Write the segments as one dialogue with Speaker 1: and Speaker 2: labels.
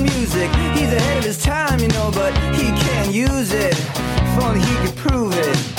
Speaker 1: music. He's ahead of his time, you know, but he can't use it. If only he could prove it.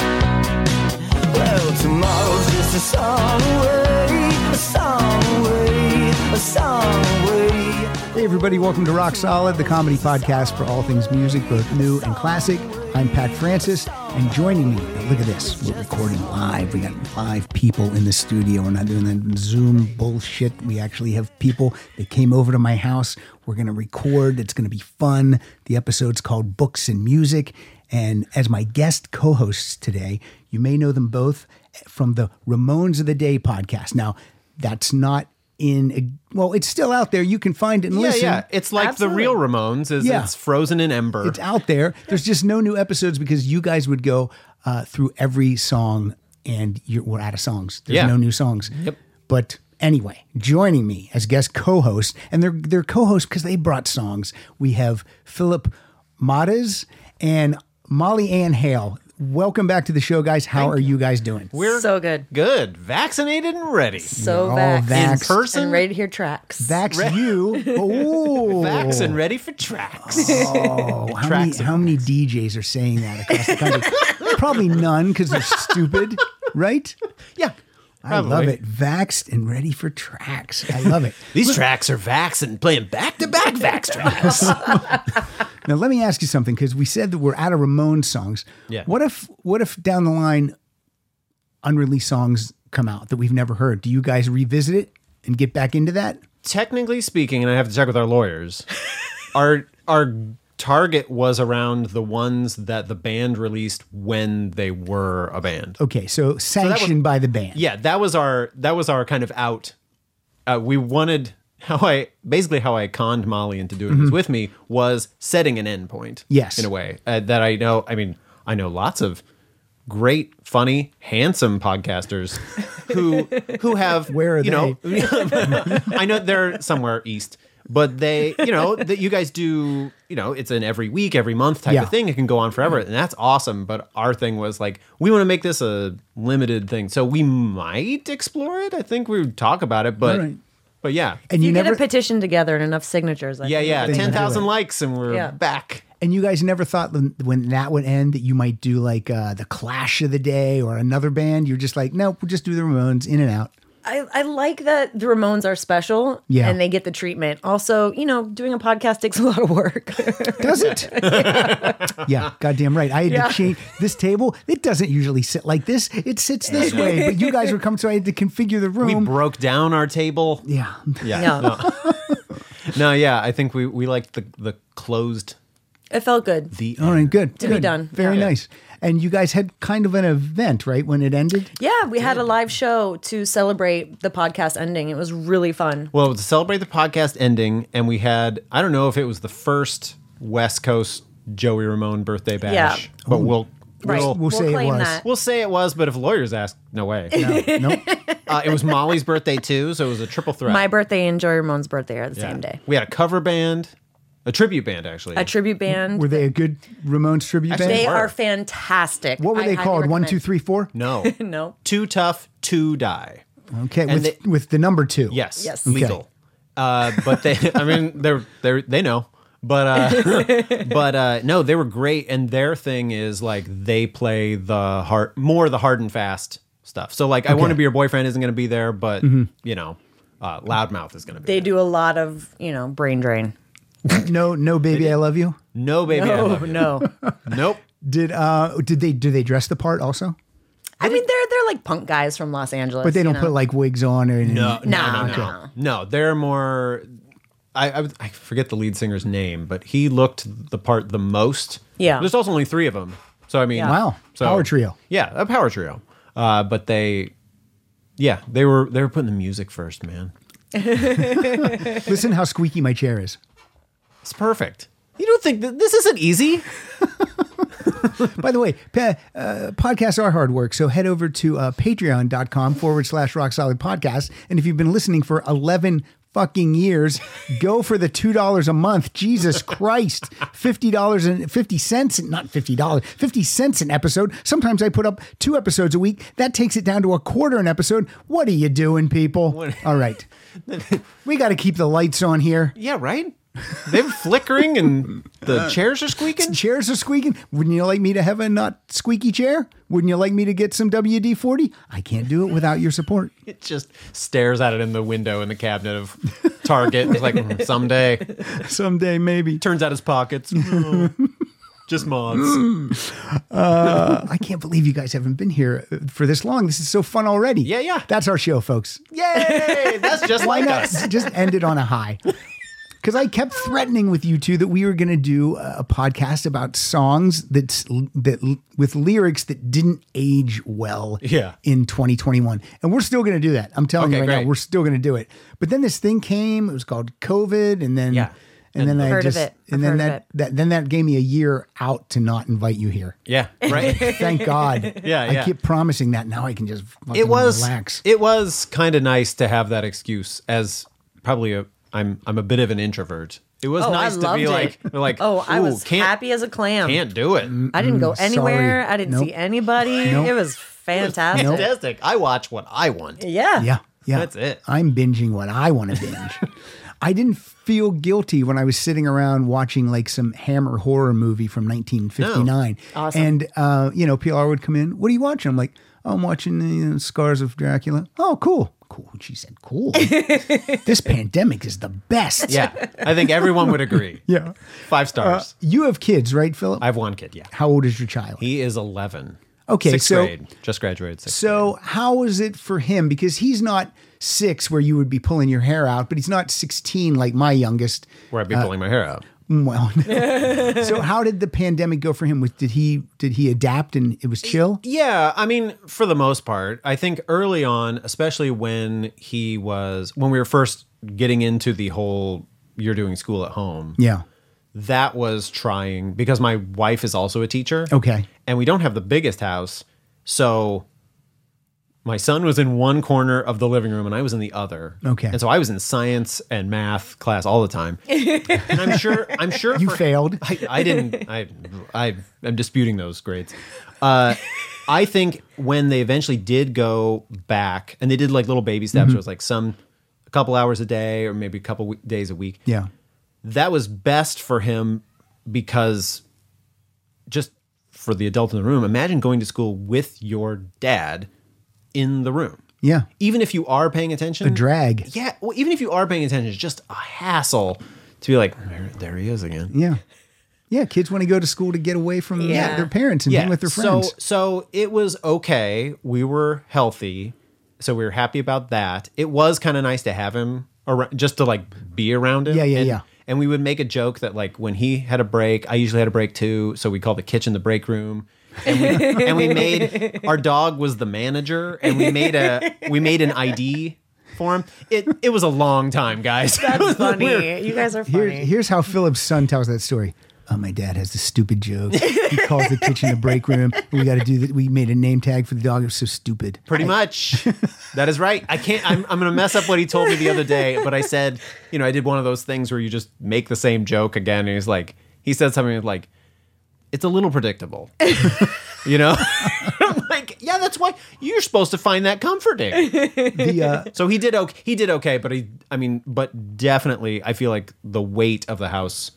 Speaker 1: Well, tomorrow's just a song away, a song away, a song away.
Speaker 2: Hey, everybody, welcome to Rock Solid, the comedy podcast for all things music, both new and classic. I'm Pat Francis, and joining me, now look at this, we're recording live. We got live people in the studio. We're not doing that Zoom bullshit. We actually have people that came over to my house. We're going to record, it's going to be fun. The episode's called Books and Music. And as my guest co hosts today, you may know them both from the Ramones of the Day podcast. Now, that's not in a, well it's still out there you can find it and listen
Speaker 3: Yeah, yeah. It's like
Speaker 1: Absolutely.
Speaker 3: the real Ramones is
Speaker 2: Yeah.
Speaker 3: it's frozen in ember.
Speaker 2: it's out there there's just no new episodes because you guys would go uh, through every song and you're we're out of songs there's
Speaker 3: Yeah.
Speaker 2: no new songs
Speaker 3: Yep.
Speaker 2: but anyway joining me as guest co-host and they're they're co-hosts because they brought songs we have philip matas and molly ann hale welcome back to the show guys how are you guys doing
Speaker 3: We're
Speaker 4: So good.
Speaker 3: Good. Vaccinated and ready.
Speaker 4: So
Speaker 2: all
Speaker 4: vaxxed.
Speaker 2: vaxxed.
Speaker 3: In person?
Speaker 4: And ready to hear tracks.
Speaker 2: Vax you. Ooh.
Speaker 3: Vax and ready for tracks.
Speaker 2: Oh, how many,
Speaker 3: tracks
Speaker 2: how many DJs are saying that across the country? Probably none because they're stupid, right?
Speaker 3: yeah.
Speaker 2: I love
Speaker 3: probably.
Speaker 2: it. Vaxxed and ready for tracks. I love it.
Speaker 3: These tracks are vax and playing back to back vax tracks.
Speaker 2: now let me ask you something because we said that we're out of Ramon songs.
Speaker 3: Yeah.
Speaker 2: What if what if down the line unreleased songs come out that we've never heard? Do you guys revisit it and get back into that?
Speaker 3: Technically speaking, and I have to check with our lawyers, our our target was around the ones that the band released when they were a band.
Speaker 2: Okay, so sanctioned by the band.
Speaker 3: yeah that was our that was our kind of out uh, we wanted how i basically how i conned molly into doing this with me was setting an end point
Speaker 2: Mm-hmm. Yes.
Speaker 3: in a way uh, that i know i mean i know lots of great funny handsome podcasters who who have
Speaker 2: Where are
Speaker 3: you know i know they're somewhere east but they you know that you guys do you know it's an every week every month type
Speaker 2: Yeah.
Speaker 3: of thing it can go on forever and that's awesome but our thing was like we want to make this a limited thing so we might explore it i think we would talk about it but
Speaker 2: All right.
Speaker 3: but yeah
Speaker 2: And
Speaker 4: If
Speaker 2: you,
Speaker 4: you,
Speaker 2: never
Speaker 4: get a petition together and enough signatures. I
Speaker 3: yeah
Speaker 4: think
Speaker 3: yeah
Speaker 4: we can-
Speaker 3: 10,000 likes and we're
Speaker 4: Yeah.
Speaker 3: back
Speaker 2: And you guys never thought when- when that would end that you might do like uh, the Clash of the Day or another band. You're just like, nope, we'll just do the Ramones in and out.
Speaker 4: I, I like that the Ramones are special
Speaker 2: Yeah.
Speaker 4: and they get the treatment. Also, you know, doing a podcast takes a lot of work.
Speaker 2: Does it? yeah, goddamn right. I had
Speaker 4: Yeah.
Speaker 2: to change this table. It doesn't usually sit like this. It sits this way. But you guys were coming, so I had to configure the
Speaker 3: we
Speaker 2: room.
Speaker 3: broke down our table
Speaker 2: Um, yeah,
Speaker 3: yeah
Speaker 4: No.
Speaker 3: no yeah i think we we liked the the closed
Speaker 4: it felt good.
Speaker 3: the
Speaker 2: All right, good. To
Speaker 4: be
Speaker 2: good.
Speaker 4: done.
Speaker 2: Very
Speaker 4: Yeah.
Speaker 2: nice. And you guys had kind of an event, right, when it ended?
Speaker 4: Yeah, we had a live show to celebrate the podcast ending. It was really fun.
Speaker 3: Well, it was to celebrate the podcast ending, and we had I don't know if it was the first West Coast Joey Ramone birthday bash,
Speaker 4: Yeah.
Speaker 3: but we'll
Speaker 4: Right.
Speaker 3: we'll,
Speaker 2: we'll say it
Speaker 4: claim
Speaker 2: was.
Speaker 4: that.
Speaker 3: we'll say it was. But if lawyers ask, no way.
Speaker 2: No, no.
Speaker 3: uh, it was Molly's birthday too, so it was a triple threat.
Speaker 4: My birthday and Joey Ramone's birthday are the
Speaker 3: Yeah.
Speaker 4: same day.
Speaker 3: We had a cover band, a tribute band actually.
Speaker 4: A tribute band.
Speaker 2: Were they a good Ramones tribute
Speaker 3: Actually,
Speaker 2: band?
Speaker 4: They
Speaker 3: were.
Speaker 4: are fantastic.
Speaker 2: What were
Speaker 4: I
Speaker 2: they
Speaker 4: highly
Speaker 2: called? One, two,
Speaker 4: recommend.
Speaker 2: three, four.
Speaker 3: no,
Speaker 4: No.
Speaker 3: too tough to die.
Speaker 2: Okay, with,
Speaker 3: they-
Speaker 2: with the number two.
Speaker 3: Yes.
Speaker 4: Yes. Okay.
Speaker 3: Legal. Uh, but they, I mean, they're they they know, but uh, but uh, no, they were great, and their thing is like they play the hard more the hard and fast stuff. So like, I want to be your boyfriend isn't going to be there, but you know, uh, loudmouth is going to be.
Speaker 4: They
Speaker 3: there.
Speaker 4: do a lot of, you know, brain drain.
Speaker 2: No, no, baby, I love you.
Speaker 3: No baby, I
Speaker 4: Oh
Speaker 3: love you.
Speaker 4: no!
Speaker 3: nope.
Speaker 2: Did uh did they do they dress the part also?
Speaker 4: I mean, they're they're like punk guys from Los Angeles,
Speaker 2: But they
Speaker 4: you
Speaker 2: don't
Speaker 4: know?
Speaker 2: put like wigs on or anything.
Speaker 3: No, no, no,
Speaker 4: No,
Speaker 3: no,
Speaker 4: no.
Speaker 3: No, They're more. I, I was- I forget the lead singer's name, but he looked the part the most.
Speaker 4: Yeah.
Speaker 3: There's also only three of them, so I mean,
Speaker 4: Yeah.
Speaker 2: Wow.
Speaker 3: so,
Speaker 2: Power trio.
Speaker 3: Yeah, a power trio. Uh, but they, yeah, they were they were putting the music first, man.
Speaker 2: Listen how squeaky my chair is.
Speaker 3: It's perfect. You don't think that this isn't easy?
Speaker 2: By the way, pa- uh, podcasts are hard work, so head over to uh, patreon.com forward slash rock solid podcast. And if you've been listening for 11 fucking years, go for the $2 a month. Jesus Christ. $50 and 50 cents, not $50, 50 cents an episode. Sometimes I put up two episodes a week. That takes it down to a quarter an episode. What are you doing, people? All right. we got to keep the lights on here.
Speaker 3: Yeah, right. They're flickering and the chairs are squeaking.
Speaker 2: Chairs are squeaking. Wouldn't you like me to have a not squeaky chair? Wouldn't you like me to get some WD 40? I can't do it without your support.
Speaker 3: It just stares at it in the window in the cabinet of Target. It's like "Mm, someday.
Speaker 2: Someday, maybe.
Speaker 3: Turns out his pockets. No. just moths.
Speaker 2: I can't believe you guys haven't been here for this long. This is so fun already.
Speaker 3: Yeah, yeah.
Speaker 2: That's our show, folks.
Speaker 3: Yay! That's just
Speaker 2: Why
Speaker 3: like
Speaker 2: not
Speaker 3: us.
Speaker 2: just end it on a high? Because I kept threatening with you two that we were going to do a a podcast about songs that's that l- with lyrics that didn't age well
Speaker 3: Yeah.
Speaker 2: in 2021, and we're still going to do that. I'm telling you right
Speaker 3: Okay,
Speaker 2: now,
Speaker 3: great.
Speaker 2: we're still going to do it. But then this thing came. It was called COVID, and then
Speaker 3: Yeah.
Speaker 2: and then I
Speaker 4: Heard of
Speaker 2: just
Speaker 4: it.
Speaker 2: and
Speaker 4: I've
Speaker 2: then
Speaker 4: heard of
Speaker 2: that,
Speaker 4: it.
Speaker 2: that then that gave me a year out to not invite you here.
Speaker 3: Yeah, right.
Speaker 2: Thank God.
Speaker 3: Yeah,
Speaker 2: I
Speaker 3: yeah.
Speaker 2: keep promising that now I can just fucking
Speaker 3: it was
Speaker 2: relax.
Speaker 3: it was kind of nice to have that excuse as probably a I'm I'm a bit of an introvert. It was
Speaker 4: Oh,
Speaker 3: nice
Speaker 4: I
Speaker 3: to
Speaker 4: loved
Speaker 3: be
Speaker 4: it.
Speaker 3: like like
Speaker 4: Oh, I
Speaker 3: "Ooh,
Speaker 4: was
Speaker 3: can't,
Speaker 4: happy as a clam.
Speaker 3: Can't do it.
Speaker 2: Mm.
Speaker 4: I didn't go
Speaker 2: sorry.
Speaker 4: anywhere. I didn't
Speaker 2: Nope.
Speaker 4: see anybody.
Speaker 2: Nope.
Speaker 4: It was fantastic.
Speaker 3: Fantastic. I watch what I want.
Speaker 4: Yeah.
Speaker 2: Yeah. Yeah.
Speaker 3: That's it.
Speaker 2: I'm binging what I want to binge. I didn't feel guilty when I was sitting around watching like some hammer horror movie from 1959.
Speaker 4: Awesome.
Speaker 2: And, uh, you know, PLR would come in, What are you watching? I'm like, oh, I'm watching the you know, Scars of Dracula. Oh, cool. Cool. She said, Cool. this pandemic is the best.
Speaker 3: Yeah. I think everyone would agree.
Speaker 2: Yeah. Uh,
Speaker 3: Five stars.
Speaker 2: You have kids, right, Philip?
Speaker 3: I have one kid, yeah.
Speaker 2: How old is your child?
Speaker 3: He is 11.
Speaker 2: Okay,
Speaker 3: Sixth
Speaker 2: so-
Speaker 3: grade. Just graduated sixth
Speaker 2: So how is it for him? Because he's not six where you would be pulling your hair out, but he's not 16 like my youngest.
Speaker 3: grade, where I'd be
Speaker 2: Uh,
Speaker 3: pulling my hair out.
Speaker 2: Well, so how did the pandemic go for him? With did he did he adapt and it was chill?
Speaker 3: Yeah, I mean, for the most part, I think early on, especially when he was when we were first getting into the whole you're doing school at home.
Speaker 2: Yeah.
Speaker 3: That was trying because my wife is also a teacher.
Speaker 2: Okay.
Speaker 3: And we don't have the biggest house. So my son was in one corner of the living room and I was in the other.
Speaker 2: Okay.
Speaker 3: And so I was in science and math class all the time. and I'm sure I'm sure
Speaker 2: You
Speaker 3: for-
Speaker 2: failed.
Speaker 3: I, I didn't. I, I am disputing those grades. Uh, I think when they eventually did go back, and they did like little baby steps, it was like some a couple hours a day, or maybe a couple we- days a week.
Speaker 2: Yeah.
Speaker 3: that was best for him because just for the adult in the room, imagine going to school with your dad in the room.
Speaker 2: Yeah.
Speaker 3: Even if you are paying attention,
Speaker 2: A drag.
Speaker 3: Yeah, well, even if you are paying attention, it's just a hassle to be like, there, there he is again.
Speaker 2: Yeah. Yeah. Kids want to go to school to get away from
Speaker 4: Yeah.
Speaker 2: their parents and hang with their friends.
Speaker 3: So so it was okay. We were healthy, so we were happy about that. It was kind of nice to have him around, just to like be around him.
Speaker 2: Yeah, yeah,
Speaker 3: and,
Speaker 2: yeah.
Speaker 3: And we would make a joke that like when he had a break, I usually had a break too. So we called the kitchen the break room. And we, and we made our dog was the manager, and we made a we made an ID for him. It it was a long time, guys.
Speaker 4: That's funny. You guys are
Speaker 2: Here-
Speaker 4: funny.
Speaker 2: here's how Philip's son tells that story. Oh, my dad has this stupid joke. He calls the kitchen the break room. We got to do that. We made a name tag for the dog. It was so stupid.
Speaker 3: Pretty much. that is right. I can't, I'm, I'm going to mess up what he told me the other day, but I said, you know, I did one of those things where you just make the same joke again. And he's like, he said something like, it's a little predictable. you know? I'm like, yeah, that's why you're supposed to find that comforting.
Speaker 2: The, uh,
Speaker 3: So he did okay. He did okay, but he, I mean, but definitely I feel like the weight of the house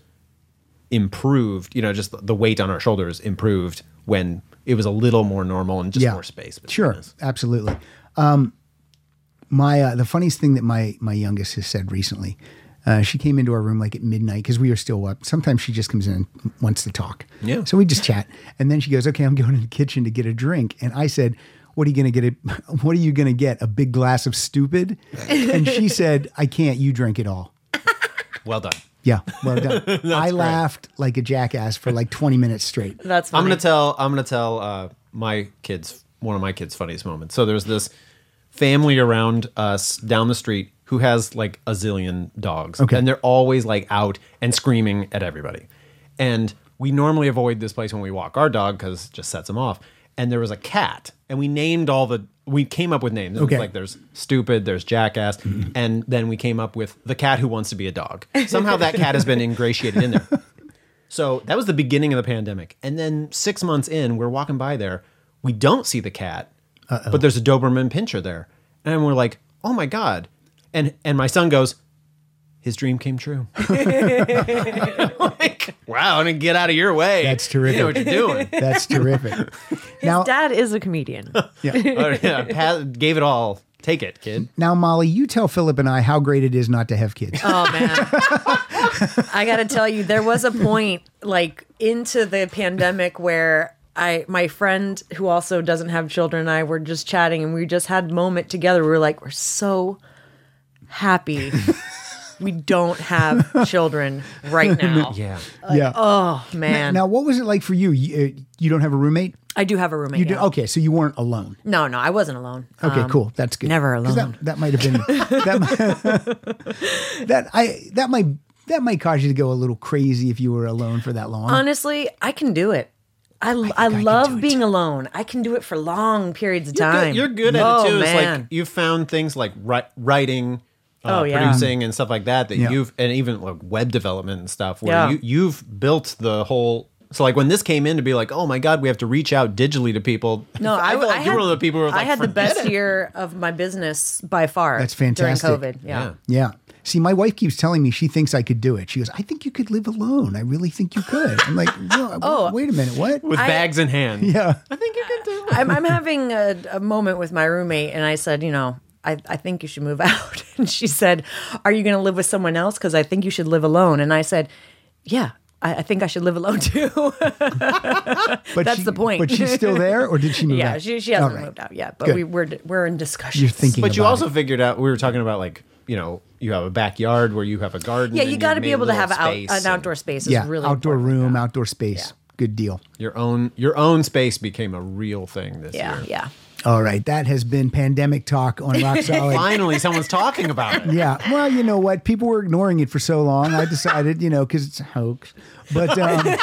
Speaker 3: improved, you know, just the- the weight on our shoulders improved when it was a little more normal and just more space. between
Speaker 2: Sure,
Speaker 3: us.
Speaker 2: absolutely. Um, my uh, the funniest thing that my my youngest has said recently, uh, she came into our room like at midnight because we were still up. Sometimes she just comes in and wants to talk.
Speaker 3: Yeah.
Speaker 2: So we just chat, and then she goes, "Okay, I'm going to the kitchen to get a drink," and I said. What are you gonna get? A, what are you gonna get? A big glass of stupid? And she said, "I can't. You drink it all."
Speaker 3: Well done.
Speaker 2: Yeah, well done. I laughed like a jackass for like twenty minutes straight.
Speaker 4: That's funny.
Speaker 3: I'm gonna tell. I'm gonna tell uh, my kids one of my kids' funniest moments. So there's this family around us down the street who has like a zillion dogs,
Speaker 2: Okay.
Speaker 3: and they're always like out and screaming at everybody. And we normally avoid this place when we walk our dog because it just sets them off. And there was a cat, and we named all the. We came up with names. It was
Speaker 2: Okay. Mm-hmm.
Speaker 3: like there's stupid, there's jackass, and then we came up with the cat who wants to be a dog. Somehow that cat has been ingratiated in there. So that was the beginning of the pandemic. And then six months in, we're walking by there. We don't see the cat, but there's a Doberman pincher there. And we're like, oh my God. And and my son goes, his dream came true. like, wow, I'm gonna get out of your way.
Speaker 2: That's
Speaker 3: You know what
Speaker 2: terrific.
Speaker 3: you're doing.
Speaker 2: That's terrific. now,
Speaker 4: Dad is a comedian.
Speaker 3: All right, yeah, pa- gave it all. Take it, kid.
Speaker 2: now, Molly, you tell Philip and I how great it is not to have kids.
Speaker 4: Oh man. I got to tell you there was a point like into the pandemic where I my friend who also doesn't have children and I were just chatting and we just had a moment together we were like we're so happy we don't have children right now.
Speaker 3: Yeah.
Speaker 2: yeah.
Speaker 4: Oh man.
Speaker 2: now, what was it like for you? You, uh, you don't have a roommate.
Speaker 4: I do have a roommate.
Speaker 2: You do,
Speaker 4: yeah.
Speaker 2: okay, so you weren't alone.
Speaker 4: No, no, I wasn't alone.
Speaker 2: Okay,
Speaker 4: Um,
Speaker 2: cool. That's good.
Speaker 4: never
Speaker 2: 'Cause
Speaker 4: alone.
Speaker 2: That, that might have been that, might- that I that might that might cause you to go a little crazy if you were alone for that long.
Speaker 4: Honestly, I can do it. I, I,
Speaker 2: can do
Speaker 4: love
Speaker 2: it
Speaker 4: being alone. I can do it for long periods of
Speaker 3: Good-
Speaker 4: time.
Speaker 3: You're good at
Speaker 4: oh,
Speaker 3: it too.
Speaker 4: Man.
Speaker 3: It's like you found things like wri- writing, uh,
Speaker 4: Oh, yeah.
Speaker 3: producing, and stuff like that that
Speaker 2: Yeah.
Speaker 3: you've and even like web development and stuff where
Speaker 4: Yeah.
Speaker 3: you you've built the whole. So like when this came in to be like, oh my god, we have to reach out digitally to people.
Speaker 4: No, I,
Speaker 3: feel like
Speaker 4: I
Speaker 3: you
Speaker 4: had,
Speaker 3: were one of the people who were like,
Speaker 4: I had the
Speaker 3: "Forget
Speaker 4: best
Speaker 3: it."
Speaker 4: year of my business by far.
Speaker 2: That's fantastic.
Speaker 4: During COVID, yeah.
Speaker 3: Yeah.
Speaker 2: yeah. See, my wife keeps telling me she thinks I could do it. She goes, "I think you could live alone. I really think you could." I'm like, "Whoa,
Speaker 4: Oh.
Speaker 2: wait a minute, what?"
Speaker 3: with
Speaker 4: I-
Speaker 3: bags in hand.
Speaker 2: yeah,
Speaker 3: I think you can do it.
Speaker 4: I'm, I'm having a, a moment with my roommate, and I said, you know, I, I think you should move out. And she said, Are you going to live with someone else? Because I think you should live alone. And I said, Yeah, I, I think I should live alone too.
Speaker 2: but
Speaker 4: That's
Speaker 2: she-
Speaker 4: the point.
Speaker 2: But she's still there, or did she move
Speaker 4: yeah,
Speaker 2: out?
Speaker 4: she, she hasn't
Speaker 2: All right.
Speaker 4: moved out yet, but
Speaker 2: Good.
Speaker 4: we, we're, we're in discussion.
Speaker 2: You're thinking,
Speaker 3: But you
Speaker 2: about
Speaker 3: also
Speaker 2: it.
Speaker 3: figured out we were talking about like you know you have a backyard where you have a garden.
Speaker 4: Yeah,
Speaker 3: and
Speaker 4: you got to
Speaker 3: made
Speaker 4: be able to
Speaker 3: little
Speaker 4: have out,
Speaker 3: space
Speaker 4: an
Speaker 3: and
Speaker 4: outdoor space. Is
Speaker 2: yeah,
Speaker 4: really
Speaker 2: outdoor
Speaker 4: important.
Speaker 2: room, outdoor space. Good deal.
Speaker 3: Your own your own space became a real thing this
Speaker 4: Yeah,
Speaker 3: year.
Speaker 4: yeah.
Speaker 2: All right, that has been pandemic talk on Rock Solid.
Speaker 3: Finally, someone's talking about it.
Speaker 2: Yeah. Well, you know what? People were ignoring it for so long. I decided, you know, because it's a hoax. But um,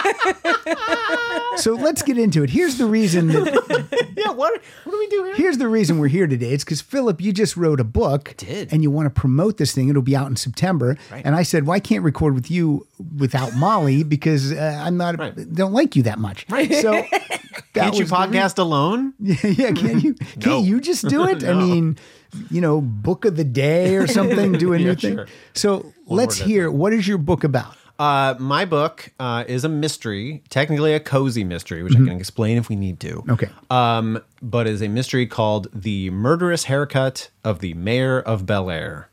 Speaker 2: so let's get into it. Here's the reason.
Speaker 3: Yeah, what what do we do here?
Speaker 2: here's the reason we're here today. It's because Philip, you just wrote a book,
Speaker 3: did.
Speaker 2: and you want to promote this thing. It'll be out in September.
Speaker 3: Right.
Speaker 2: And I said, well, I can't record with you without Molly because uh, I'm not
Speaker 3: Right.
Speaker 2: don't like you that much. Right. So that
Speaker 3: Can't you
Speaker 2: was the reason.
Speaker 3: podcast alone?
Speaker 2: yeah, can you can't
Speaker 3: No.
Speaker 2: you just do it? I
Speaker 3: No.
Speaker 2: mean, you know, book of the day or something, do a new
Speaker 3: Yeah,
Speaker 2: thing.
Speaker 3: sure.
Speaker 2: So let's
Speaker 3: word at
Speaker 2: hear what is your book about?
Speaker 3: Uh, my book uh, is a mystery, technically a cozy mystery, which I can explain if we need to.
Speaker 2: Mm-hmm. Okay.
Speaker 3: Um, but is a mystery called "The Murderous Haircut of the Mayor of Bel Air."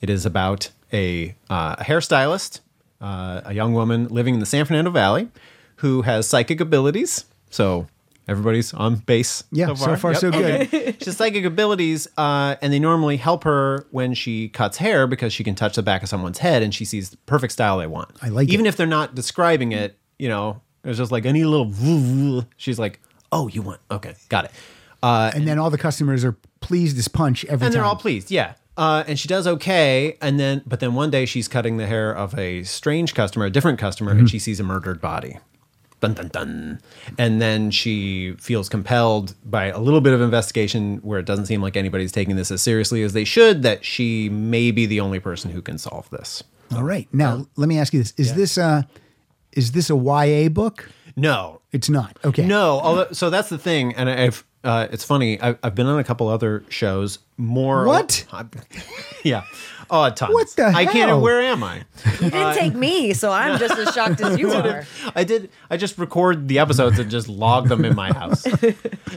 Speaker 3: It is about a, uh, a hairstylist, uh, a young woman living in the San Fernando Valley, who has psychic abilities. So everybody's on base.
Speaker 2: Yeah,
Speaker 3: so
Speaker 2: so
Speaker 3: far,
Speaker 2: far, so good.
Speaker 3: okay. she has psychic abilities, uh, and they normally help her when she cuts hair because she can touch the back of someone's head and she sees the perfect style they want.
Speaker 2: I like
Speaker 3: even
Speaker 2: it.
Speaker 3: if they're not describing it. You know, it's just like any little. voo, voo. She's like, oh, you want? Okay, got it. Uh,
Speaker 2: and then all the customers are pleased as punch every
Speaker 3: and
Speaker 2: time.
Speaker 3: they're all pleased. Yeah. Uh, and she does okay, and then but then one day she's cutting the hair of a strange customer, a different customer,
Speaker 2: Mm-hmm.
Speaker 3: and she sees a murdered body. Dun dun dun. And then she feels compelled by a little bit of investigation where it doesn't seem like anybody's taking this as seriously as they should, that she may be the only person who can solve this.
Speaker 2: all right. Now let me ask you this: Is this uh is this a YA book?
Speaker 3: No,
Speaker 2: It's not. Okay.
Speaker 3: No, although, so that's the thing, and I've uh, it's funny. I, I've been on a couple other shows. More
Speaker 2: What?
Speaker 3: yeah. Oh, at times.
Speaker 2: What the
Speaker 3: I
Speaker 2: hell?
Speaker 3: can't. Where am I?
Speaker 4: You didn't take me, so I'm just as shocked as you are.
Speaker 3: I did. I just record the episodes and just log them in my house.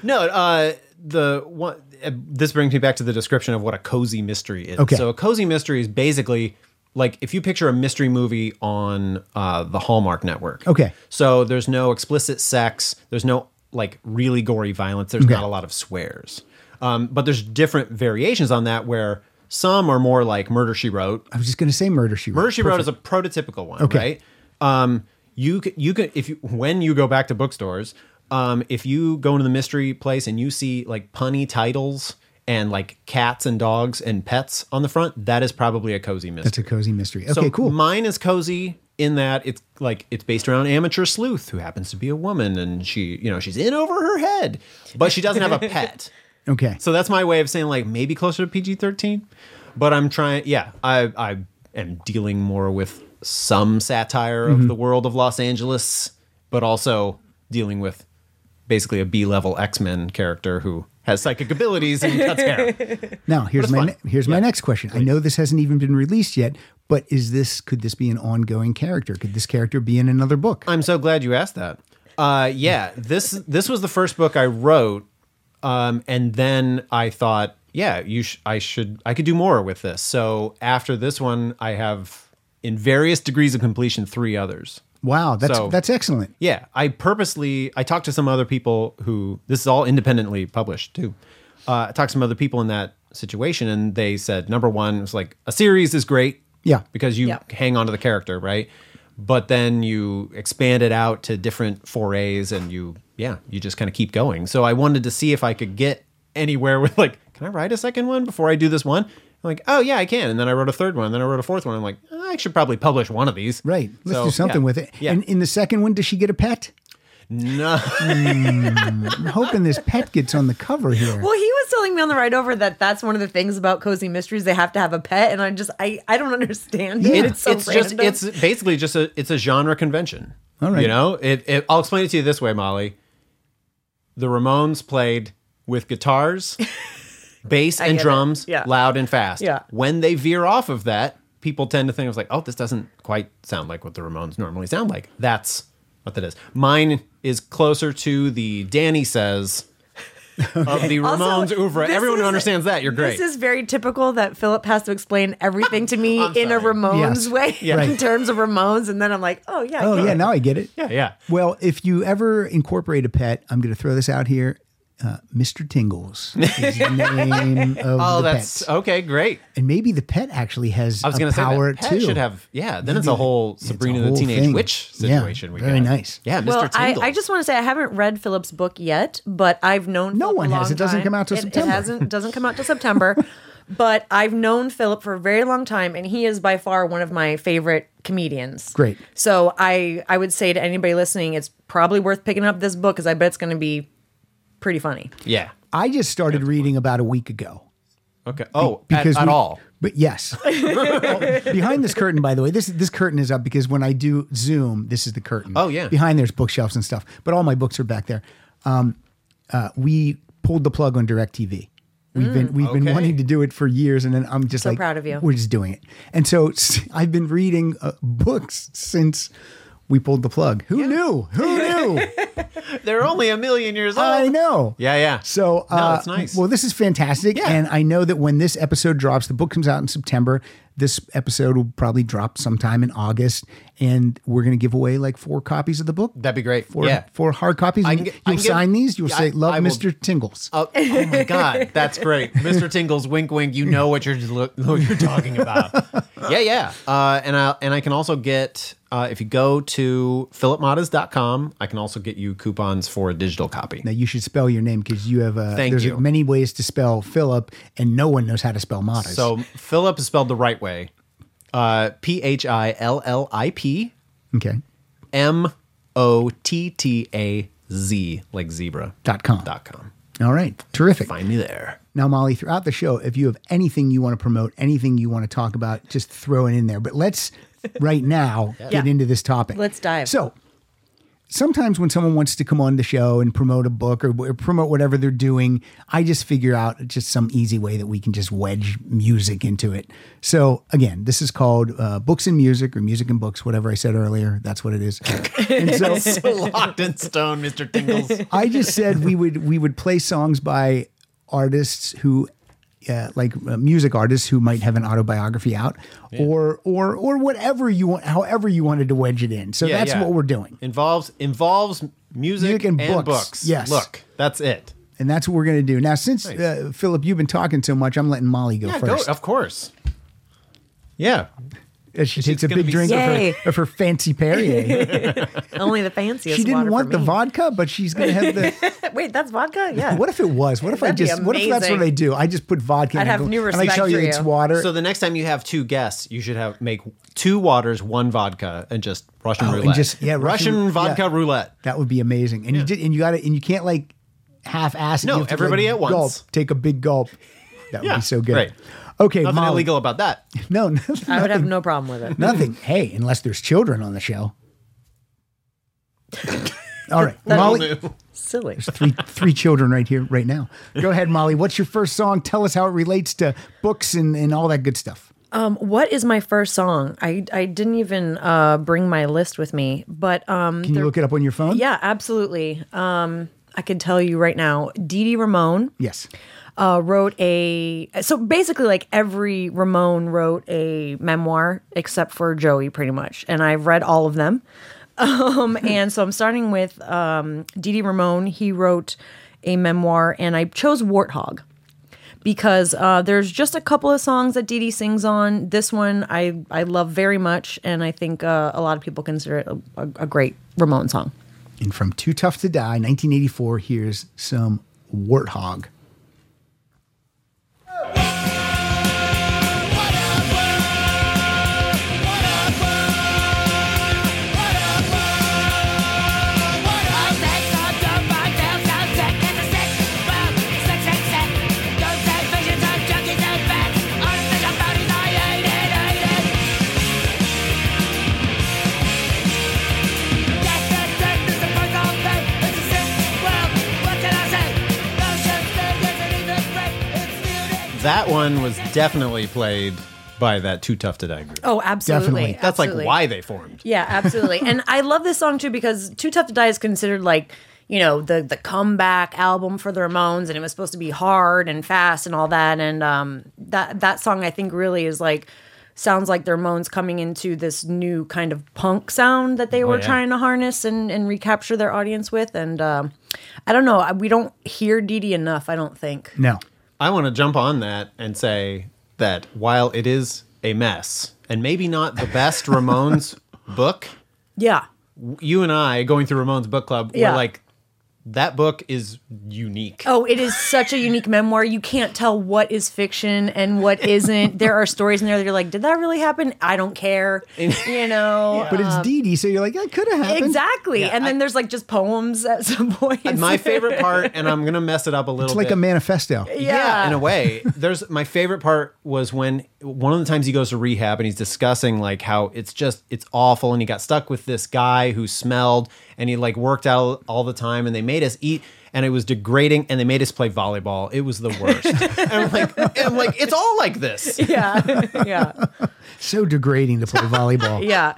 Speaker 3: No, uh, the one. Uh, this brings me back to the description of what a cozy mystery is.
Speaker 2: Okay.
Speaker 3: So a cozy mystery is basically like if you picture a mystery movie on uh, the Hallmark Network.
Speaker 2: Okay.
Speaker 3: So there's no explicit sex. There's no like really gory violence. There's not a lot of swears. Um, but there's different variations on that where some are more like Murder She Wrote,
Speaker 2: I was just going to say Murder She Wrote.
Speaker 3: Murder She Wrote is a prototypical one,
Speaker 2: Okay.
Speaker 3: right? Um, you c- you can if you when you go back to bookstores, um, if you go into the mystery place and you see like punny titles and like cats and dogs and pets on the front, that is probably a cozy mystery.
Speaker 2: That's a cozy mystery. Okay,
Speaker 3: so
Speaker 2: cool.
Speaker 3: Mine is cozy in that it's like it's based around an amateur sleuth who happens to be a woman and she you know she's in over her head, but she doesn't have a pet.
Speaker 2: okay.
Speaker 3: So that's my way of saying like maybe closer to PG thirteen, but I'm trying. Yeah, I I am dealing more with some satire of the world of Los Angeles, but also dealing with basically a B level X Men character who has psychic abilities and cuts hair.
Speaker 2: Now here's
Speaker 3: it's
Speaker 2: my
Speaker 3: fun.
Speaker 2: ne- here's my next question. I know this hasn't even been released yet, But is this could this be an ongoing character? Could this character be in another book?
Speaker 3: I'm so glad you asked that. Uh, yeah, this this was the first book I wrote, um, and then I thought, yeah, you sh- I should I could do more with this. So after this one, I have in various degrees of completion three others.
Speaker 2: Wow, that's
Speaker 3: So-
Speaker 2: that's excellent.
Speaker 3: Yeah, I purposely I talked to some other people who this is all independently published too. Uh, I talked to some other people in that situation, and they said number one it's like a series is great,
Speaker 2: Yeah.
Speaker 3: because you
Speaker 4: Yeah.
Speaker 3: hang on to the character, right? But then you expand it out to different forays, and you yeah, you just kind of keep going. So I wanted to see if I could get anywhere with like, can I write a second one before I do this one? I'm like, oh yeah, I can. And then I wrote a third one, and then I wrote a fourth one. I'm like, I should probably publish one of these,
Speaker 2: Right. Let's
Speaker 3: So,
Speaker 2: do something
Speaker 3: yeah.
Speaker 2: with it.
Speaker 3: Yeah.
Speaker 2: And in the second one, does she get a pet?
Speaker 3: no.
Speaker 2: I'm hoping this pet gets on the cover here.
Speaker 4: Well, he was telling me on the ride over that that's one of the things about cozy mysteries they have to have a pet, and I just I I don't understand it.
Speaker 2: Yeah.
Speaker 4: It's so
Speaker 3: just
Speaker 4: random.
Speaker 3: it's basically just a it's a genre convention.
Speaker 2: All right.
Speaker 3: you know it, it. I'll explain it to you this way, Molly. The Ramones played with guitars, bass, and
Speaker 4: get it.
Speaker 3: drums,
Speaker 4: Yeah.
Speaker 3: loud and fast.
Speaker 4: Yeah.
Speaker 3: When they veer off of that, people tend to think it's like, oh, this doesn't quite sound like what the Ramones normally sound like. That's what that is. Mine is closer to the Danny says. Of the
Speaker 4: Also,
Speaker 3: Ramones oeuvre,
Speaker 4: this
Speaker 3: everyone
Speaker 4: is-
Speaker 3: who understands that. You're great.
Speaker 4: This is very typical that Philip has to explain everything to me
Speaker 3: I'm
Speaker 4: in a
Speaker 3: sorry.
Speaker 4: Ramones
Speaker 2: Yes.
Speaker 4: way,
Speaker 3: Yeah.
Speaker 4: in terms of Ramones, and then I'm like, oh yeah, I
Speaker 2: Oh
Speaker 4: get
Speaker 2: yeah,
Speaker 4: it.
Speaker 2: now I get it.
Speaker 3: Yeah, yeah.
Speaker 2: Well, if you ever incorporate a pet, I'm going to throw this out here. Uh, Mr. Tingles is the name of
Speaker 3: oh,
Speaker 2: the
Speaker 3: that's
Speaker 2: pet,
Speaker 3: okay. Great.
Speaker 2: and maybe the pet actually has
Speaker 3: I was
Speaker 2: a
Speaker 3: going to say
Speaker 2: power
Speaker 3: that Pet
Speaker 2: too.
Speaker 3: should have yeah. Then it's a
Speaker 2: Maybe
Speaker 3: whole
Speaker 2: it's a
Speaker 3: Sabrina
Speaker 2: whole
Speaker 3: the Teenage
Speaker 2: thing.
Speaker 3: Witch
Speaker 2: Yeah,
Speaker 3: situation. we
Speaker 2: very
Speaker 3: got.
Speaker 2: nice.
Speaker 3: Yeah, Mr.
Speaker 4: Well, I,
Speaker 3: Tingle.
Speaker 4: I just want to say I haven't read Philip's book yet, but I've known
Speaker 2: No
Speaker 4: Philip
Speaker 2: one
Speaker 4: a
Speaker 2: has.
Speaker 4: long
Speaker 2: It doesn't
Speaker 4: time.
Speaker 2: come out till
Speaker 4: It-
Speaker 2: September.
Speaker 4: It hasn't doesn't come out till September, but I've known Philip for a very long time, and he is by far one of my favorite comedians.
Speaker 2: Great.
Speaker 4: So I I would say to anybody listening, it's probably worth picking up this book because I bet it's going to be pretty funny.
Speaker 3: yeah.
Speaker 2: I just started reading about a week ago.
Speaker 3: Okay. Oh,
Speaker 2: because
Speaker 3: at, at
Speaker 2: we-
Speaker 3: all.
Speaker 2: But yes, Well, behind this curtain, by the way, this this curtain is up because when I do Zoom, this is the curtain.
Speaker 3: Oh, yeah.
Speaker 2: behind there's bookshelves and stuff, but all my books are back there. Um, uh, we pulled the plug on Directv. We've been we've been
Speaker 3: Mm, okay.
Speaker 2: wanting to do it for years, and then I'm just
Speaker 4: So
Speaker 2: like,
Speaker 4: proud of you.
Speaker 2: We're just doing it, and so s- I've been reading uh, books since we pulled the plug. Who knew? Who knew?
Speaker 3: They're only a million years old.
Speaker 2: I know.
Speaker 3: Oh. Yeah, yeah.
Speaker 2: So,
Speaker 3: No,
Speaker 2: uh,
Speaker 3: it's nice.
Speaker 2: Well, this is fantastic,
Speaker 3: Yeah.
Speaker 2: and I know that when this episode drops, the book comes out in September. This episode will probably drop sometime in August, and we're going to give away like four copies of the book.
Speaker 3: That'd be great.
Speaker 2: Four,
Speaker 3: yeah.
Speaker 2: four hard copies.
Speaker 3: I
Speaker 2: And
Speaker 3: can
Speaker 2: you'll
Speaker 3: get- I can get-
Speaker 2: sign these. You'll
Speaker 3: Yeah,
Speaker 2: say,
Speaker 3: I-
Speaker 2: "Love
Speaker 3: I will-
Speaker 2: Mr. Tingles."
Speaker 3: Oh, oh my God, that's great, Mr. Tingles. Wink, wink. You know what you're what you're talking about. Yeah, yeah. Uh, and I and I can also get uh, if you go to philipmottas.com, I can also get you coupons for a digital copy.
Speaker 2: now you should spell your name because you have. Uh,
Speaker 3: Thank
Speaker 2: there's
Speaker 3: you.
Speaker 2: many ways to spell Philip, and no one knows how to spell Mottas.
Speaker 3: So Philip is spelled the right way. Uh, P H I L L I P
Speaker 2: okay.
Speaker 3: M O T T A Z, like zebra.
Speaker 2: Dot com.
Speaker 3: Dot com.
Speaker 2: All right. Terrific.
Speaker 3: Find me there.
Speaker 2: Now, Molly, throughout the show, if you have anything you want to promote, anything you want to talk about, just throw it in there. But let's right now get
Speaker 4: Yeah.
Speaker 2: into this topic.
Speaker 4: Let's dive.
Speaker 2: So, sometimes when someone wants to come on the show and promote a book or, or promote whatever they're doing, I just figure out just some easy way that we can just wedge music into it. So, again, this is called uh, Books and Music or Music and Books, whatever I said earlier. That's what it is. and so,
Speaker 3: So locked in stone, Mr. Tingles.
Speaker 2: I just said we would we would play songs by artists who, uh, like uh, music artists who might have an autobiography out, or or or whatever you want, however you wanted to wedge it in. So
Speaker 3: Yeah,
Speaker 2: that's
Speaker 3: yeah.
Speaker 2: what we're doing,
Speaker 3: Involves involves music,
Speaker 2: Music and
Speaker 3: and,
Speaker 2: books.
Speaker 3: books.
Speaker 2: Yes.
Speaker 3: Look, that's it.
Speaker 2: and that's what we're gonna do now. Since
Speaker 3: Nice.
Speaker 2: uh, Philip, you've been talking so much, I'm letting Molly go
Speaker 3: Yeah, go.
Speaker 2: first.
Speaker 3: Of course. Yeah.
Speaker 2: As she takes a
Speaker 3: gonna
Speaker 2: big
Speaker 3: be
Speaker 2: drink of
Speaker 4: Yay.
Speaker 2: her, of her fancy Perrier.
Speaker 4: Only the fanciest.
Speaker 2: she didn't
Speaker 4: water
Speaker 2: want
Speaker 4: for
Speaker 2: the
Speaker 4: me.
Speaker 2: vodka, but she's gonna have the.
Speaker 4: Wait, that's vodka. Yeah.
Speaker 2: What if it was? What if I
Speaker 4: That'd be
Speaker 2: just? What if that's what I
Speaker 4: amazing.
Speaker 2: do? I just put vodka. in
Speaker 4: I'd
Speaker 2: a
Speaker 4: have
Speaker 2: gl-
Speaker 4: new
Speaker 2: And I
Speaker 4: respect
Speaker 2: tell you,
Speaker 4: for
Speaker 2: it's
Speaker 4: you.
Speaker 2: water.
Speaker 3: So the next time you have two guests, you should have make two waters, one vodka, and just Russian
Speaker 2: Oh, and
Speaker 3: roulette.
Speaker 2: just- yeah, Russian-
Speaker 3: Russian, vodka
Speaker 2: yeah.
Speaker 3: roulette.
Speaker 2: That would be amazing. And you did, and you got to, and you can't like half-ass. it.
Speaker 3: No,
Speaker 2: You have to,
Speaker 3: everybody
Speaker 2: like,
Speaker 3: at once.
Speaker 2: Gulp, take a big gulp. That would
Speaker 3: Yeah,
Speaker 2: be so good.
Speaker 3: right.
Speaker 2: Okay,
Speaker 3: Nothing
Speaker 2: Molly.
Speaker 3: illegal about that.
Speaker 2: No, nothing.
Speaker 4: I would have no problem with it.
Speaker 2: nothing. Hey, unless there's children on the show. All right, Molly.
Speaker 4: Silly.
Speaker 2: Three, three children right here, right now. Go ahead, Molly. What's your first song? Tell us how it relates to books and, and all that good stuff.
Speaker 4: Um, what is my first song? I I didn't even uh bring my list with me, but um,
Speaker 2: Can you look it up on your phone?
Speaker 4: yeah, absolutely. Um, I could tell you right now, Dee Dee Ramone.
Speaker 2: Yes.
Speaker 4: uh, wrote a so basically like every Ramon wrote a memoir except for Joey pretty much, and I've read all of them. Um, and so I'm starting with um, Didi Ramon. He wrote a memoir, and I chose Warthog because uh, there's just a couple of songs that Dee Dee sings on. This one I I love very much, and I think uh, a lot of people consider it a, a, a great Ramon song.
Speaker 2: And from Too Tough to Die, 1984, here's some Warthog.
Speaker 3: That one was definitely played by that Too Tough to Die group.
Speaker 4: Oh, absolutely.
Speaker 2: Definitely.
Speaker 3: That's
Speaker 4: absolutely.
Speaker 3: like why they formed.
Speaker 4: Yeah, absolutely. and I love this song too because Too Tough to Die is considered like, you know, the the comeback album for the Ramones and it was supposed to be hard and fast and all that and um that that song I think really is like sounds like the Ramones coming into this new kind of punk sound that they were
Speaker 3: yeah.
Speaker 4: trying to harness and and recapture their audience with and um I don't know, I- we don't hear Dee Dee enough, I don't think.
Speaker 2: No.
Speaker 3: I want to jump on that and say that while it is a mess and maybe not the best Ramones book,
Speaker 4: Yeah.
Speaker 3: you and I going through Ramones book club
Speaker 4: Yeah.
Speaker 3: were like, that book is unique.
Speaker 4: Oh, it is such a unique memoir. You can't tell what is fiction and what isn't. There are stories in there that you're like, did that really happen? I don't care. You know?
Speaker 2: But it's Dee Dee, so you're like, that could have happened.
Speaker 4: Um, Exactly.
Speaker 3: Yeah,
Speaker 4: and then
Speaker 3: I-
Speaker 4: there's like just poems at some point.
Speaker 3: My favorite part, and I'm gonna mess it up a little.
Speaker 2: It's like
Speaker 3: bit.
Speaker 2: a manifesto.
Speaker 3: yeah.
Speaker 4: Yeah.
Speaker 3: in a way there's my favorite part was when one of the times he goes to rehab and he's discussing like how it's just it's awful and he got stuck with this guy who smelled and he like worked out all the time and they made us eat and it was degrading and they made us play volleyball it was the worst and i'm like and i'm like it's all like this
Speaker 4: yeah. Yeah.
Speaker 2: So degrading to play volleyball.
Speaker 4: Yeah.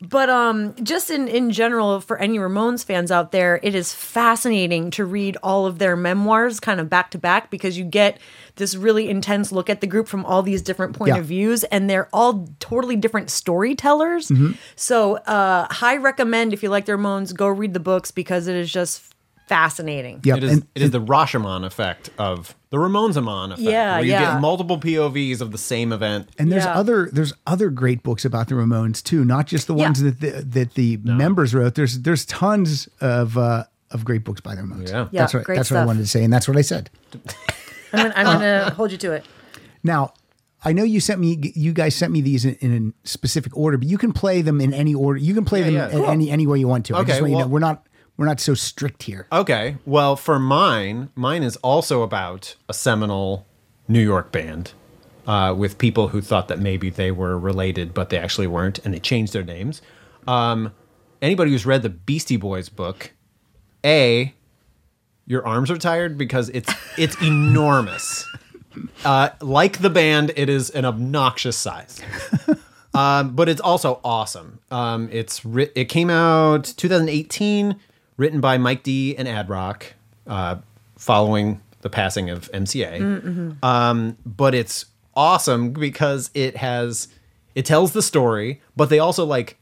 Speaker 4: But um just in in general for any Ramones fans out there, it is fascinating to read all of their memoirs kind of back to back because you get this really intense look at the group from all these different point
Speaker 2: Yeah.
Speaker 4: of views and they're all totally different storytellers.
Speaker 2: Mm-hmm.
Speaker 4: So, uh high recommend if you like the Ramones, go read the books because it is just fascinating.
Speaker 2: Yep.
Speaker 3: It is,
Speaker 2: and
Speaker 3: it is the Rashomon effect of the Ramones-amon effect,
Speaker 4: Yeah,
Speaker 3: where you
Speaker 4: yeah.
Speaker 3: get multiple POVs of the same event.
Speaker 2: and there's
Speaker 4: Yeah.
Speaker 2: other there's other great books about the Ramones too, not just the
Speaker 4: Yeah.
Speaker 2: ones that the, that the members wrote. There's there's tons of uh, of great books by the Ramones.
Speaker 3: Yeah.
Speaker 4: Yeah,
Speaker 2: that's what
Speaker 4: great
Speaker 2: that's what I
Speaker 4: stuff.
Speaker 2: wanted to say, and that's what I said.
Speaker 4: I'm gonna, I'm
Speaker 2: Uh-huh.
Speaker 4: gonna hold you to it.
Speaker 2: Now, I know you sent me, you guys sent me these in, in a specific order, but you can play them in any order. You can play them
Speaker 3: yeah,
Speaker 2: in
Speaker 3: cool.
Speaker 2: any any way you want to. I
Speaker 3: Okay,
Speaker 2: just want you to
Speaker 3: well-
Speaker 2: know, we're not we're not so strict here.
Speaker 3: Okay. Well, for mine, mine is also about a seminal New York band uh, with people who thought that maybe they were related, but they actually weren't, and they changed their names. Um, anybody who's read the Beastie Boys book, A, your arms are tired because it's it's enormous. Uh, like the band, it is an obnoxious size Um, but it's also awesome. Um, it's ri- it came out 2018, written by Mike D and Ad Rock, uh, following the passing of MCA. Um, but it's awesome because it has it tells the story, but they also like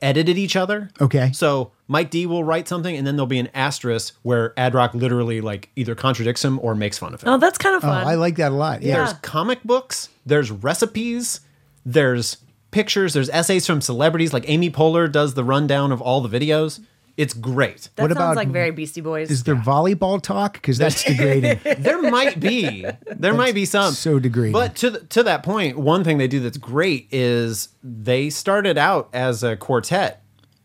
Speaker 3: edited each other.
Speaker 2: Okay.
Speaker 3: So Mike D will write something, and then there'll be an asterisk where Ad Rock literally like either contradicts him or makes fun of him
Speaker 4: Oh, that's kind of
Speaker 2: Oh,
Speaker 4: fun.
Speaker 2: I like that a lot. Yeah.
Speaker 3: there's comic books, there's recipes, there's pictures, there's essays from celebrities. Like Amy Poehler does the rundown of all the videos. It's great.
Speaker 4: that
Speaker 2: what
Speaker 4: sounds
Speaker 2: about-
Speaker 4: like very Beastie Boys.
Speaker 2: Is there volleyball talk? Because that's degrading.
Speaker 3: There might be, there might be some
Speaker 2: so degrading.
Speaker 3: But to th- to that point, one thing they do that's great is they started out as a quartet,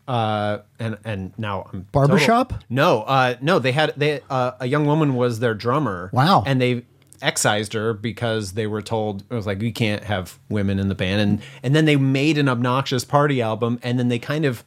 Speaker 3: uh, and and now I'm total-
Speaker 2: Barbershop?
Speaker 3: no, uh, no, they had they uh, a young woman was their drummer.
Speaker 2: Wow.
Speaker 3: and they excised her because they were told it was like we can't have women in the band, and and then they made an obnoxious party album, and then they kind of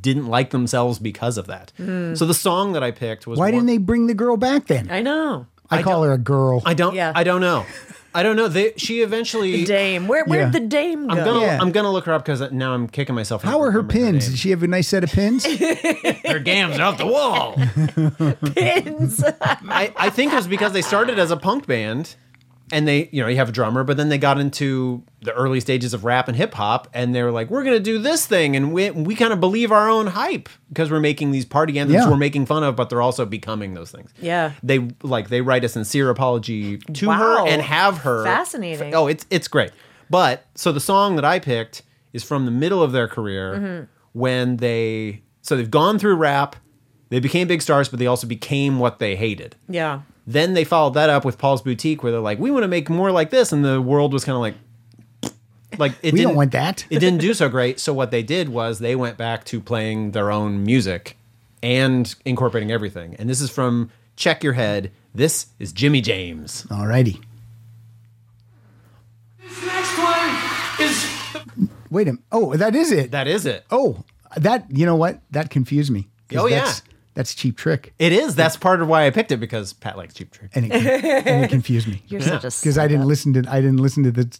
Speaker 3: didn't like themselves because of that. So the song that I picked was
Speaker 2: Hmm. Why
Speaker 3: one-
Speaker 2: didn't they bring the girl back then?
Speaker 4: I know.
Speaker 2: I, call her a girl.
Speaker 3: I don't.
Speaker 4: Yeah.
Speaker 3: I don't know. I don't know. They, she eventually.
Speaker 4: Dame. Where where'd
Speaker 2: Yeah.
Speaker 4: the dame go?
Speaker 3: I'm gonna,
Speaker 2: Yeah.
Speaker 3: I'm gonna look her up because now I'm kicking myself.
Speaker 2: How are her pins? Did she have a nice set of pins?
Speaker 3: Her, gams are off the wall.
Speaker 4: Pins.
Speaker 3: I, I think it was because they started as a punk band, and they, you know, you have a drummer, but then they got into the early stages of rap and hip hop, and they were like, we're gonna do this thing, and we we kind of believe our own hype because we're making these party anthems
Speaker 2: Yeah.
Speaker 3: we're making fun of, but they're also becoming those things.
Speaker 4: Yeah.
Speaker 3: they like they write a sincere apology to
Speaker 4: Wow.
Speaker 3: her and have her
Speaker 4: Fascinating.
Speaker 3: Oh, it's it's great. But so the song that I picked is from the middle of their career
Speaker 4: Mm-hmm.
Speaker 3: when they so they've gone through rap, they became big stars, but they also became what they hated.
Speaker 4: yeah.
Speaker 3: Then they followed that up with Paul's Boutique, where they're like, "We want to make more like this," and the world was kind of like, like it
Speaker 2: We
Speaker 3: didn't
Speaker 2: don't want that.
Speaker 3: it didn't do so great. So what they did was they went back to playing their own music and incorporating everything. And this is from Check Your Head. This is Jimmy James.
Speaker 2: Alrighty.
Speaker 5: This next one is
Speaker 2: Wait a minute. Oh, that is it.
Speaker 3: That is it.
Speaker 2: oh, that you know what? That confused me. 'Cause
Speaker 3: Oh, yeah.
Speaker 2: that's, that's cheap trick,
Speaker 3: It is. That's part of why I picked it because Pat likes cheap trick.
Speaker 2: and it, and it confused me
Speaker 4: You're such a
Speaker 2: because I didn't listen to I didn't listen to the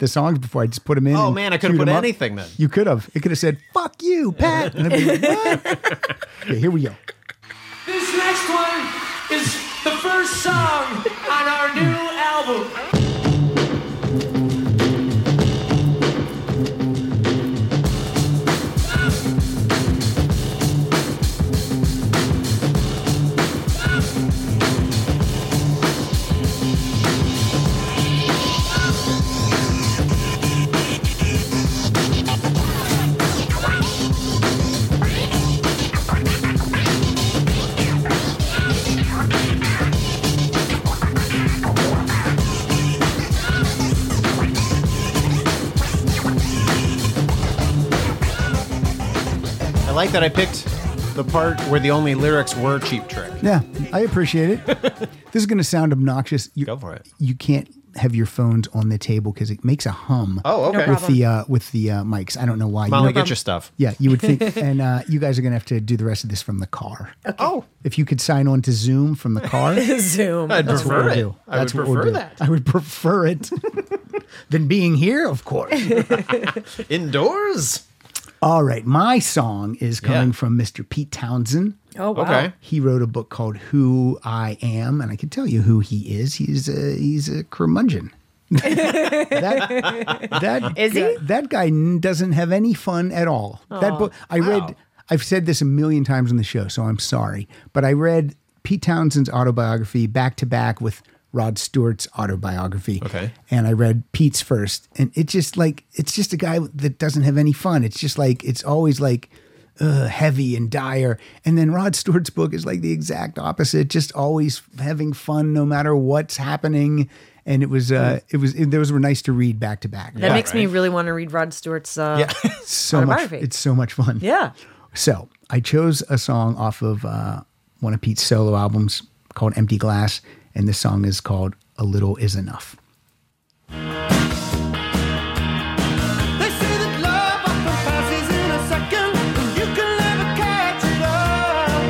Speaker 2: the songs before. I just put them in.
Speaker 3: Oh
Speaker 2: and
Speaker 3: man, I could have
Speaker 2: queued
Speaker 3: put
Speaker 2: 'em up.
Speaker 3: anything then.
Speaker 2: You could have. It could have said "fuck you, Pat." And I'd be like, "What?" okay, here we go.
Speaker 5: this next one is the first song on our new album.
Speaker 3: I like that I picked the part where the only lyrics were cheap trick.
Speaker 2: Yeah, I appreciate it. this is going to sound obnoxious. You,
Speaker 3: Go for it.
Speaker 2: You can't have your phones on the table because it makes a hum.
Speaker 3: Oh, okay.
Speaker 4: No
Speaker 2: with the uh, with the uh, mics. I don't know why. You
Speaker 3: Molly,
Speaker 2: know-
Speaker 3: get your stuff.
Speaker 2: yeah, you would think, and uh, you guys are going to have to do the rest of this from the car.
Speaker 3: Oh,
Speaker 2: If you could sign on to Zoom from the car, that's
Speaker 4: Zoom.
Speaker 3: I'd
Speaker 2: what
Speaker 3: prefer
Speaker 2: we'll
Speaker 3: it.
Speaker 2: do.
Speaker 3: I
Speaker 2: That's what
Speaker 3: would
Speaker 2: we'll
Speaker 3: prefer
Speaker 2: do.
Speaker 3: that.
Speaker 2: I would prefer it than being here, of course.
Speaker 3: Indoors?
Speaker 2: All right, my song is coming
Speaker 3: Yeah.
Speaker 2: from Mr. Pete Townsend.
Speaker 4: Oh wow.
Speaker 3: Okay.
Speaker 2: He wrote a book called "Who I Am," and I can tell you who he is. He's a he's a curmudgeon. that that
Speaker 4: Is he?
Speaker 2: guy, that guy n- doesn't have any fun at all. That book I
Speaker 3: Wow.
Speaker 2: read. I've said this a million times on the show, so I'm sorry, but I read Pete Townsend's autobiography back to back with Rod Stewart's autobiography.
Speaker 3: Okay.
Speaker 2: and I read Pete's first, and it just like it's just a guy that doesn't have any fun. It's just like it's always like uh, heavy and dire. And then Rod Stewart's book is like the exact opposite, just always having fun no matter what's heppening. And it was, uh, it was, it, those were nice to read back to back.
Speaker 4: That
Speaker 2: But
Speaker 4: makes me really want to read Rod Stewart's. Uh, yeah.
Speaker 2: so much,
Speaker 4: autobiography.
Speaker 2: it's so much fun. So I chose a song off of uh, one of Pete's solo albums called Empty Glass. And this song is called A Little Is Enough.
Speaker 5: They say that love often passes in a second, and you can never catch it up.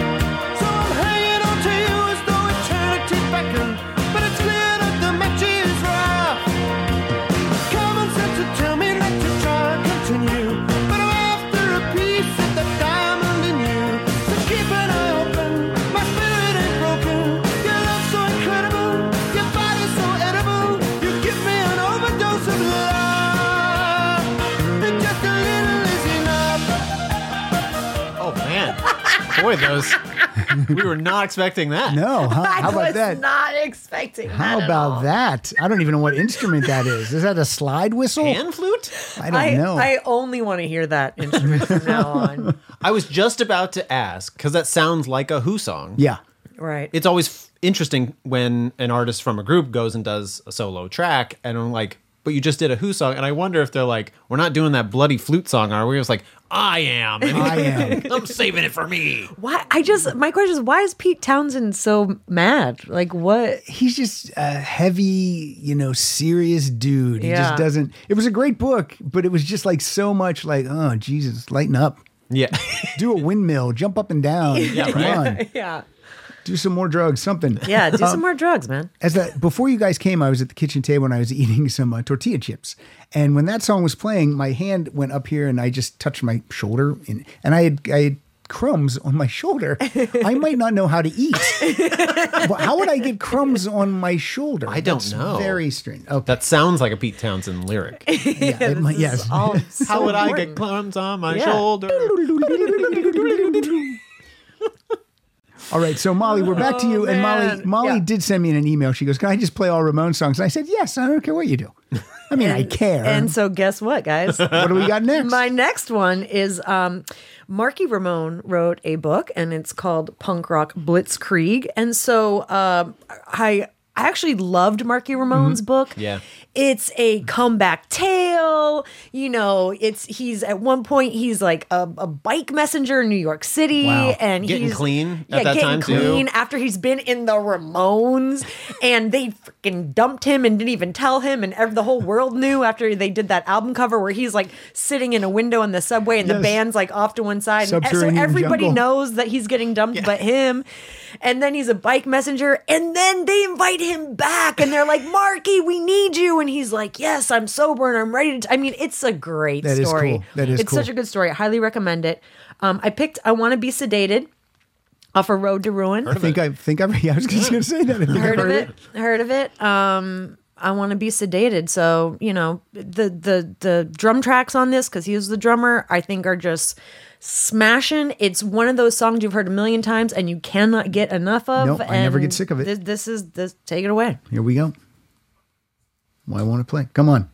Speaker 5: So I'm hanging on to you as though eternity beckoned, but it's clear that the match is rough. Common sense would tell me not to try and continue, but I'm after a piece of the diamond in you. So keep an eye open, my spirit ain't broken. Your love's so incredible, your body's so edible. You give me an overdose of love, and just a little is enough.
Speaker 3: Oh man. Boy, those we were not expecting that.
Speaker 2: No, huh?
Speaker 4: I
Speaker 2: how
Speaker 4: was
Speaker 2: about that?
Speaker 4: not expecting
Speaker 2: How
Speaker 4: that. at all.
Speaker 2: about that? I don't even know what instrument that is. Is that a slide whistle?
Speaker 3: Pan flute?
Speaker 2: I don't
Speaker 4: I,
Speaker 2: know.
Speaker 4: I only want to hear that instrument from now on.
Speaker 3: I was just about to ask because that sounds like a Who song.
Speaker 2: yeah.
Speaker 4: Right.
Speaker 3: It's always f- interesting when an artist from a group goes and does a solo track, and I'm like, but you just did a Who song. And I wonder if they're like, we're not doing that bloody flute song, are we? It's like, I am. and
Speaker 2: I am.
Speaker 3: I'm saving it for me.
Speaker 4: why? I just my question is why is Pete Townsend so mad? Like what?
Speaker 2: He's just a heavy, you know, serious dude. He
Speaker 4: Yeah.
Speaker 2: just doesn't. It was a great book, but it was just like so much like, oh, Jesus, lighten up.
Speaker 3: Yeah.
Speaker 2: Do a windmill, jump up and down.
Speaker 3: Yeah,
Speaker 2: Come
Speaker 3: right.
Speaker 2: on.
Speaker 4: Yeah.
Speaker 2: do some more drugs, something. Um,
Speaker 4: Yeah, do some more drugs, man.
Speaker 2: as that before you guys came, I was at the kitchen table and I was eating some uh, tortilla chips. And when that song was playing, my hand went up here and I just touched my shoulder, and, and I had I had crumbs on my shoulder. I might not know how to eat. But how would I get crumbs on my shoulder?
Speaker 3: I don't
Speaker 2: That's
Speaker 3: know.
Speaker 2: Very strange. Okay,
Speaker 3: That sounds like a Pete Townsend lyric.
Speaker 2: yeah, it might-
Speaker 4: This
Speaker 2: yes.
Speaker 4: is all
Speaker 3: How
Speaker 4: so
Speaker 3: would I get
Speaker 4: important.
Speaker 3: crumbs on my
Speaker 4: Yeah.
Speaker 3: shoulder?
Speaker 2: All right, so Molly, we're back to you. and Molly,
Speaker 4: Oh, man.
Speaker 2: Molly
Speaker 4: Yeah.
Speaker 2: did send me an email. She goes, "Can I just play all Ramon songs?" And I said, "Yes, I don't care what you do. I mean, I care."
Speaker 4: And so, guess what, guys?
Speaker 2: what do we got next?
Speaker 4: My next one is um, Marky Ramone wrote a book, and it's called Punk Rock Blitzkrieg. And so uh, I I actually loved Marky Ramone's book.
Speaker 3: Mm-hmm. Yeah.
Speaker 4: it's a comeback tale. You know, it's he's at one point he's like a, a bike messenger in New York City,
Speaker 2: Wow.
Speaker 4: and
Speaker 3: Getting
Speaker 4: he's
Speaker 3: clean at that
Speaker 4: Yeah, getting
Speaker 3: time, too.
Speaker 4: clean after he's been in the Ramones, and they freaking dumped him and didn't even tell him, and ev- the whole world knew after they did that album cover where he's like sitting in a window in the subway, and
Speaker 2: Yes.
Speaker 4: the band's like off to one side, and so
Speaker 2: Subterranean
Speaker 4: everybody
Speaker 2: jungle.
Speaker 4: knows that he's getting dumped, but him. And then he's a bike messenger, and then they invite him back, and they're like, "Marky, we need you," and he's like, "Yes, I'm sober and I'm ready to." I mean, it's a great
Speaker 2: That is
Speaker 4: story.
Speaker 2: cool. That is
Speaker 4: it's such
Speaker 2: cool.
Speaker 4: a good story. I highly recommend it. Um, I picked "I Want to Be Sedated" off a Road to Ruin.
Speaker 2: I think I think I, yeah, I was just going to say that. I think
Speaker 4: heard of it. Heard of it. Um, I want to be sedated. So you know the the the drum tracks on this because he was the drummer. I think are just smashing. It's one of those songs you've heard a million times and you cannot get enough of.
Speaker 2: Nope, I never
Speaker 4: and
Speaker 2: get sick of it.
Speaker 4: This, this is this. Take it away.
Speaker 2: Here we go. Why won't it play? Come on.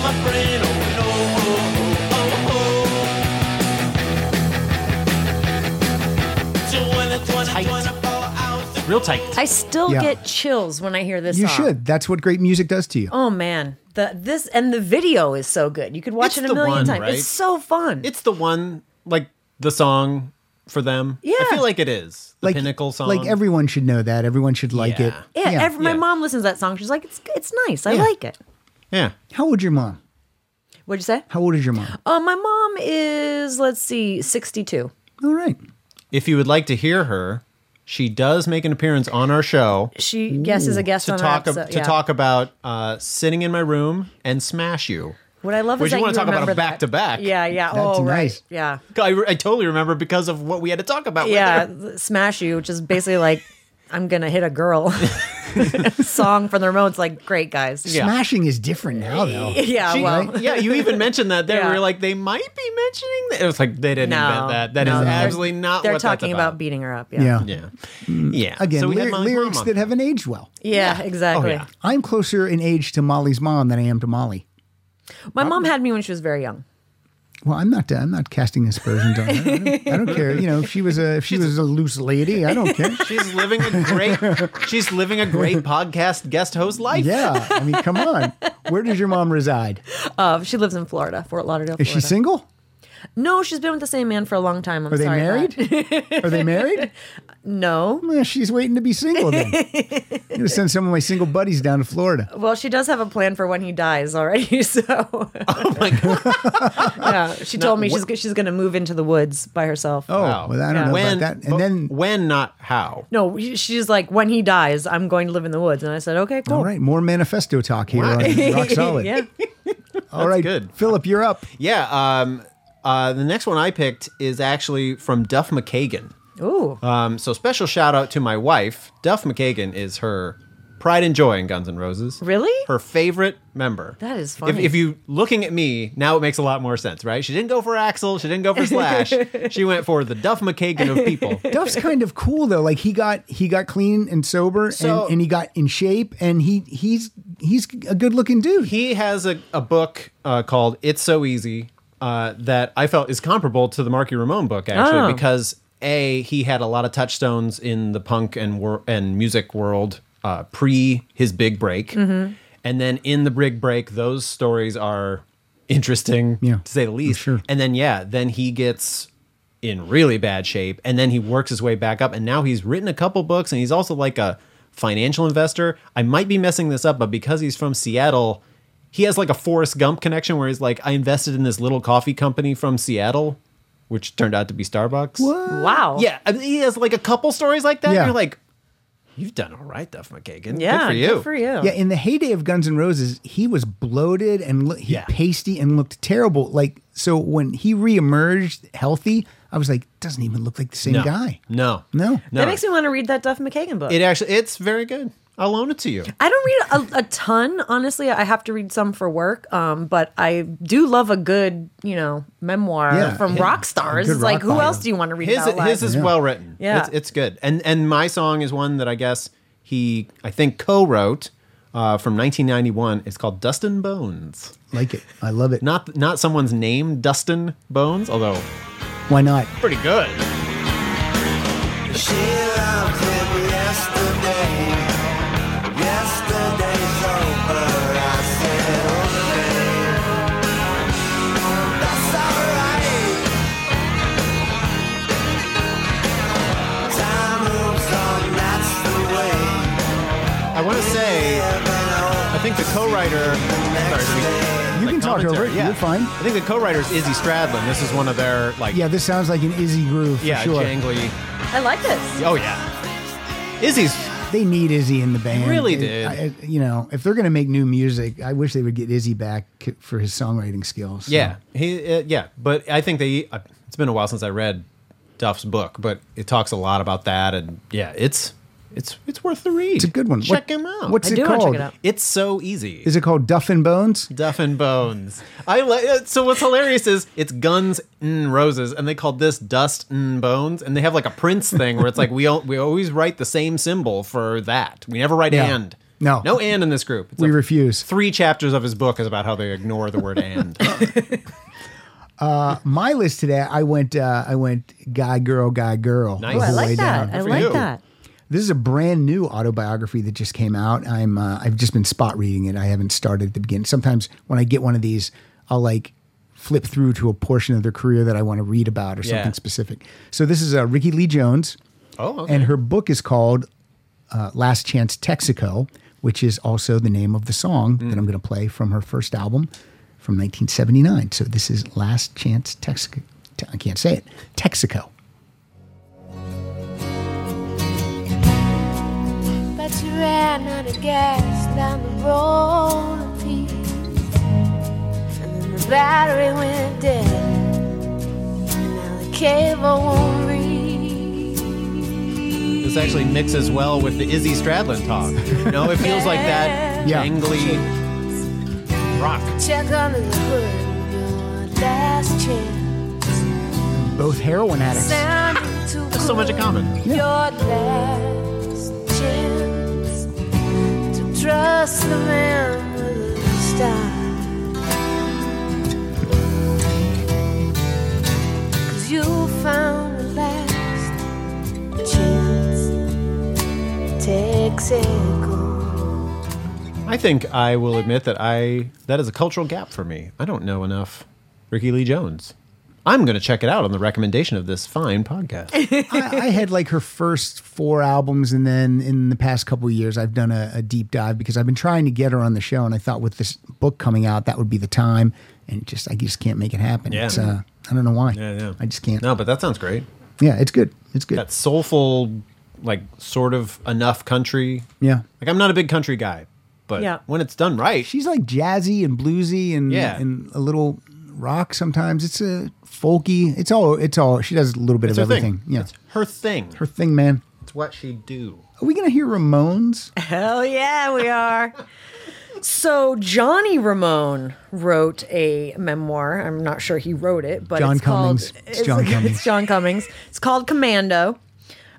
Speaker 6: My brain, oh no, oh, oh, oh, oh. 20, 20, 24 hours to
Speaker 3: Real tight.
Speaker 4: I still
Speaker 2: Yeah.
Speaker 4: get chills when I hear this.
Speaker 2: You
Speaker 4: song.
Speaker 2: should. That's what great music does to you.
Speaker 4: Oh man, the this and the video is so good. You could watch
Speaker 3: It's
Speaker 4: it a
Speaker 3: the
Speaker 4: million
Speaker 3: one,
Speaker 4: times.
Speaker 3: right?
Speaker 4: It's so fun.
Speaker 3: It's the one, like the song for them.
Speaker 4: Yeah.
Speaker 3: I feel like it is the
Speaker 2: like
Speaker 3: pinnacle song.
Speaker 2: Like everyone should know that. Everyone should like it.
Speaker 3: Yeah.
Speaker 4: yeah, every- my
Speaker 3: yeah.
Speaker 4: mom listens to that song. She's like, it's it's nice. I
Speaker 2: Yeah.
Speaker 4: like it.
Speaker 3: yeah.
Speaker 2: How old your mom?
Speaker 4: What'd you say?
Speaker 2: How old is your mom?
Speaker 4: Uh, my mom is, let's see, 62.
Speaker 2: All right.
Speaker 3: If you would like to hear her, she does make an appearance on our show
Speaker 4: She guesses a guest
Speaker 3: to
Speaker 4: on
Speaker 3: talk
Speaker 4: our episode.
Speaker 3: to talk about uh, sitting in my room and smash you.
Speaker 4: What I love
Speaker 3: Would
Speaker 4: is
Speaker 3: you
Speaker 4: that
Speaker 3: wanna talk about
Speaker 4: remember
Speaker 3: a back-to-back?
Speaker 4: that. Yeah, yeah.
Speaker 2: That's
Speaker 4: oh,
Speaker 2: nice.
Speaker 4: right. Yeah,
Speaker 3: I, I totally remember because of what we had to talk about.
Speaker 4: yeah.
Speaker 3: with her.
Speaker 4: th- Smash you, which is basically like I'm gonna hit a girl song from the Ramones. Like, great guys.
Speaker 3: Yeah.
Speaker 2: Smashing is different now, though.
Speaker 4: Yeah,
Speaker 3: She-
Speaker 4: well,
Speaker 3: yeah, you even mentioned that there.
Speaker 4: Yeah.
Speaker 3: We were like, they might be mentioning that. It was like they didn't
Speaker 4: no,
Speaker 3: invent that. That is
Speaker 4: no, they're-
Speaker 3: absolutely not.
Speaker 4: They're
Speaker 3: what that's
Speaker 4: talking about. beating her up. Yeah,
Speaker 2: Yeah.
Speaker 3: Yeah, yeah.
Speaker 2: Mm. Again,
Speaker 3: so we
Speaker 2: lyri-
Speaker 3: had Molly's
Speaker 2: lyrics
Speaker 3: mom on.
Speaker 2: that haven't aged well.
Speaker 4: Yeah, exactly.
Speaker 3: Oh, yeah.
Speaker 2: I'm closer in age to Molly's mom than I am to Molly.
Speaker 4: My mom had me when she was very young.
Speaker 2: Well, I'm not. uh, I'm not casting aspersions on her. I don't, I don't care. You know, if she was a if she was a loose lady, I don't care.
Speaker 3: She's living a great. she's living a great podcast guest host life.
Speaker 2: Yeah, I mean, come on. Where does your mom reside?
Speaker 4: Uh, she lives in Florida, Fort Lauderdale.
Speaker 2: Is she
Speaker 4: Florida.
Speaker 2: single?
Speaker 4: No, she's been with the same man for a long time. I'm
Speaker 2: Are they
Speaker 4: sorry, Pat.
Speaker 2: married? Are they married?
Speaker 4: No.
Speaker 2: Well, she's waiting to be single then. I'm going to send some of my single buddies down to Florida.
Speaker 4: Well, she does have a plan for when he dies already. So,
Speaker 3: Oh my god.
Speaker 4: yeah, she told me she's go- she's going to move into the woods by herself.
Speaker 2: Oh,
Speaker 3: Wow.
Speaker 2: well, I don't
Speaker 4: Yeah.
Speaker 2: know
Speaker 3: When
Speaker 2: about that.
Speaker 3: but
Speaker 2: And then,
Speaker 3: when not how.
Speaker 4: No, he- she's like, when he dies, I'm going to live in the woods. And I said, okay, cool.
Speaker 2: all right, more manifesto talk here on Rock Solid.
Speaker 4: Oh. yeah.
Speaker 2: all right,
Speaker 3: good.
Speaker 2: Philip, you're up.
Speaker 3: Yeah. Um. Uh. The next one I picked is actually from Duff McKagan.
Speaker 4: Ooh.
Speaker 3: Um. So special shout out to my wife. Duff McKagan is her pride and joy in Guns N' Roses.
Speaker 4: Really?
Speaker 3: Her favorite member.
Speaker 4: That is
Speaker 3: If,
Speaker 4: funny.
Speaker 3: if you looking at me now, it makes a lot more sense, right? She didn't go for Axel. She didn't go for Slash. she went for the Duff McKagan of people.
Speaker 2: Duff's kind of cool though. Like he got he got clean and sober,
Speaker 3: So-
Speaker 2: and, and he got in shape, and he he's he's a good looking dude.
Speaker 3: he has a, a book uh, called It's So Easy uh, that I felt is comparable to the Marky Ramone book, actually,
Speaker 4: Oh.
Speaker 3: because A, he had a lot of touchstones in the punk and, wor- and music world uh, pre his big break. And then in the big break, those stories are interesting
Speaker 2: Yeah,
Speaker 3: to say the least.
Speaker 2: sure.
Speaker 3: And then yeah, then he gets in really bad shape, and then he works his way back up, and now he's written a couple books, and he's also like a financial investor. I might be messing this up, but because he's from Seattle. He has like a Forrest Gump connection where he's like, I invested in this little coffee company from Seattle, which turned out to be Starbucks.
Speaker 4: Wow.
Speaker 3: Yeah, I mean, he has like a couple stories like that.
Speaker 2: Yeah.
Speaker 3: And you're like, you've done all right, Duff McKagan.
Speaker 4: Yeah.
Speaker 3: good for you.
Speaker 2: Yeah, in the heyday of Guns N' Roses, he was bloated and lo- he
Speaker 3: Yeah.
Speaker 2: pasty and looked terrible. Like so, when he reemerged healthy, I was like, doesn't even look like the same
Speaker 3: No.
Speaker 2: guy.
Speaker 3: No,
Speaker 2: No.
Speaker 3: no.
Speaker 4: That makes me want to read that Duff McKagan book.
Speaker 3: it actually. It's very good. I'll loan it to you.
Speaker 4: I don't read a, a ton, honestly. I have to read some for work, um, but I do love a good, you know, memoir
Speaker 2: Yeah,
Speaker 4: from
Speaker 2: yeah.
Speaker 4: rock stars.
Speaker 2: Good
Speaker 4: It's like,
Speaker 2: rock
Speaker 4: who
Speaker 2: bio.
Speaker 4: else do you want to read
Speaker 3: His
Speaker 4: about? life?
Speaker 3: his is
Speaker 2: Yeah.
Speaker 3: well written.
Speaker 4: Yeah.
Speaker 3: it's, it's good. And and my song is one that I guess he I think co-wrote uh, from 1991. It's called Dustin Bones.
Speaker 2: Like it, I love it.
Speaker 3: Not not someone's name, Dustin Bones, although
Speaker 2: Why not?
Speaker 3: pretty good.
Speaker 1: She loved him yesterday. Yesterday's over. I said, okay. That's alright. Time moves on, that's the way.
Speaker 3: I want to say I think the co-writer. Sorry,
Speaker 2: You can talk over it. You're fine.
Speaker 3: I think the co-writer is Izzy Stradlin. This is one of their like
Speaker 2: Yeah, this sounds like an Izzy groove for
Speaker 3: yeah
Speaker 2: sure.
Speaker 3: jangly.
Speaker 4: I like this.
Speaker 3: Oh yeah, Izzy's
Speaker 2: They need Izzy in the band.
Speaker 3: Really
Speaker 2: It-
Speaker 3: did.
Speaker 2: I- I- you know, if they're going to make new music, I wish they would get Izzy back c- for his songwriting skills. So,
Speaker 3: yeah he uh, yeah. But I think they uh, it's been a while since I read Duff's book, but it talks a lot about that and yeah, it's it's it's worth the read.
Speaker 2: it's a good one.
Speaker 3: Check
Speaker 2: What-
Speaker 3: him out.
Speaker 2: What's
Speaker 4: I
Speaker 2: it
Speaker 4: do wanna check
Speaker 2: called?
Speaker 4: it out.
Speaker 3: it's so easy.
Speaker 2: Is it called Duff and Bones?
Speaker 3: Duff and Bones. I li- uh, so what's hilarious is it's Guns and Roses, and they called this Dust and Bones, and they have like a Prince thing where it's like we al- we always write the same symbol for that. We never write
Speaker 2: Yeah.
Speaker 3: and.
Speaker 2: No.
Speaker 3: no and in this group. It's
Speaker 2: We
Speaker 3: a-
Speaker 2: refuse.
Speaker 3: Three chapters of his book is about how they ignore the word and.
Speaker 2: my list today, I went uh, I went guy girl guy girl.
Speaker 3: Nice.
Speaker 2: the
Speaker 4: Oh, I
Speaker 2: whole way
Speaker 4: like that.
Speaker 2: down.
Speaker 4: I
Speaker 3: Good for
Speaker 4: like
Speaker 3: you.
Speaker 4: that.
Speaker 2: This is a brand new autobiography that just came out. I'm uh, I've just been spot reading it. I haven't started at the beginning. Sometimes when I get one of these, I'll like flip through to a portion of their career that I want to read about or
Speaker 3: Yeah.
Speaker 2: something specific. So this is uh, Ricky Lee Jones.
Speaker 3: Oh, okay.
Speaker 2: and her book is called uh, Last Chance Texaco, which is also the name of the song
Speaker 3: Mm.
Speaker 2: that I'm going to play from her first album from 1979. So this is Last Chance Texaco. Te- I can't say it. Texaco.
Speaker 7: But you ran out of gas down the road of peace. And then the battery went dead. And now the cable won't read.
Speaker 3: this actually mixes well with the Izzy Stradlin talk. You know, it feels like that
Speaker 2: Yeah.
Speaker 3: jangly rock.
Speaker 7: Check under the hood, your last chance.
Speaker 2: Both heroin addicts.
Speaker 7: Sounded too
Speaker 3: There's so much in
Speaker 7: good.
Speaker 3: common.
Speaker 7: Your last chance to trust the man with the star. Cause you found the last chance. Takes echo.
Speaker 3: I think I will admit that I that is a cultural gap for me. I don't know enough Ricky Lee Jones. I'm going to check it out on the recommendation of this fine podcast.
Speaker 2: I, I had like her first four albums, and then in the past couple of years, I've done a, a deep dive because I've been trying to get her on the show, and I thought with this book coming out, that would be the time, and just I just can't make it happen.
Speaker 3: Yeah.
Speaker 2: It's, uh, I don't know why.
Speaker 3: yeah.
Speaker 2: I just can't.
Speaker 3: no, but that sounds great.
Speaker 2: Yeah, it's good. It's good.
Speaker 3: That soulful, like sort of enough country.
Speaker 2: yeah.
Speaker 3: Like I'm not a big country guy, but
Speaker 4: Yeah.
Speaker 3: when it's done right,
Speaker 2: she's like jazzy and bluesy and
Speaker 3: Yeah.
Speaker 2: and a little rock sometimes. It's a folky. It's all it's all she does a little bit
Speaker 3: it's her
Speaker 2: of everything.
Speaker 3: thing.
Speaker 2: Yeah.
Speaker 3: It's her thing.
Speaker 2: her thing, man.
Speaker 3: It's what she do.
Speaker 2: Are we gonna hear Ramones?
Speaker 4: Hell yeah, we are. so Johnny Ramone wrote a memoir. I'm not sure he wrote it, but
Speaker 2: John
Speaker 4: it's called
Speaker 2: Cummings. It's John Cummings.
Speaker 4: It's John Cummings. It's called Commando.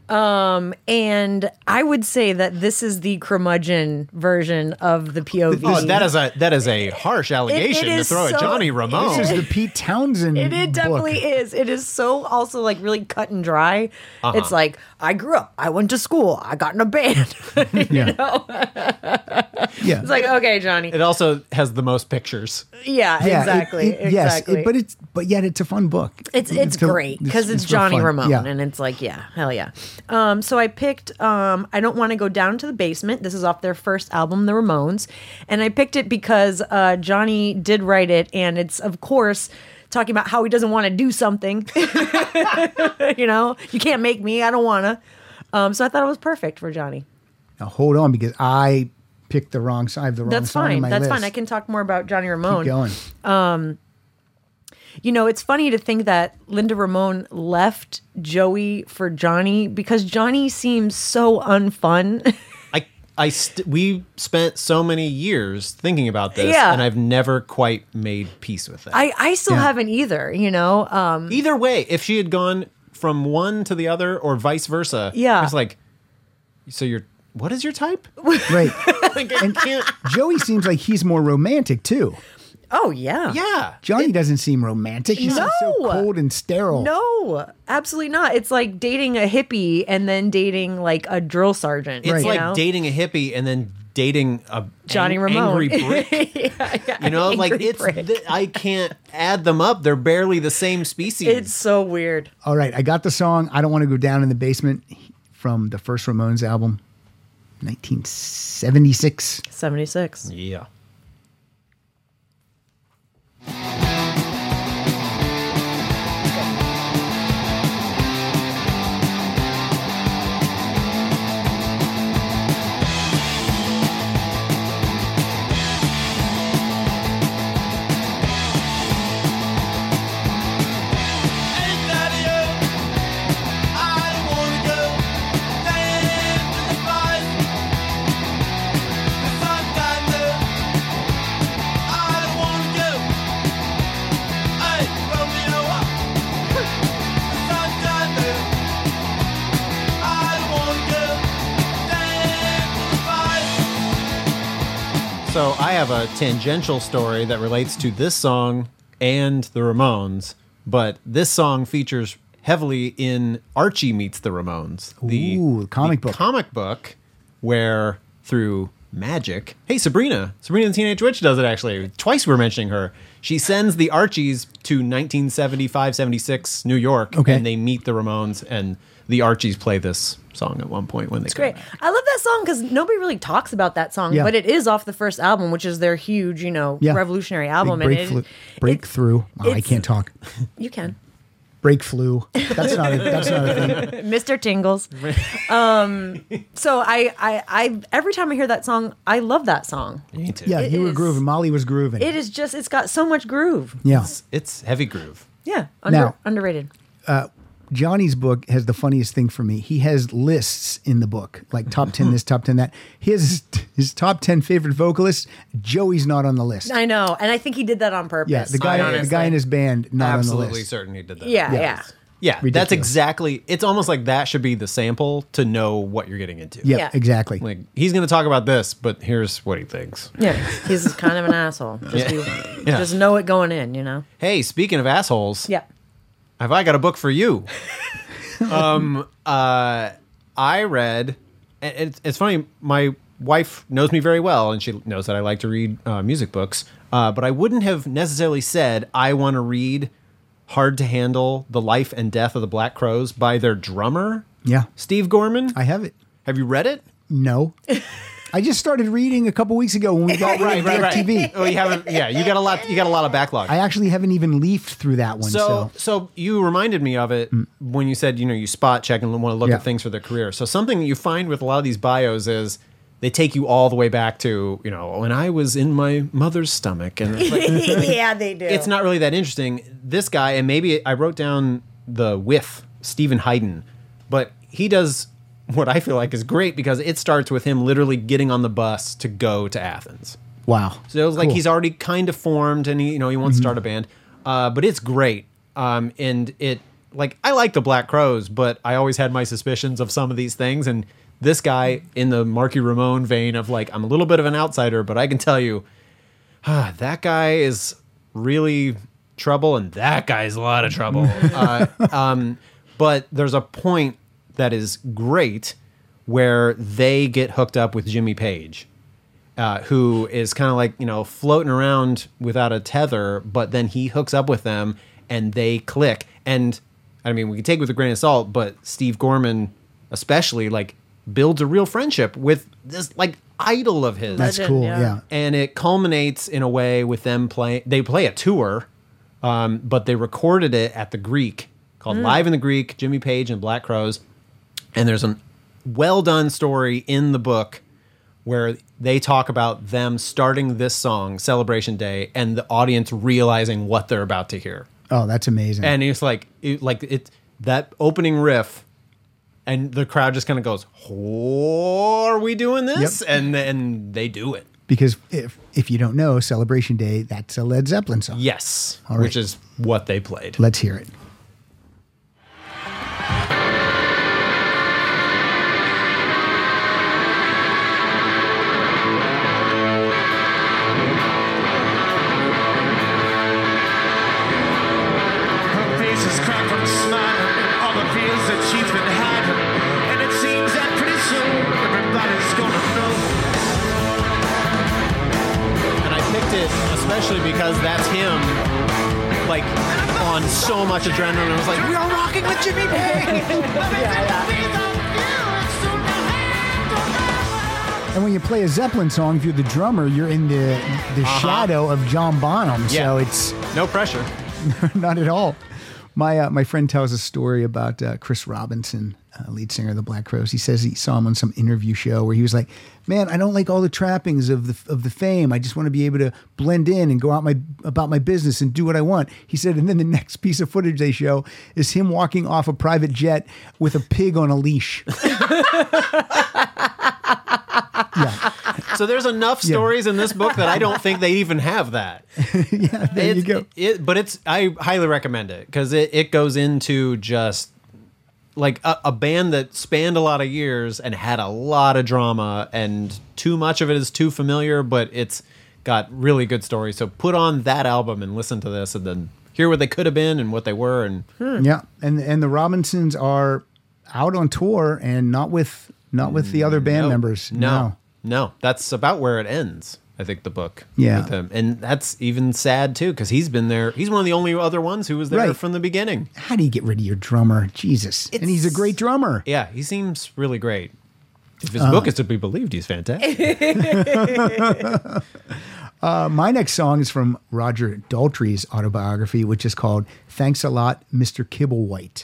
Speaker 4: Um, and I would say that this is the curmudgeon version of the POV.
Speaker 3: Oh, that is a that is a harsh allegation to
Speaker 4: is
Speaker 3: throw
Speaker 4: so-
Speaker 3: at Johnny Ramone.
Speaker 2: This is the Pete Townsend.
Speaker 4: It, it definitely
Speaker 2: book.
Speaker 4: is. It is so also like really cut and dry.
Speaker 2: Uh-huh.
Speaker 4: It's like I grew up, I went to school, I got in a band.
Speaker 2: Yeah. yeah.
Speaker 4: it's like okay, Johnny.
Speaker 3: it also has the most pictures.
Speaker 4: Yeah,
Speaker 2: Yeah, it-
Speaker 4: exactly,
Speaker 2: it- Yes, it-
Speaker 4: exactly.
Speaker 2: but it's but yet it's a fun book.
Speaker 4: It's it's
Speaker 2: a-
Speaker 4: great because it's,
Speaker 2: real
Speaker 4: Johnny
Speaker 2: fun.
Speaker 4: Ramone,
Speaker 2: Yeah.
Speaker 4: and it's like yeah, hell yeah. Um, so I picked. Um, I don't want to go down to the basement. This is off their first album, The Ramones, and I picked it because uh, Johnny did write it, and it's of course talking about how he doesn't want to do something. you know, you can't make me. I don't wanna. Um, so I thought it was perfect for Johnny.
Speaker 2: now hold on because I picked the wrong side. I have the wrong
Speaker 4: That's
Speaker 2: song on
Speaker 4: fine.
Speaker 2: my
Speaker 4: That's
Speaker 2: list.
Speaker 4: fine. I can talk more about Johnny Ramone.
Speaker 2: keep going.
Speaker 4: You know, it's funny to think that Linda Ramone left Joey for Johnny because Johnny seems so unfun.
Speaker 3: I I st- we spent so many years thinking about this,
Speaker 4: Yeah.
Speaker 3: and I've never quite made peace with it.
Speaker 4: I, I still
Speaker 2: Yeah.
Speaker 4: haven't either, you know? Um,
Speaker 3: Either way, if she had gone from one to the other or vice versa,
Speaker 4: Yeah.
Speaker 3: it's like, so you're what is your type?
Speaker 2: Right.
Speaker 3: Like, I can't.
Speaker 2: Joey seems like he's more romantic too.
Speaker 4: oh, yeah.
Speaker 3: Yeah,
Speaker 2: Johnny doesn't seem romantic. He seems so
Speaker 4: No.
Speaker 2: cold and sterile.
Speaker 4: No, absolutely not. It's like dating a hippie and then dating like a drill sergeant.
Speaker 3: it's
Speaker 4: you
Speaker 3: like
Speaker 4: know?
Speaker 3: dating a hippie and then dating a
Speaker 4: Johnny
Speaker 3: ang-
Speaker 4: Ramone.
Speaker 3: angry brick. you know, like
Speaker 4: angry
Speaker 3: it's
Speaker 4: brick.
Speaker 3: th- I can't add them up. They're barely the same species.
Speaker 4: It's so weird.
Speaker 2: All right, I got the song. I don't want to go down in the basement from the first Ramones album, 1976.
Speaker 4: 76.
Speaker 3: yeah. So I have a tangential story that relates to this song and the Ramones, but this song features heavily in Archie Meets the Ramones, the
Speaker 2: Ooh, comic
Speaker 3: the
Speaker 2: book.
Speaker 3: comic book, where through magic, hey Sabrina, Sabrina the Teenage Witch does it actually. Twice we're mentioning her. She sends the Archies to 1975, 76 New York,
Speaker 2: Okay.
Speaker 3: and they meet the Ramones, and the Archies play this song at one point when they come
Speaker 4: Great.
Speaker 3: back.
Speaker 4: I love that song because nobody really talks about that song,
Speaker 2: Yeah.
Speaker 4: but it is off the first album, which is their huge, you know,
Speaker 2: Yeah.
Speaker 4: revolutionary album.
Speaker 2: Big break
Speaker 4: and
Speaker 2: flu-
Speaker 4: it, it's-
Speaker 2: breakthrough. Wow, I
Speaker 4: it's-
Speaker 2: can't talk.
Speaker 4: You can.
Speaker 2: Break flu. That's not. A, that's not a thing.
Speaker 4: Mr. Tingles. Um, so I, I, I, every time I hear that song, I love that song.
Speaker 3: Me too.
Speaker 2: Yeah,
Speaker 4: It
Speaker 2: you were
Speaker 4: is-
Speaker 2: grooving. Molly was grooving.
Speaker 4: It is just, it's got so much groove.
Speaker 2: yeah.
Speaker 3: It's heavy groove.
Speaker 4: Yeah. Under,
Speaker 2: Now-
Speaker 4: underrated.
Speaker 2: Johnny's book has the funniest thing for me. He has lists in the book, like top ten this, top ten that. His his top ten favorite vocalists. Joey's not on the list.
Speaker 4: I know. And I think he did that on purpose.
Speaker 2: yeah, the guy,
Speaker 3: I
Speaker 2: the guy in his band, not on the
Speaker 3: absolutely
Speaker 2: list.
Speaker 3: certain he did that.
Speaker 4: Yeah. Yeah.
Speaker 2: Yeah.
Speaker 3: Yeah,
Speaker 2: Ridiculous.
Speaker 3: that's exactly. It's almost like that should be the sample to know what you're getting into.
Speaker 2: Yeah,
Speaker 4: Yeah.
Speaker 2: exactly.
Speaker 3: Like he's going to talk about this, but here's what he thinks.
Speaker 4: Yeah. He's kind of an asshole. Just, be-
Speaker 3: Yeah.
Speaker 4: just know it going in, you know?
Speaker 3: Hey, speaking of assholes,
Speaker 4: Yeah.
Speaker 3: have I got a book for you? um, uh, I read, and it's, it's funny. My wife knows me very well, and she knows that I like to read uh, music books. Uh, but I wouldn't have necessarily said I want to read "Hard to Handle: The Life and Death of the Black Crows" by their drummer,
Speaker 2: yeah,
Speaker 3: Steve Gorman.
Speaker 2: I have it.
Speaker 3: have you read it?
Speaker 2: No, I just started reading a couple weeks ago when we got right, right, TV.
Speaker 3: Oh, you haven't. Yeah, you got a lot. You got a lot of backlog.
Speaker 2: I actually haven't even leafed through that one.
Speaker 3: so,
Speaker 2: So,
Speaker 3: so you reminded me of it when you said you know you spot check and want to look
Speaker 2: Yeah.
Speaker 3: at things for their career. So something you find with a lot of these bios is they take you all the way back to you know when I was in my mother's stomach, and it's, like,
Speaker 4: yeah, they do.
Speaker 3: it's not really that interesting. This guy, and maybe I wrote down the whiff Stephen Hayden, but he does what I feel like is great because it starts with him literally getting on the bus to go to Athens.
Speaker 2: wow.
Speaker 3: So it was like
Speaker 2: Cool.
Speaker 3: he's already kind of formed, and he, you know he wants to start a band, uh, but it's great. Um, and it like I like the Black Crows, but I always had my suspicions of some of these things. And this guy in the Marky Ramone vein of like, I'm a little bit of an outsider, but I can tell you, ah, that guy is really trouble, and that guy's a lot of trouble. uh, um, but there's a point that is great where they get hooked up with Jimmy Page uh, who is kind of like you know floating around without a tether, but then he hooks up with them and they click. And I mean, we can take it with a grain of salt, but Steve Gorman, especially, like builds a real friendship with this like idol of his
Speaker 2: That's
Speaker 4: Legend,
Speaker 2: cool.
Speaker 4: yeah.
Speaker 2: Yeah.
Speaker 3: and it culminates in a way with them playing. They play a tour, um, but they recorded it at the Greek called Live in the Greek. Jimmy Page and Black Crows, and there's a well done story in the book where they talk about them starting this song Celebration Day and the audience realizing what they're about to hear.
Speaker 2: Oh, that's amazing.
Speaker 3: And it's like it, like it that opening riff and the crowd just kind of goes, "Oh, "Are we doing this?"
Speaker 2: Yep.
Speaker 3: and and they do it.
Speaker 2: because if if you don't know, Celebration Day, that's a Led Zeppelin song.
Speaker 3: Yes,
Speaker 2: All right.
Speaker 3: which is what they played.
Speaker 2: Let's hear it.
Speaker 6: Her face is cracked from smiling and all the fears that she's been hiding. And it seems that pretty soon everybody's gonna know.
Speaker 3: And I picked it especially because that's him, like on so much adrenaline. I was like, we are rocking with Jimmy Page.
Speaker 2: And when you play a Zeppelin song, if you're the drummer, you're in the the shadow of John Bonham. So
Speaker 3: Uh-huh. Yeah.
Speaker 2: it's
Speaker 3: no pressure.
Speaker 2: not at all. My uh, my friend tells a story about uh, Chris Robinson, uh, lead singer of the Black Crows. He says he saw him on some interview show where he was like, "Man, I don't like all the trappings of the of the fame. I just want to be able to blend in and go out my about my business and do what I want." He said, and then the next piece of footage they show is him walking off a private jet with a pig on a leash. yeah,
Speaker 3: So there's enough stories in this book that I don't think they even have that.
Speaker 2: yeah. There you
Speaker 3: It's-
Speaker 2: go.
Speaker 3: It, but it's I highly recommend it because it, it goes into just like a, a band that spanned a lot of years and had a lot of drama, and too much of it is too familiar, but it's got really good stories. So put on that album and listen to this, and then hear what they could have been and what they were, and
Speaker 2: Yeah, and and the Robinsons are out on tour and not with not with the other band
Speaker 3: No,
Speaker 2: members.
Speaker 3: No, no, that's about where it ends. I think the book.
Speaker 2: Yeah.
Speaker 3: with them. and that's even sad too because he's been there. He's one of the only other ones who was there
Speaker 2: Right.
Speaker 3: from the beginning.
Speaker 2: How do you get rid of your drummer? Jesus. and he's a great drummer.
Speaker 3: Yeah, he seems really great. If his book is to be believed, he's fantastic.
Speaker 2: Uh, my next song is from Roger Daltrey's autobiography, which is called Thanks a Lot, Mr. Kibblewhite.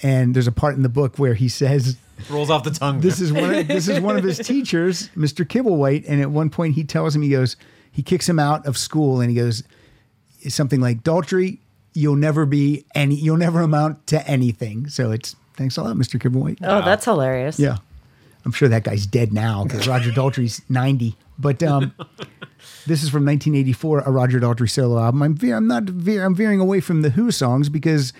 Speaker 2: And there's a part in the book where he says
Speaker 3: Rolls off the tongue.
Speaker 2: this is one of, this is one of his teachers, Mr. Kibblewhite, and at one point he tells him he goes he kicks him out of school and he goes something like Daltrey, you'll never be any you'll never amount to anything. So it's thanks a lot, Mr. Kibblewhite.
Speaker 4: Oh, that's hilarious.
Speaker 2: Yeah. I'm sure that guy's dead now because Roger Daltrey's 90. But um, this is from 1984, a Roger Daltrey solo album. I'm, ve- I'm not ve- I'm veering away from the Who songs because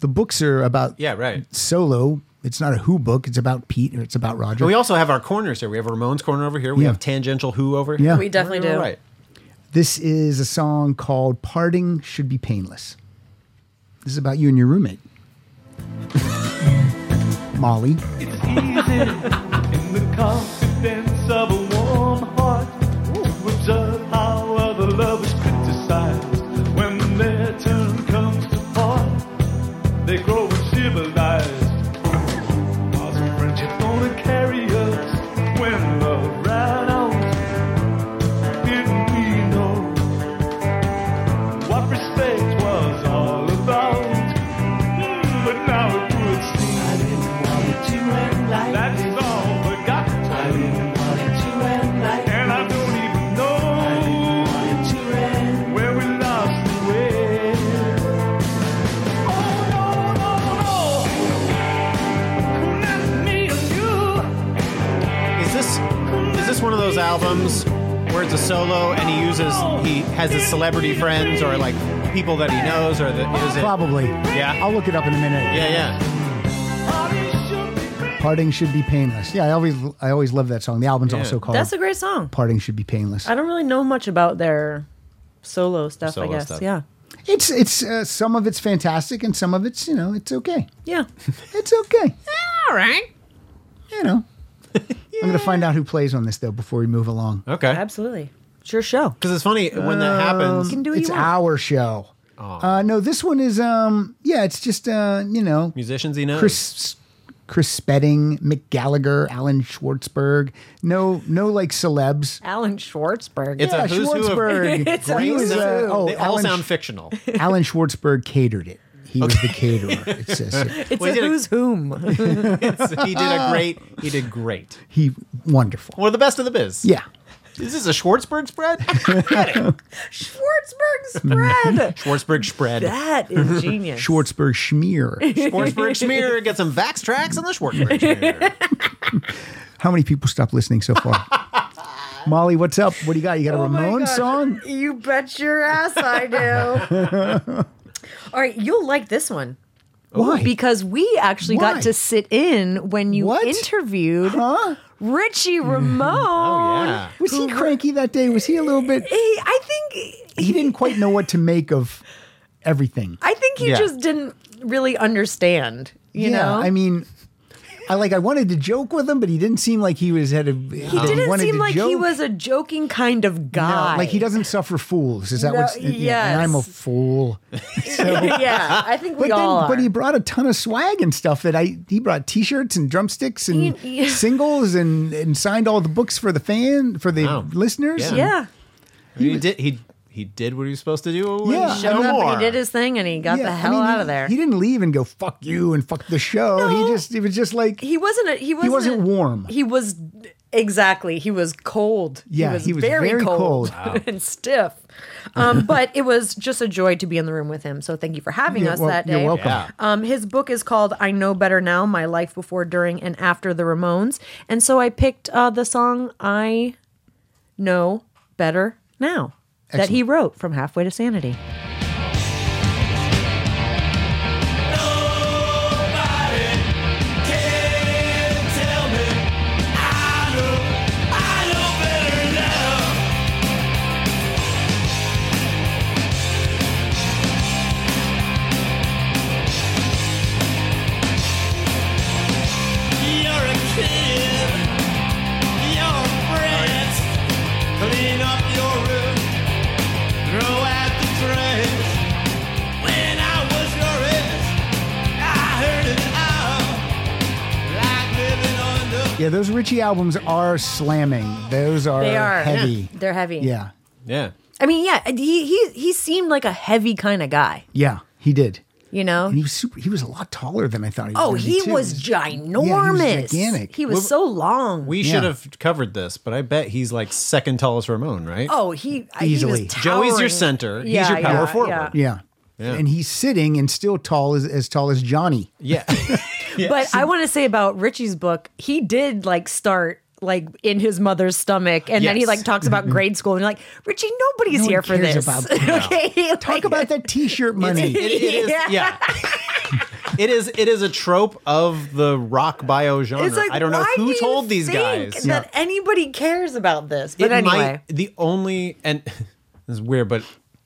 Speaker 2: the books are about
Speaker 3: yeah, right.
Speaker 2: solo. It's not a Who book. It's about Pete or it's about Roger.
Speaker 3: But we also have our corners here. We have Ramon's corner over here. We
Speaker 2: Yeah.
Speaker 3: have tangential who over
Speaker 2: Yeah.
Speaker 3: here.
Speaker 4: We definitely
Speaker 3: Right,
Speaker 4: do.
Speaker 3: Right.
Speaker 2: This is a song called Parting Should Be Painless. This is about you and your roommate, Molly.
Speaker 5: in the confidence of a warm heart. Observe how other love is criticized when their turn comes to part. They grow civilized. Cause a friendship gonna carry us when love ran out. Didn't we know what respect was all about? Hmm, But now it would seem that's all forgotten. I didn't want it to end like And I don't even know I didn't want it to end where we lost the way. Oh no, no, no. Not me and you.
Speaker 3: Is this is this one of those albums where it's a solo and he uses he has his celebrity friends or like people that he knows, or the, is it?
Speaker 2: Probably.
Speaker 3: Yeah.
Speaker 2: I'll look it up in a minute.
Speaker 3: Yeah, yeah.
Speaker 2: Parting should be painless. Yeah, I always I always love that song. The album's
Speaker 3: Yeah.
Speaker 2: also called
Speaker 4: That's a great song.
Speaker 2: Parting Should Be Painless.
Speaker 4: I don't really know much about their solo stuff,
Speaker 3: Solo
Speaker 4: I guess.
Speaker 3: stuff.
Speaker 4: Yeah.
Speaker 2: It's it's uh, some of it's fantastic and some of it's, you know, it's okay.
Speaker 4: Yeah.
Speaker 2: It's okay.
Speaker 4: All right.
Speaker 2: You know. I'm going to find out who plays on this though before we move along.
Speaker 3: Okay.
Speaker 4: Absolutely. It's your show.
Speaker 3: Because it's funny when that happens.
Speaker 4: Oh, can do what
Speaker 2: it's
Speaker 4: you want.
Speaker 2: our show. Uh, no, this one is um yeah, it's just uh, you know,
Speaker 3: musicians he knows.
Speaker 2: Chris Chris Spedding, Mick Gallagher, Alan Schwartzberg. No, no, like celebs.
Speaker 4: Alan Schwartzberg.
Speaker 3: It's
Speaker 2: Yeah,
Speaker 3: a who's who of
Speaker 2: Schwartzberg.
Speaker 4: It's a
Speaker 2: He
Speaker 4: who's
Speaker 2: was,
Speaker 4: who.
Speaker 2: uh, oh,
Speaker 3: they all
Speaker 2: Alan,
Speaker 3: sound fictional.
Speaker 2: Alan Schwartzberg catered it. He was the caterer. It says here.
Speaker 4: It's
Speaker 3: Well, he
Speaker 4: a
Speaker 3: did a-
Speaker 4: who's whom.
Speaker 3: It's- he did a great. He did great.
Speaker 2: he wonderful.
Speaker 3: One of the best of the biz.
Speaker 2: Yeah,
Speaker 3: Is this a Schwartzberg spread?
Speaker 4: Schwartzberg spread.
Speaker 3: Schwartzberg spread.
Speaker 4: that is genius.
Speaker 2: Schwartzberg schmear.
Speaker 3: Schwartzberg smear. Get some Vax tracks on the Schwartzberg smear.
Speaker 2: How many people stopped listening so far? Molly, what's up? What do you got? You got a
Speaker 4: Oh my
Speaker 2: Ramon
Speaker 4: God.
Speaker 2: song?
Speaker 4: You bet your ass I do. All right, you'll like this one. Oh,
Speaker 2: Why?
Speaker 4: Because we actually
Speaker 2: Why?
Speaker 4: got to sit in when you
Speaker 2: What?
Speaker 4: interviewed
Speaker 2: Huh?
Speaker 4: Richie Ramone.
Speaker 3: Oh, yeah.
Speaker 2: Was he cranky that day? Was he a little bit?
Speaker 4: He, I think
Speaker 2: He didn't quite know what to make of everything.
Speaker 4: I think he
Speaker 3: Yeah.
Speaker 4: just didn't really understand. You
Speaker 2: yeah,
Speaker 4: know,
Speaker 2: I mean, I like I wanted to joke with him, but he didn't seem like he was had a. He
Speaker 4: he didn't seem like he was a joking kind of guy.
Speaker 2: like he doesn't suffer fools. Is that
Speaker 4: No,
Speaker 2: what's? Yeah, and I'm a
Speaker 4: yes.
Speaker 2: fool.
Speaker 4: yeah, I think we
Speaker 2: But then,
Speaker 4: all are.
Speaker 2: but he brought a ton of swag and stuff that I. He brought T-shirts and drumsticks and
Speaker 4: He- yeah.
Speaker 2: singles and and signed all the books for the fan for the
Speaker 3: Wow.
Speaker 2: listeners.
Speaker 3: Yeah.
Speaker 4: yeah,
Speaker 3: He did. He he did what he was supposed to do.
Speaker 2: Yeah,
Speaker 3: Yeah.
Speaker 2: I
Speaker 3: Show
Speaker 2: mean-
Speaker 3: more.
Speaker 4: he did his thing and he got
Speaker 2: Yeah,
Speaker 4: the
Speaker 2: I
Speaker 4: hell
Speaker 2: mean,
Speaker 4: out
Speaker 2: he-
Speaker 4: of there.
Speaker 2: He
Speaker 4: He,
Speaker 2: didn't leave and go fuck you and fuck the show. He
Speaker 4: No.
Speaker 2: just it was just like
Speaker 4: wasn't. A, he wasn't.
Speaker 2: wasn't warm.
Speaker 4: He was exactly. He was cold.
Speaker 2: Yeah,
Speaker 4: he was,
Speaker 2: he was
Speaker 4: very,
Speaker 2: very
Speaker 4: cold,
Speaker 2: cold.
Speaker 4: and stiff. Um, but it was just a joy to be in the room with him. So thank you for having
Speaker 2: Yeah,
Speaker 4: us
Speaker 2: well,
Speaker 4: that
Speaker 2: you're
Speaker 4: day.
Speaker 2: welcome.
Speaker 3: Yeah.
Speaker 4: Um, his book is called "I Know Better Now: My Life Before, During, and After the Ramones," and so I picked uh, the song "I Know Better Now" that he wrote from "Halfway to Sanity."
Speaker 5: Clean up your room, throw out the trash. When I was your age, I heard it all, like living under.
Speaker 2: Yeah, those Richie albums are slamming. Those are,
Speaker 4: They are
Speaker 2: heavy.
Speaker 4: They're heavy.
Speaker 2: Yeah.
Speaker 3: Yeah.
Speaker 4: I mean, yeah, he he he seemed like a heavy kind of guy.
Speaker 2: Yeah, he did.
Speaker 4: You know,
Speaker 2: And he was super he was a lot taller than I thought he was.
Speaker 4: Oh,
Speaker 2: gonna be,
Speaker 4: he
Speaker 2: too.
Speaker 4: was ginormous.
Speaker 2: gigantic.
Speaker 4: He was so long.
Speaker 3: We
Speaker 2: Yeah.
Speaker 3: should have covered this, but I bet he's like second tallest Ramon, right?
Speaker 4: oh, he I- He
Speaker 2: Easily.
Speaker 4: was
Speaker 3: Joey's your
Speaker 4: towering.
Speaker 3: center. He's
Speaker 4: Yeah,
Speaker 3: your power
Speaker 4: yeah,
Speaker 3: forward.
Speaker 4: yeah.
Speaker 2: Yeah. And he's sitting and still tall as, as tall as Johnny.
Speaker 3: Yeah.
Speaker 4: But I want to say about Richie's book, he did like start like in his mother's stomach, and then he
Speaker 3: Yes.
Speaker 4: like talks about grade school, and you're like, Richie,
Speaker 2: Mm-hmm.
Speaker 4: nobody's
Speaker 2: No one
Speaker 4: here for
Speaker 2: cares
Speaker 4: this.
Speaker 2: about that.
Speaker 4: okay,
Speaker 2: Talk about that t-shirt money.
Speaker 3: It- it is,
Speaker 4: Yeah.
Speaker 3: yeah. it is it is a trope of the rock bio genre.
Speaker 4: It's like
Speaker 3: I don't know
Speaker 4: why do
Speaker 3: who
Speaker 4: you
Speaker 3: told these
Speaker 4: think
Speaker 3: guys.
Speaker 4: that anybody cares about this. But anyway,
Speaker 3: the only and this is weird, but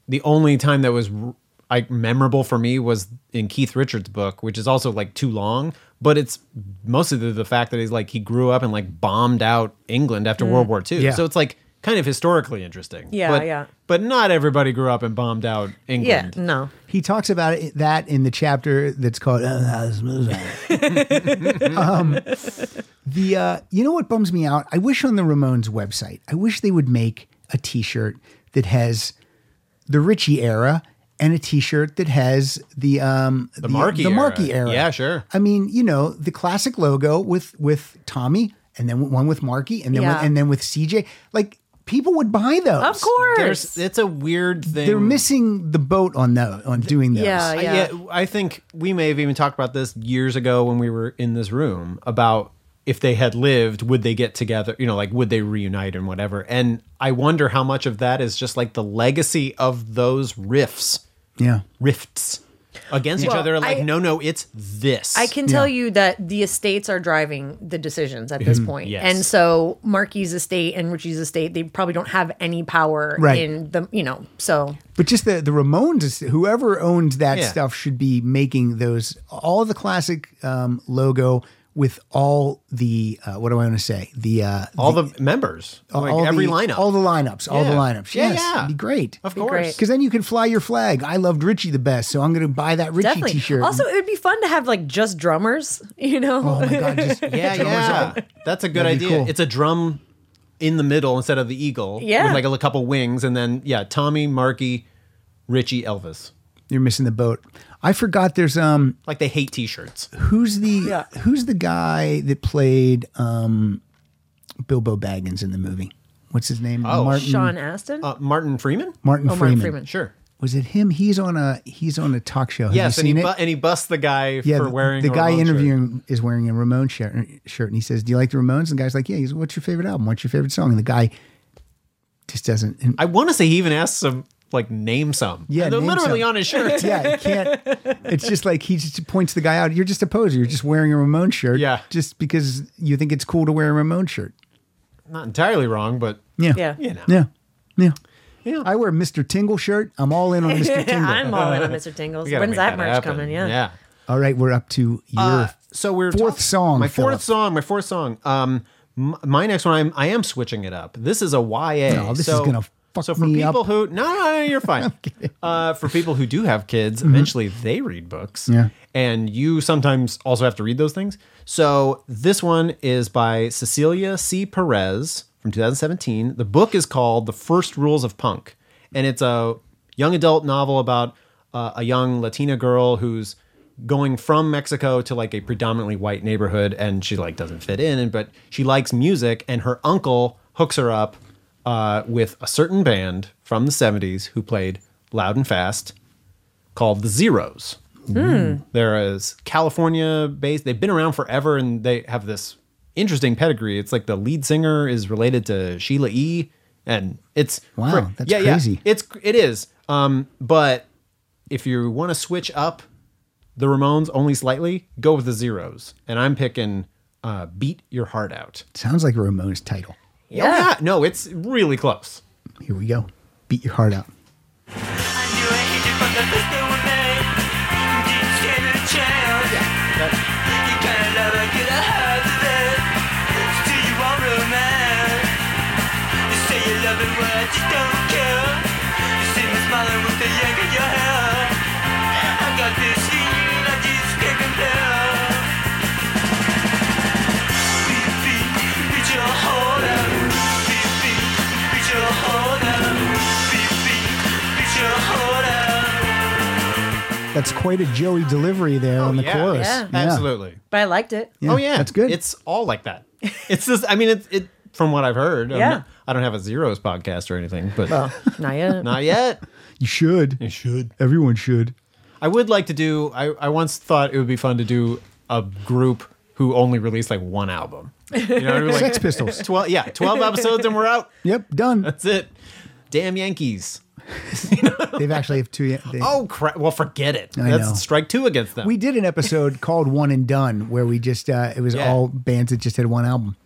Speaker 3: the only time that was r- like memorable for me was in Keith Richards' book, which is also like too long, but it's mostly the, the fact that he's like he grew up and like bombed out England after World War II,
Speaker 2: Yeah.
Speaker 3: so it's like kind of historically interesting.
Speaker 4: Mm. Yeah,
Speaker 3: but,
Speaker 4: yeah.
Speaker 3: But not everybody grew up and bombed out
Speaker 4: yeah, Mm.
Speaker 3: England.
Speaker 4: no,
Speaker 2: He talks about it, that in the chapter that's called um, the uh, you know what bums me out? I wish on the Ramones website, I wish they would make a t-shirt that has the Richie era and a t-shirt that has the um the,
Speaker 3: Markey
Speaker 2: the
Speaker 3: era.
Speaker 2: Markey era.
Speaker 3: Yeah, sure.
Speaker 2: I mean, you know, the classic logo with with Tommy and then one with Markey and then
Speaker 4: Yeah.
Speaker 2: one, and then with CJ. Like people would buy those.
Speaker 4: of course,
Speaker 3: There's, it's a weird thing.
Speaker 2: They're missing the boat on those on doing those.
Speaker 4: yeah,
Speaker 3: I-
Speaker 4: yeah.
Speaker 3: yeah. I think we may have even talked about this years ago when we were in this room about if they had lived, would they get together? You know, like would they reunite and whatever? And I wonder how much of that is just like the legacy of those riffs
Speaker 2: Yeah.
Speaker 3: rifts against each
Speaker 4: Well,
Speaker 3: other. Like,
Speaker 4: I-
Speaker 3: no, no, it's this.
Speaker 4: I can tell
Speaker 2: Yeah. Mm-hmm.
Speaker 4: you that the estates are driving the decisions at this point.
Speaker 3: Yes.
Speaker 4: And so Marky's estate and Richie's estate, they probably don't have any power
Speaker 2: Right.
Speaker 4: in the, you know, so
Speaker 2: But just the the Ramones, is- whoever owns that
Speaker 3: Yeah.
Speaker 2: stuff should be making those all the classic um, logo with all the uh, what do I want to say the uh,
Speaker 3: all the, members, like every
Speaker 2: the,
Speaker 3: lineup,
Speaker 2: all the lineups, all the
Speaker 3: Yeah.
Speaker 2: lineups.
Speaker 3: Yeah,
Speaker 2: yes,
Speaker 3: yeah.
Speaker 2: it'd be great.
Speaker 3: of
Speaker 4: Be
Speaker 3: course.
Speaker 4: great.
Speaker 2: Because then you can fly your flag. I loved Richie the best, so I'm going to buy that Richie
Speaker 4: definitely.
Speaker 2: T-shirt.
Speaker 4: Also, it would be fun to have like just drummers, you know?
Speaker 2: oh my god, just
Speaker 3: Yeah, yeah. That's a good
Speaker 2: That'd be
Speaker 3: idea.
Speaker 2: cool.
Speaker 3: It's a drum in the middle instead of the eagle.
Speaker 4: Yeah.
Speaker 3: With like a couple wings. And then, yeah, Tommy, Marky, Richie, Elvis.
Speaker 2: you're missing the boat. I forgot. There's um,
Speaker 3: Like they hate t shirts.
Speaker 2: who's the
Speaker 4: Yeah.
Speaker 2: who's the guy that played um, Bilbo Baggins in the movie? What's his name?
Speaker 3: Oh,
Speaker 2: Martin
Speaker 4: Sean Aston?
Speaker 3: Uh, Martin Freeman?
Speaker 2: Martin,
Speaker 4: Oh,
Speaker 2: Freeman.
Speaker 4: Martin Freeman.
Speaker 3: Sure.
Speaker 2: Was it him? He's on a he's on a talk show. Have
Speaker 3: Yes.
Speaker 2: you
Speaker 3: And he,
Speaker 2: seen it?
Speaker 3: bu- and he busts the guy
Speaker 2: yeah,
Speaker 3: for
Speaker 2: the-
Speaker 3: wearing
Speaker 2: the
Speaker 3: a
Speaker 2: guy
Speaker 3: Ramones shirt.
Speaker 2: interviewing is wearing a Ramones shirt, shirt, and he says, "Do you like the Ramones?" And the guy's like, "Yeah." He's, "What's your favorite album? What's your favorite song?" And the guy just doesn't. and-
Speaker 3: I want to say he even asked some, like, name some.
Speaker 2: Yeah,
Speaker 3: And They're
Speaker 2: name
Speaker 3: literally
Speaker 2: some.
Speaker 3: on his shirt.
Speaker 2: yeah, you can't. It's just like he just points the guy out. You're just a poser. You're just wearing a Ramones shirt.
Speaker 3: Yeah.
Speaker 2: just because you think it's cool to wear a Ramones shirt.
Speaker 3: Not entirely wrong, but
Speaker 2: Yeah,
Speaker 4: Yeah.
Speaker 3: you know.
Speaker 2: yeah, yeah.
Speaker 3: Yeah.
Speaker 2: I wear a Mr. Tingle shirt. I'm all in on Mr. Tingle.
Speaker 4: I'm all in on Mr. Tingles.
Speaker 3: We gotta
Speaker 4: When's
Speaker 3: make
Speaker 4: that march
Speaker 3: happen.
Speaker 4: coming? Yeah.
Speaker 3: Yeah.
Speaker 2: all right, we're up to your.
Speaker 3: Uh, so we're
Speaker 2: fourth song,
Speaker 3: My
Speaker 2: Philip.
Speaker 3: fourth song. My fourth song. Um, m- my next one. I'm I am switching it up. This is a YA.
Speaker 2: No, this is
Speaker 3: so,
Speaker 2: gonna fuck
Speaker 3: So for
Speaker 2: me
Speaker 3: people
Speaker 2: up.
Speaker 3: who no, no, no you're fine. uh, for people who do have kids, eventually they read books.
Speaker 2: Mm-hmm. Yeah.
Speaker 3: and you sometimes also have to read those things. So this one is by Cecilia C. Perez from 2017. The book is called The First Rules of Punk, and it's a young adult novel about uh, a young Latina girl who's going from Mexico to like a predominantly white neighborhood and she like doesn't fit in and but she likes music and her uncle hooks her up uh, with a certain band from the 70s who played loud and fast called the Zeros.
Speaker 2: Hmm.
Speaker 3: There is California based. They've been around forever and they have this interesting pedigree. It's like the lead singer is related to Sheila E. And it's
Speaker 2: Wow,
Speaker 3: cra-
Speaker 2: that's crazy.
Speaker 3: It's it is. Um, but if you want to switch up the Ramones only slightly, go with the Zeros. And I'm picking uh, "Beat Your Heart Out."
Speaker 2: sounds like a Ramones title.
Speaker 3: Yeah. no, it's really close.
Speaker 2: Here we go. Beat your heart out.
Speaker 5: Hold on, beat, beat, beat your hold on.
Speaker 2: That's quite a Joey delivery there on the
Speaker 3: Oh, yeah.
Speaker 2: chorus.
Speaker 4: Yeah.
Speaker 3: Absolutely.
Speaker 4: But I liked it.
Speaker 2: Yeah,
Speaker 3: oh yeah,
Speaker 2: that's good.
Speaker 3: It's all like that. It's just. I mean, it's it from what I've heard. I'm
Speaker 4: Yeah.
Speaker 3: not- I don't have a zeros podcast or anything, but
Speaker 4: Not yet.
Speaker 3: not yet.
Speaker 2: you should.
Speaker 3: I should.
Speaker 2: Everyone should.
Speaker 3: I would like to do. I I once thought it would be fun to do a group who only released like one album. You know, what I mean?
Speaker 2: Sex
Speaker 3: like
Speaker 2: Pistols.
Speaker 3: twelve. Yeah, twelve episodes and we're out.
Speaker 2: Yep, done.
Speaker 3: That's it. Damn Yankees.
Speaker 2: They've actually have two. They,
Speaker 3: Oh crap! Well, forget it.
Speaker 2: I
Speaker 3: That's
Speaker 2: know.
Speaker 3: strike two against them.
Speaker 2: we did an episode called One and Done where we just uh, it was
Speaker 3: Yeah.
Speaker 2: all bands that just had one album.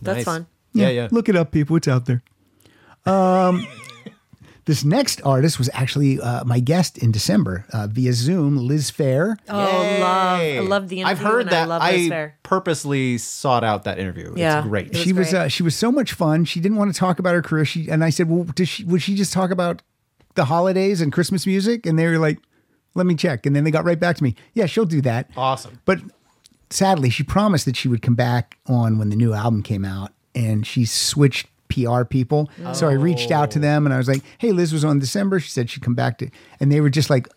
Speaker 4: That's
Speaker 3: Nice.
Speaker 4: fun.
Speaker 3: Yeah, yeah.
Speaker 2: Look it up, people. It's out there. Um, this next artist was actually uh, my guest in December uh, via Zoom, Liz Fair.
Speaker 4: Oh, love. I
Speaker 3: Yay.
Speaker 4: love the interview.
Speaker 3: I've heard
Speaker 4: and
Speaker 3: that.
Speaker 4: I love this fair.
Speaker 3: purposely sought out that interview.
Speaker 4: Yeah.
Speaker 3: It's great.
Speaker 4: It was
Speaker 2: she was
Speaker 4: great.
Speaker 2: uh, she was so much fun. She didn't want to talk about her career. She and I said, "Well, does she would she just talk about the holidays and Christmas music?" And they were like, "Let me check." And then they got right back to me. Yeah, she'll do that.
Speaker 3: Awesome.
Speaker 2: But sadly, she promised that she would come back on when the new album came out, and she switched PR people. So I reached out to them and I was like, "Hey, Liz was on December. She said she'd come back to," and they were just like,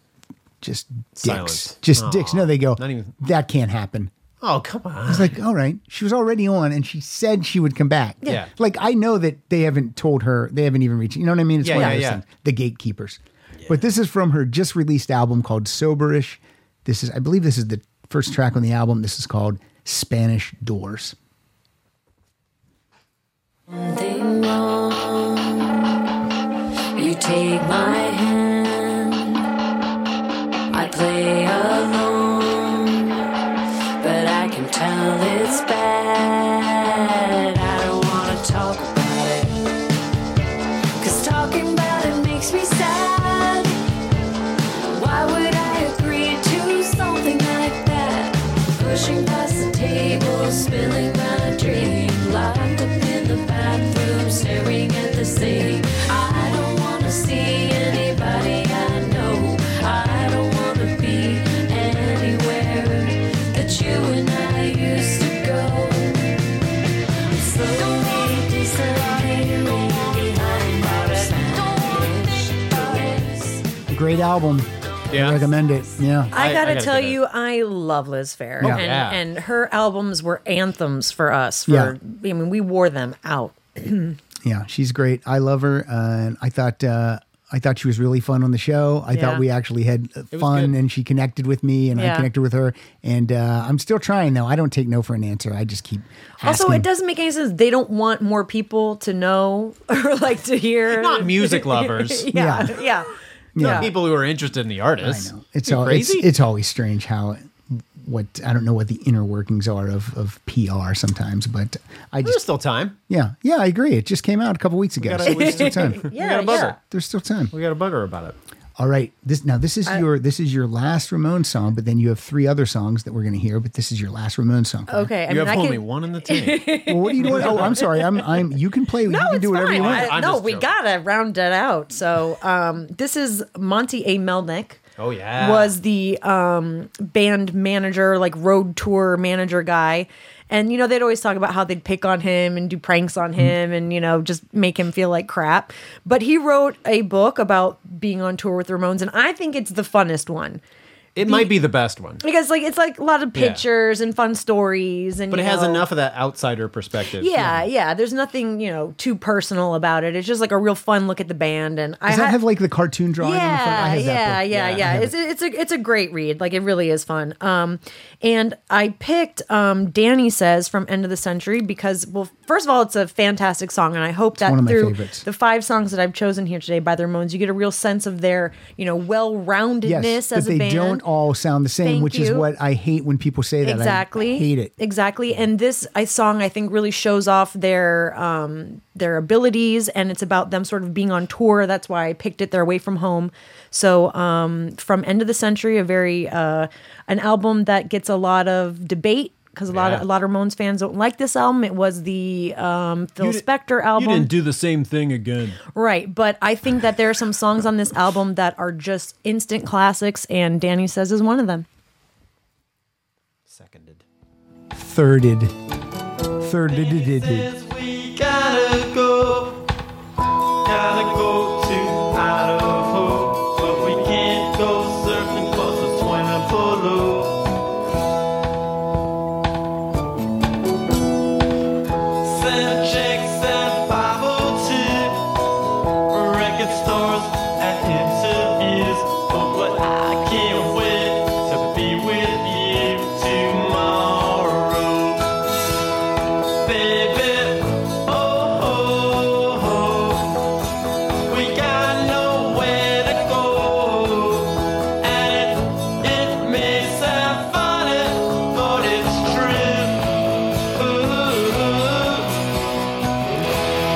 Speaker 2: "Just dicks,
Speaker 3: Silent.
Speaker 2: just dicks." No, they go,
Speaker 3: Not even-
Speaker 2: "That can't happen."
Speaker 3: Oh come on.
Speaker 2: It's like, all right, she was already on and she said she would come back.
Speaker 3: Yeah.
Speaker 2: Like, I know that they haven't told her, they haven't even reached, you know what I mean? It's
Speaker 3: Yeah,
Speaker 2: one
Speaker 3: yeah,
Speaker 2: of those
Speaker 3: yeah.
Speaker 2: things, the gatekeepers. But this is from her just released album called Soberish. This is, I believe, this is the first track on the album. This is called Spanish Doors.
Speaker 8: something wrong. You take my hand talking about it makes me sad. Why would I agree to something like that? Pushing past the table, spilling my drink, locked up in the bathroom, staring at the ceiling. I don't wanna see anybody I know. I don't wanna be anywhere that you and I used to go.
Speaker 2: Great album.
Speaker 3: Yeah.
Speaker 2: I recommend it. Yeah.
Speaker 4: I,
Speaker 3: I-
Speaker 4: gotta
Speaker 3: I gotta
Speaker 4: tell
Speaker 3: get it.
Speaker 4: you, I love Liz Fair,
Speaker 2: Yeah.
Speaker 4: and
Speaker 3: Yeah.
Speaker 4: and her albums were anthems for us. For
Speaker 2: Yeah.
Speaker 4: I mean, we wore them out.
Speaker 2: Yeah, she's great. I love her, uh, and I thought uh, I thought she was really fun on the show. I thought
Speaker 4: Yeah.
Speaker 2: we actually had uh, fun,
Speaker 3: good.
Speaker 2: and she connected with me, and I
Speaker 4: Yeah.
Speaker 2: connected with her. And uh, I'm still trying though. I don't take no for an answer. I just keep.
Speaker 4: Also,
Speaker 2: asking.
Speaker 4: it doesn't make any sense. They don't want more people to know or like to hear.
Speaker 3: Not music lovers.
Speaker 4: yeah,
Speaker 2: Yeah.
Speaker 4: yeah.
Speaker 2: Yeah.
Speaker 3: People who are interested in the
Speaker 2: I
Speaker 3: artist.
Speaker 2: know. It's
Speaker 3: You
Speaker 2: all, it's,
Speaker 3: crazy.
Speaker 2: it's always strange how it- what I don't know what the inner workings are of of PR sometimes, but I
Speaker 3: There's
Speaker 2: just
Speaker 3: still time.
Speaker 2: yeah yeah I agree. It just came out a couple weeks ago.
Speaker 3: gotta-
Speaker 2: so
Speaker 3: we-
Speaker 2: there's still time.
Speaker 4: Yeah,
Speaker 3: we got a bugger.
Speaker 4: yeah.
Speaker 2: There's still time.
Speaker 3: We got a bugger about it.
Speaker 2: All right. This now this is your this is your last Ramon song, but then you have three other songs that we're going to hear. But this is your last Ramon song.
Speaker 4: Okay,
Speaker 3: you
Speaker 4: I mean,
Speaker 3: have
Speaker 4: I
Speaker 3: only
Speaker 4: can.
Speaker 3: one in the tank.
Speaker 2: Well, what are you doing? Oh, I'm sorry. I'm I'm. You can play. you
Speaker 4: No,
Speaker 2: can
Speaker 4: it's
Speaker 2: do whatever
Speaker 4: fine.
Speaker 2: you want.
Speaker 4: I-
Speaker 3: I'm
Speaker 4: no,
Speaker 3: just
Speaker 4: we
Speaker 3: joking.
Speaker 4: gotta round it out. So, um, this is Monty A. Melnick.
Speaker 3: oh yeah.
Speaker 4: was the um, band manager, like road tour manager guy. And, you know, they'd always talk about how they'd pick on him and do pranks
Speaker 3: Mm-hmm.
Speaker 4: on him and, you know, just make him feel like crap. But he wrote a book about being on tour with the Ramones, and I think it's the funnest one.
Speaker 3: it might be the best one.
Speaker 4: Because like it's like a lot of
Speaker 3: Yeah.
Speaker 4: pictures and fun stories and
Speaker 3: But it
Speaker 4: you
Speaker 3: has
Speaker 4: know-
Speaker 3: enough of that outsider perspective.
Speaker 4: Yeah, yeah. There's nothing, you know, too personal about it. It's just like a real fun look at the band and I
Speaker 2: Does that
Speaker 4: ha-
Speaker 2: have like the cartoon drawing? on the front? I
Speaker 4: yeah,
Speaker 2: have
Speaker 4: yeah,
Speaker 2: that book.
Speaker 4: yeah,
Speaker 3: Yeah, I
Speaker 4: yeah.
Speaker 3: have
Speaker 4: It's it's a it's a great read. Like it really is fun. Um, and I picked um, Danny says from End of the Century because well, first of all, it's a fantastic song, and I hope that
Speaker 2: one of my
Speaker 4: through
Speaker 2: favorites.
Speaker 4: the five songs that I've chosen here today by the Ramones, you get a real sense of their you know well roundedness
Speaker 2: Yes, but
Speaker 4: as a
Speaker 2: they
Speaker 4: band.
Speaker 2: don't all sound the same,
Speaker 4: Thank
Speaker 2: which is
Speaker 4: you.
Speaker 2: what I hate when people say that. I
Speaker 4: exactly
Speaker 2: hate it.
Speaker 4: exactly and this I, song i think really shows off their um their abilities and it's about them sort of being on tour that's why i picked it they're away from home so um from end of the century a very uh an album that gets a lot of debate because a lot of
Speaker 3: Yeah.
Speaker 4: a lot of Ramones fans don't like this album. It was the um, Phil
Speaker 3: di-
Speaker 4: Spector album.
Speaker 3: You didn't do the same thing again.
Speaker 4: Right, but I think that there are some songs on this album that are just instant classics, and Danny says is one of them.
Speaker 3: Seconded.
Speaker 2: Thirded. Thirded.
Speaker 5: says we gotta go, gotta go to Idaho, but we can't go surfing 'cause it's 20 below. Send chicks and 502, record stores and interviews, oh, but I can't wait to be with you tomorrow baby. Oh, oh, oh. we got nowhere to go, and it, it may sound funny, but it's true. Ooh.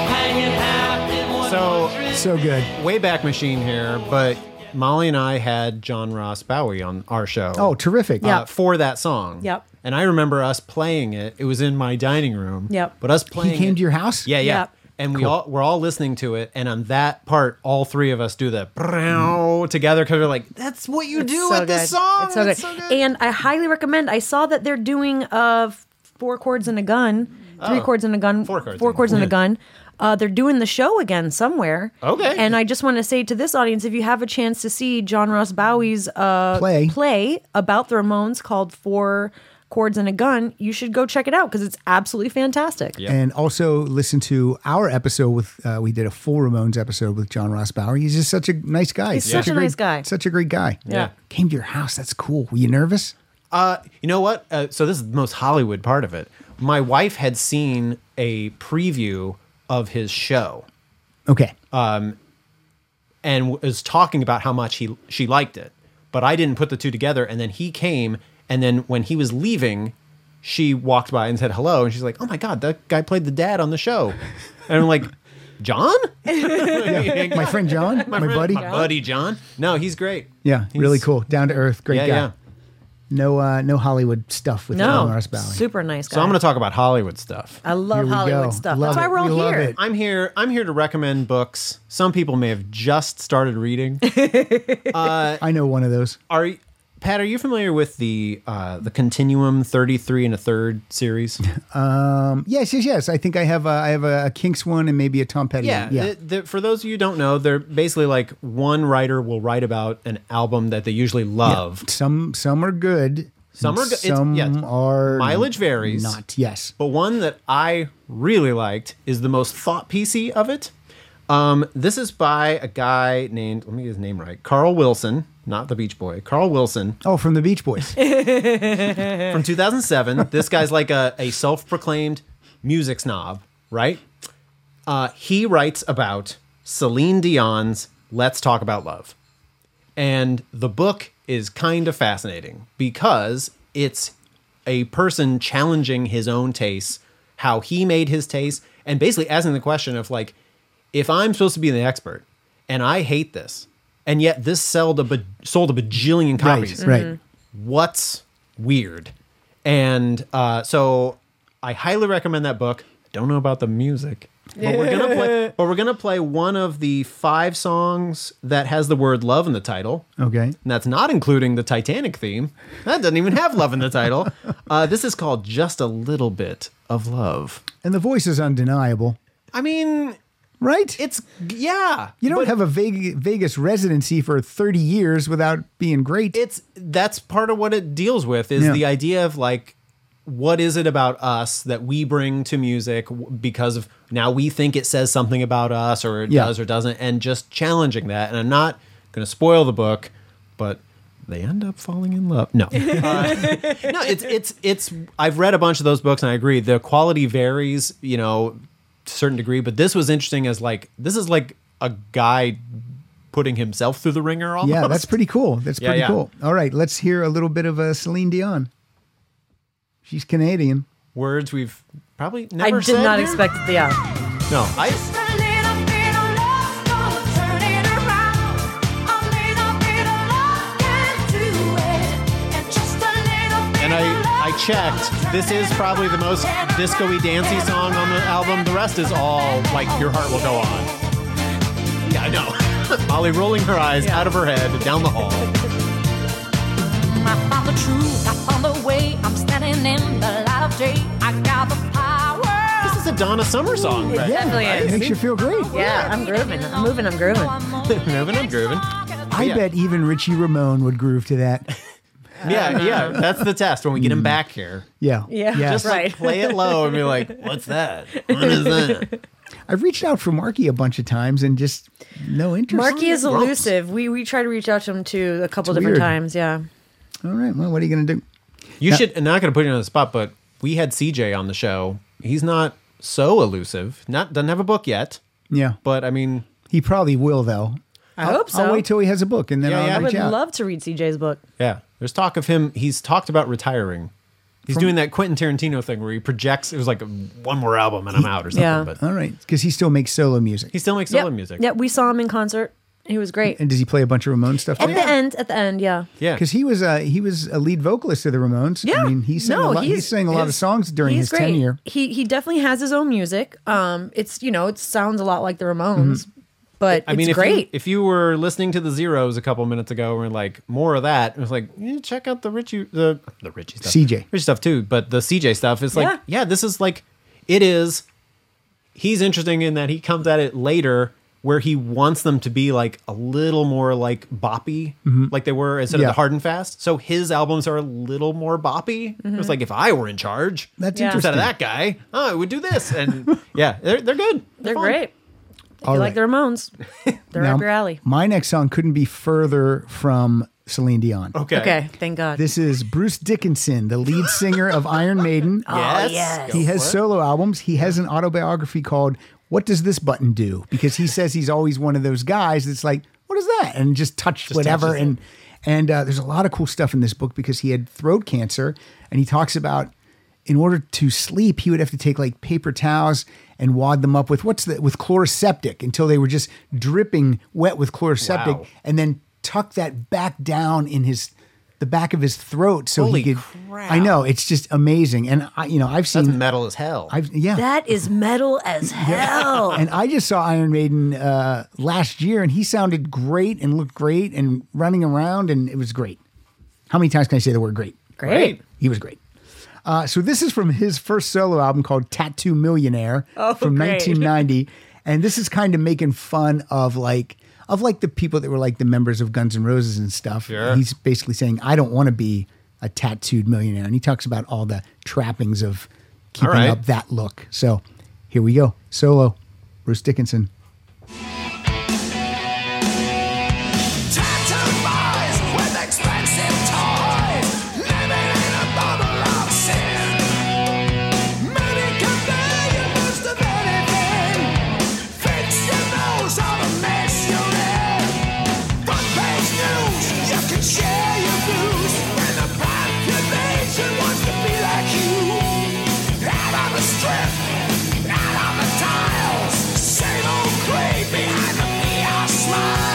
Speaker 5: Hanging out in one
Speaker 3: So
Speaker 2: So good.
Speaker 3: Wayback Machine here, but Molly and I had John Ross Bowie on our show.
Speaker 2: Oh, terrific.
Speaker 3: uh, for that song.
Speaker 4: Yep.
Speaker 3: And I remember us playing it. It was in my dining room.
Speaker 4: Yep.
Speaker 3: But us
Speaker 2: He
Speaker 3: playing.
Speaker 2: came
Speaker 3: it-
Speaker 2: to your house.
Speaker 3: Yeah, yeah.
Speaker 4: Yep.
Speaker 3: And we all we're all listening to it, and on that part, all three of us do the brow together because we're like, "That's what you do
Speaker 4: so
Speaker 3: with this
Speaker 4: good.
Speaker 3: song."
Speaker 4: It's so,
Speaker 3: That's
Speaker 4: good.
Speaker 3: so
Speaker 4: And I highly recommend. I saw that they're doing uh four chords and a gun, three
Speaker 3: Oh.
Speaker 4: chords and a gun,
Speaker 3: Four chords
Speaker 4: four
Speaker 3: and a
Speaker 4: chords and a
Speaker 3: gun.
Speaker 4: gun. Uh, they're doing the show again somewhere.
Speaker 3: Okay.
Speaker 4: And I just want to say to this audience, if you have a chance to see John Ross Bowie's uh,
Speaker 2: Play.
Speaker 4: play about the Ramones called Four Chords and a Gun, you should go check it out because it's absolutely fantastic.
Speaker 3: Yeah.
Speaker 2: and also listen to our episode with uh, we did a full Ramones episode with John Ross Bauer. He's just such a nice guy.
Speaker 4: He's such a
Speaker 2: great,
Speaker 4: nice guy.
Speaker 2: Such a great guy.
Speaker 3: Yeah.
Speaker 2: Came to your house. That's cool. Were you nervous?
Speaker 3: Uh, you know what? Uh, so this is the most Hollywood part of it. My wife had seen a preview of his show
Speaker 2: Okay.
Speaker 3: Uh, and was talking about how much he she liked it, but I didn't put the two together. And then he came, and then when he was leaving, she walked by and said hello, and she's like, "Oh my god, that guy played the dad on the show," and I'm like. John?
Speaker 2: My friend John, my, buddy.
Speaker 3: My buddy John. No, he's great.
Speaker 2: Yeah, really
Speaker 3: He's-
Speaker 2: cool. Down to earth, great
Speaker 3: Yeah,
Speaker 2: guy.
Speaker 3: yeah.
Speaker 2: No, uh, no Hollywood stuff with
Speaker 4: No,
Speaker 2: John Morris Valley.
Speaker 4: super nice guy.
Speaker 3: So I'm going to talk about Hollywood stuff.
Speaker 4: I love
Speaker 2: Here we
Speaker 4: Hollywood
Speaker 2: go.
Speaker 4: stuff.
Speaker 2: Love
Speaker 4: That's why
Speaker 2: it.
Speaker 4: we're all
Speaker 2: We love
Speaker 4: here.
Speaker 2: it.
Speaker 3: I'm here. I'm here to recommend books. Some people may have just started reading.
Speaker 2: I know one of those.
Speaker 3: Are you, Pat? Are you familiar with the uh, the Continuum 33 and a third series?
Speaker 2: Yes, yes, yes. I think I have a, I have a, Kinks one and maybe a Tom Petty.
Speaker 3: Yeah.
Speaker 2: one. yeah.
Speaker 3: th- th- for those of you who don't know, they're basically like one writer will write about an album that they usually love.
Speaker 2: some some are good.
Speaker 3: Some are good. It's-
Speaker 2: Some
Speaker 3: yeah.
Speaker 2: are
Speaker 3: Mileage varies.
Speaker 2: Not yes.
Speaker 3: But one that I really liked is the most thought piecey of it. Um, this is by a guy named, let me get his name right, Carl Wilson, not the Beach Boy, Carl Wilson
Speaker 2: Oh, from the Beach Boys.
Speaker 3: from 2007. This guy's like a, a self proclaimed music snob, right? Uh, he writes about Celine Dion's Let's Talk About Love. And the book is kind of fascinating because it's a person challenging his own tastes, how he made his tastes, and basically asking the question of like, if I'm supposed to be the expert and I hate this, and yet this sold a, ba- sold a bajillion copies,
Speaker 2: right, right.
Speaker 3: what's weird and uh, so i highly recommend that book don't know about the music but we're gonna play but we're gonna play one of the five songs that has the word love in the title
Speaker 2: Okay.
Speaker 3: and that's not including the titanic theme that doesn't even have love in the title uh, this is called just a little bit of love
Speaker 2: And the voice is undeniable,
Speaker 3: i mean
Speaker 2: right?
Speaker 3: it's yeah
Speaker 2: you don't
Speaker 3: but-
Speaker 2: have a Vegas, Vegas residency for 30 years without being great.
Speaker 3: it's that's part of what it deals with is
Speaker 2: Yeah.
Speaker 3: the idea of like what is it about us that we bring to music w- because of now we think it says something about us or it
Speaker 2: Yeah.
Speaker 3: does or doesn't and just challenging that and i'm not going to spoil the book but they end up falling in love no Uh, no it's it's it's i've read a bunch of those books and i agree the quality varies you know to a certain degree but this was interesting as like this is like a guy putting himself through the ringer almost
Speaker 2: yeah, that's pretty cool. That's
Speaker 3: Yeah,
Speaker 2: pretty
Speaker 3: yeah.
Speaker 2: cool. All right, let's hear a little bit of uh, Celine Dion. She's Canadian.
Speaker 3: words we've probably
Speaker 4: I
Speaker 3: never
Speaker 4: did
Speaker 3: said
Speaker 4: not
Speaker 3: here.
Speaker 4: expect the yeah.
Speaker 3: No, I and I I checked. This is probably the most disco-y, dancey song on the album. The rest is all like your heart will go on. Yeah, I know. Molly rolling her eyes out of her head down the hall.
Speaker 9: I found the truth, I found the way. I'm standing in the light of day. I got the power.
Speaker 3: This is a Donna Summer song. Right?
Speaker 4: Definitely
Speaker 2: It
Speaker 4: is.
Speaker 2: makes you feel great.
Speaker 4: Yeah, I'm grooving. I'm moving. I'm grooving.
Speaker 3: Moving, I'm grooving.
Speaker 2: I
Speaker 3: Yeah.
Speaker 2: bet even Richie Ramone would groove to that.
Speaker 3: Yeah, yeah. That's the test when we get him back here.
Speaker 2: Yeah.
Speaker 4: Yeah,
Speaker 2: Yes.
Speaker 3: Just like,
Speaker 4: Mm. Right.
Speaker 3: play it low and be like, "What's that? What is that?"
Speaker 2: I've reached out for Marky a bunch of times and just no interest.
Speaker 4: Marky is
Speaker 3: Gross.
Speaker 4: elusive. We we try to reach out to him too a couple
Speaker 2: It's
Speaker 4: different
Speaker 2: weird.
Speaker 4: times. Yeah.
Speaker 2: All right. Well, what are you going to do?
Speaker 3: You should. And not going to put you on the spot, but we had CJ on the show. He's not so elusive. Not doesn't have a book yet,
Speaker 2: Yeah.
Speaker 3: but I mean,
Speaker 2: He probably will, though.
Speaker 4: I hope so.
Speaker 2: I'll wait till he has a book and then
Speaker 3: Yeah,
Speaker 2: I'll
Speaker 3: yeah.
Speaker 4: I
Speaker 2: reach
Speaker 4: would
Speaker 2: out.
Speaker 4: love to read CJ's book.
Speaker 3: yeah. There's talk of him. He's talked about retiring. He's doing that Quentin Tarantino thing where he projects. It was like one more album and I'm out or something.
Speaker 4: Yeah.
Speaker 3: But
Speaker 2: All right. Because he still makes solo music.
Speaker 3: he still makes solo
Speaker 4: Yep.
Speaker 3: music.
Speaker 4: Yeah, we saw him in concert. He was great.
Speaker 2: and does he play a bunch of Ramone stuff?
Speaker 4: At the end, at the end, yeah.
Speaker 3: Yeah.
Speaker 2: Because he was uh, he was a lead vocalist of the Ramones. I
Speaker 4: Yeah.
Speaker 2: mean, he sang
Speaker 4: No,
Speaker 2: a lot. He
Speaker 4: he's-
Speaker 2: sang a lot of
Speaker 3: his-
Speaker 2: songs during
Speaker 4: He's
Speaker 2: his
Speaker 4: great.
Speaker 2: tenure.
Speaker 4: He he definitely has his own music. Um, it's you know it sounds a lot like the Ramones,
Speaker 2: Mm-hmm.
Speaker 4: but
Speaker 3: I mean,
Speaker 4: it's
Speaker 3: if
Speaker 4: great.
Speaker 3: You, if you were listening to the Zeros a couple minutes ago, and we're like more of that. It was like eh, check out the Richie, the the Richie stuff,
Speaker 2: CJ.
Speaker 3: Richie stuff too. But the CJ stuff is like,
Speaker 4: Yeah.
Speaker 3: yeah. this is like, it is. He's interesting in that he comes at it later where he wants them to be like a little more like boppy, like they were instead
Speaker 2: Mm-hmm. Yeah.
Speaker 3: of the hard and fast. So his albums are a little more boppy. It
Speaker 4: Mm-hmm.
Speaker 3: was like if I were in charge,
Speaker 2: That's
Speaker 4: Yeah.
Speaker 2: interesting.
Speaker 3: instead of that guy, oh, I would do this, and yeah, they're they're good.
Speaker 4: They're
Speaker 3: fun.
Speaker 4: great. If
Speaker 2: All
Speaker 4: you
Speaker 2: right.
Speaker 4: like the Ramones, they're
Speaker 2: Now,
Speaker 4: up your alley.
Speaker 2: My next song couldn't be further from Celine Dion.
Speaker 3: Okay.
Speaker 4: Okay, thank God.
Speaker 2: This is Bruce Dickinson, the lead singer of Iron Maiden.
Speaker 3: Yes.
Speaker 4: Oh, yes.
Speaker 3: Go
Speaker 2: He has
Speaker 3: for it.
Speaker 2: solo albums. He has an autobiography called "What Does This Button Do?" because he says he's always one of those guys that's like, "What is that?" and just touch whatever.
Speaker 3: touches it.
Speaker 2: And and uh, there's a lot of cool stuff in this book because he had throat cancer and he talks about in order to sleep, he would have to take like paper towels and wad them up with what's the with chloroseptic until they were just dripping wet with chloroseptic,
Speaker 3: Wow.
Speaker 2: and then tuck that back down in his the back of his throat so
Speaker 3: Holy
Speaker 2: he could.
Speaker 3: crap.
Speaker 2: I know it's just amazing, and I you know I've
Speaker 3: That's
Speaker 2: seen
Speaker 3: metal as hell.
Speaker 2: I've yeah
Speaker 4: That is metal as hell.
Speaker 2: and I just saw Iron Maiden uh, last year, and he sounded great and looked great and running around, and it was great. How many times can I say the word great?
Speaker 4: Great.
Speaker 2: He was great. Uh, so this is from his first solo album called Tattoo Millionaire
Speaker 4: Oh,
Speaker 2: from
Speaker 4: great.
Speaker 2: 1990, and this is kind of making fun of like of like the people that were like the members of Guns N' Roses and stuff.
Speaker 3: Sure.
Speaker 2: He's basically saying, "I don't want to be a tattooed millionaire," and he talks about all the trappings of keeping
Speaker 3: right.
Speaker 2: up that look. So here we go, solo, Bruce Dickinson.
Speaker 5: Tattooed boys with expensive toys, living in a bubble of sin. Money can buy you most of anything. Fix your nose on a mess you're in. Front page news, you can share your views. And the population wants to be like you. Out on the strip, out on the tiles. Same old creep behind the PR smiles.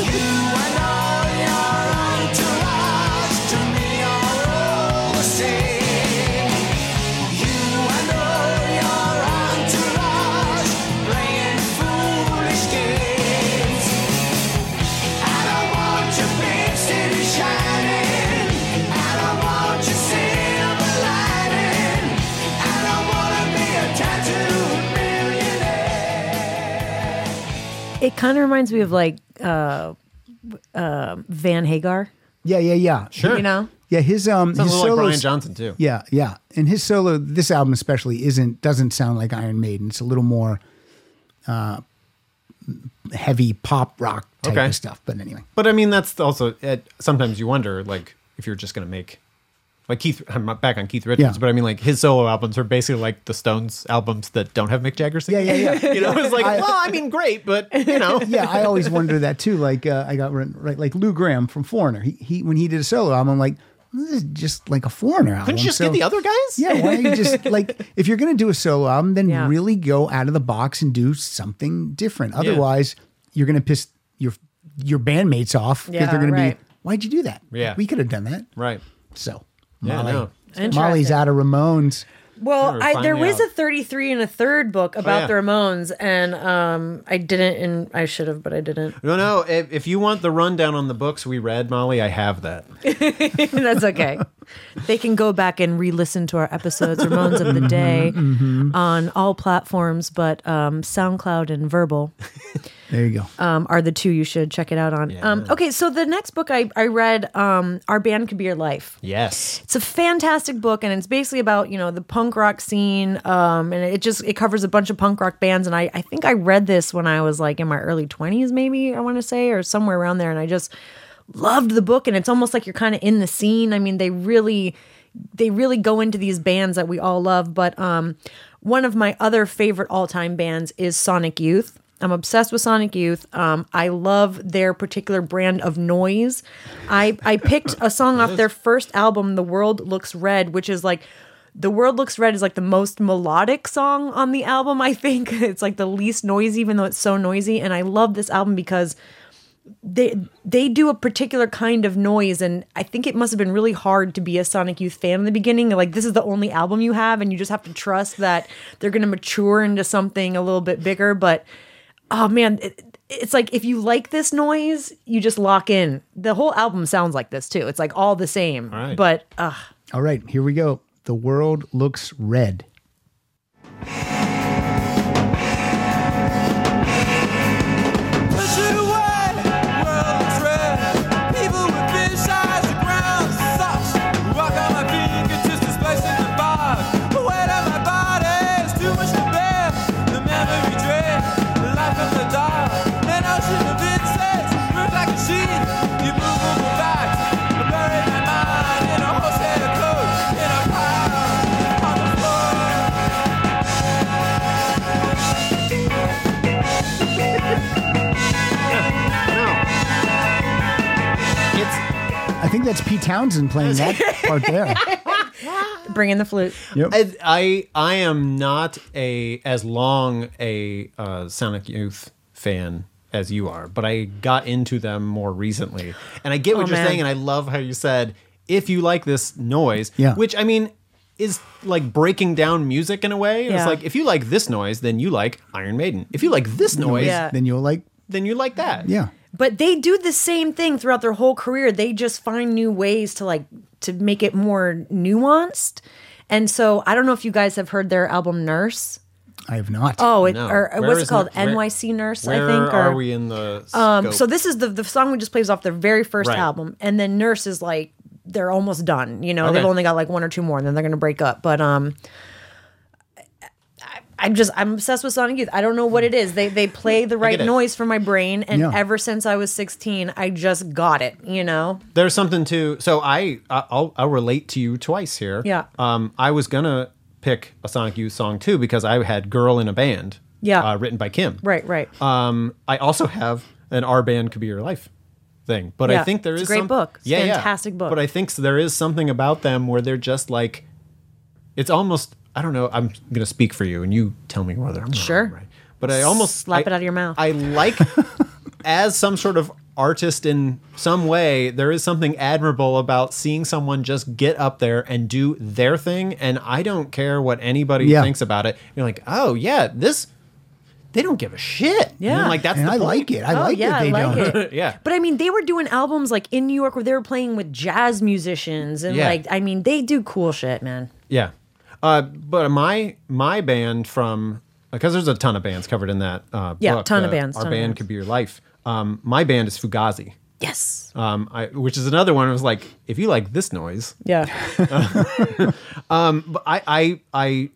Speaker 5: You and all your entourage to me are all the same. You and all your entourage playing foolish games. I don't want your big city shining. I don't want your silver lining. I don't wanna be a tattooed millionaire.
Speaker 4: It kind of reminds me of like uh, uh, Van Hagar,
Speaker 2: Yeah, yeah, yeah,
Speaker 3: sure.
Speaker 4: you know?
Speaker 2: yeah. His um,
Speaker 3: Sounds a
Speaker 2: his
Speaker 3: little like
Speaker 2: solos-
Speaker 3: Brian Johnson too.
Speaker 2: Yeah, yeah. And his solo, this album especially, isn't doesn't sound like Iron Maiden. It's a little more uh, heavy pop rock type
Speaker 3: Okay.
Speaker 2: of stuff. But anyway,
Speaker 3: But I mean, that's also it, sometimes you wonder like if you're just gonna make like Keith. I'm not back on Keith Richards,
Speaker 2: Yeah.
Speaker 3: but I mean like his solo albums are basically like the Stones albums that don't have Mick Jagger singing.
Speaker 2: Yeah, yeah, yeah.
Speaker 3: you know, it's like
Speaker 2: I-
Speaker 3: well, I mean, great, but you know,
Speaker 2: yeah, I always wonder that too. Like uh, I got written- right, like Lou Graham from Foreigner. He, he when he did a solo album, I'm like this is just like a Foreigner album.
Speaker 3: couldn't you just
Speaker 2: So-
Speaker 3: get the other guys?
Speaker 2: Yeah, why don't you just like if you're gonna do a solo album, then
Speaker 4: Yeah.
Speaker 2: really go out of the box and do something different. Otherwise, you're gonna piss your your bandmates off because
Speaker 4: Yeah,
Speaker 2: they're gonna
Speaker 4: right.
Speaker 2: be, why'd you do that?
Speaker 3: Yeah.
Speaker 2: we could have done that.
Speaker 3: Right.
Speaker 2: So
Speaker 3: Yeah, I
Speaker 2: Molly,
Speaker 3: know.
Speaker 2: Molly's
Speaker 4: Interesting.
Speaker 2: out of Ramones.
Speaker 3: They
Speaker 4: Well,
Speaker 3: were
Speaker 4: I, there
Speaker 3: finally
Speaker 4: was
Speaker 3: out. Oh,
Speaker 4: a 33 and a third book about
Speaker 3: yeah.
Speaker 4: the Ramones, and um, I didn't, and I should have, but I didn't.
Speaker 3: No, no. If, if you want the rundown on the books we read, Molly, I have that.
Speaker 4: That's okay. they can go back and re-listen to our episodes, Ramones
Speaker 3: Mm-hmm,
Speaker 4: of the Day, on all platforms, but um, SoundCloud and Verbal.
Speaker 2: There you go.
Speaker 4: um, are the two you should check it out on. Um, okay, so the next book I, I read, um, Our Band Could Be Your Life.
Speaker 3: Yes.
Speaker 4: It's a fantastic book, and it's basically about you know the punk rock scene, um, and it just it covers a bunch of punk rock bands. And I I think I read this when I was like in my early twenties, maybe I want to say, or somewhere around there. And I just loved the book, and it's almost like you're kind of in the scene. I mean, they really they really go into these bands that we all love. But um, one of my other favorite all time bands is Sonic Youth. I'm obsessed with Sonic Youth. Um, I love their particular brand of noise. I, I picked a song off their first album, The World Looks Red, which is like, The World Looks Red is like the most melodic song on the album, I think. It's like the least noisy, even though it's so noisy. And I love this album because they they do a particular kind of noise and i think it must have been really hard to be a sonic youth fan in the beginning like this is the only album you have and you just have to trust that they're going to mature into something a little bit bigger but oh man it, it's like if you like this noise you just lock in the whole album sounds like this too it's like all the same
Speaker 3: right.
Speaker 4: but uh,
Speaker 2: All right, here we go. The world looks red.
Speaker 5: Push it away, world of dread. People with fish eyes to ground such. Walk on my feet, get just displacing the vibe. The weight of my body is too much to bear. The memory dread, the life in the dark. An ocean of insects, move like a sheet. You move over back. I bury my mind in a horsehair coat, in a pile on the floor.
Speaker 3: It's
Speaker 2: I think that's Pete Townsend playing that part there.
Speaker 4: Bring in the flute.
Speaker 2: Yep.
Speaker 3: I, I I am not a as long a uh, Sonic Youth fan as you are, but I got into them more recently, and I get what
Speaker 4: Oh,
Speaker 3: you're
Speaker 4: man.
Speaker 3: saying, and I love how you said if you like this noise,
Speaker 2: Yeah.
Speaker 3: which I mean is like breaking down music in a way. It's
Speaker 4: Yeah.
Speaker 3: like if you like this noise, then you like Iron Maiden. If you like this noise,
Speaker 4: Yeah.
Speaker 2: Then you'll like,
Speaker 3: then you like that.
Speaker 2: yeah.
Speaker 4: But they do the same thing throughout their whole career. They just find new ways to like to make it more nuanced. And so I don't know if you guys have heard their album Nurse.
Speaker 2: I have not.
Speaker 4: Oh, it,
Speaker 3: No.
Speaker 4: or
Speaker 3: Where is
Speaker 4: what's it called?
Speaker 3: N- where-
Speaker 4: NYC Nurse,
Speaker 3: Where
Speaker 4: I think.
Speaker 3: are
Speaker 4: or-
Speaker 3: we in the?
Speaker 4: Um,
Speaker 3: scope?
Speaker 4: so this is the the song we just plays off their very first
Speaker 3: Right.
Speaker 4: album, and then Nurse is like they're almost done. You know,
Speaker 3: Okay.
Speaker 4: they've only got like one or two more, and then they're gonna break up. But um, I, I'm just I'm obsessed with Sonic Youth. I don't know what it is. They they play the right
Speaker 3: it.
Speaker 4: noise for my brain, and
Speaker 2: Yeah.
Speaker 4: ever since I was 16, I just got it. You know,
Speaker 3: there's something to so i I- i'll i'll relate to you twice here
Speaker 4: Yeah.
Speaker 3: um i was gonna pick a sonic youth song too because i had girl in a band
Speaker 4: Yeah.
Speaker 3: uh, written by kim
Speaker 4: right, right.
Speaker 3: um i also have an our band could be your life thing but i
Speaker 4: Yeah.
Speaker 3: think there is
Speaker 4: It's a great
Speaker 3: some-
Speaker 4: book. It's a fantastic book.
Speaker 3: but i think there is something about them where they're just like it's almost i don't know i'm gonna speak for you and you tell me whether i'm wrong,
Speaker 4: Sure.
Speaker 3: right but i almost
Speaker 4: Slap
Speaker 3: I-
Speaker 4: it out of your mouth.
Speaker 3: i like as some sort of artist in some way, there is something admirable about seeing someone just get up there and do their thing. And I don't care what anybody
Speaker 2: Yeah.
Speaker 3: thinks about it. You're like, oh, yeah, this, they don't give a shit. And
Speaker 4: Yeah.
Speaker 3: I'm like, that's
Speaker 2: and
Speaker 3: the
Speaker 2: I
Speaker 3: point.
Speaker 2: like it. I
Speaker 4: Oh,
Speaker 2: like
Speaker 4: yeah,
Speaker 2: that they
Speaker 4: I like
Speaker 2: don't.
Speaker 4: it.
Speaker 3: yeah.
Speaker 4: But I mean, they were doing albums like in New York where they were playing with jazz musicians, and
Speaker 3: Yeah.
Speaker 4: like I mean, they do cool shit, man.
Speaker 3: Yeah. Uh, but my my band from because there's a ton of bands covered in that. Uh,
Speaker 4: Yeah,
Speaker 3: book,
Speaker 4: ton
Speaker 3: uh,
Speaker 4: of bands,
Speaker 3: Our
Speaker 4: ton of
Speaker 3: band
Speaker 4: bands.
Speaker 3: could be your life. Um, my band is Fugazi,
Speaker 4: Yes.
Speaker 3: um, I, which is another one. I was like, if you like this noise,
Speaker 4: Yeah.
Speaker 3: but I I I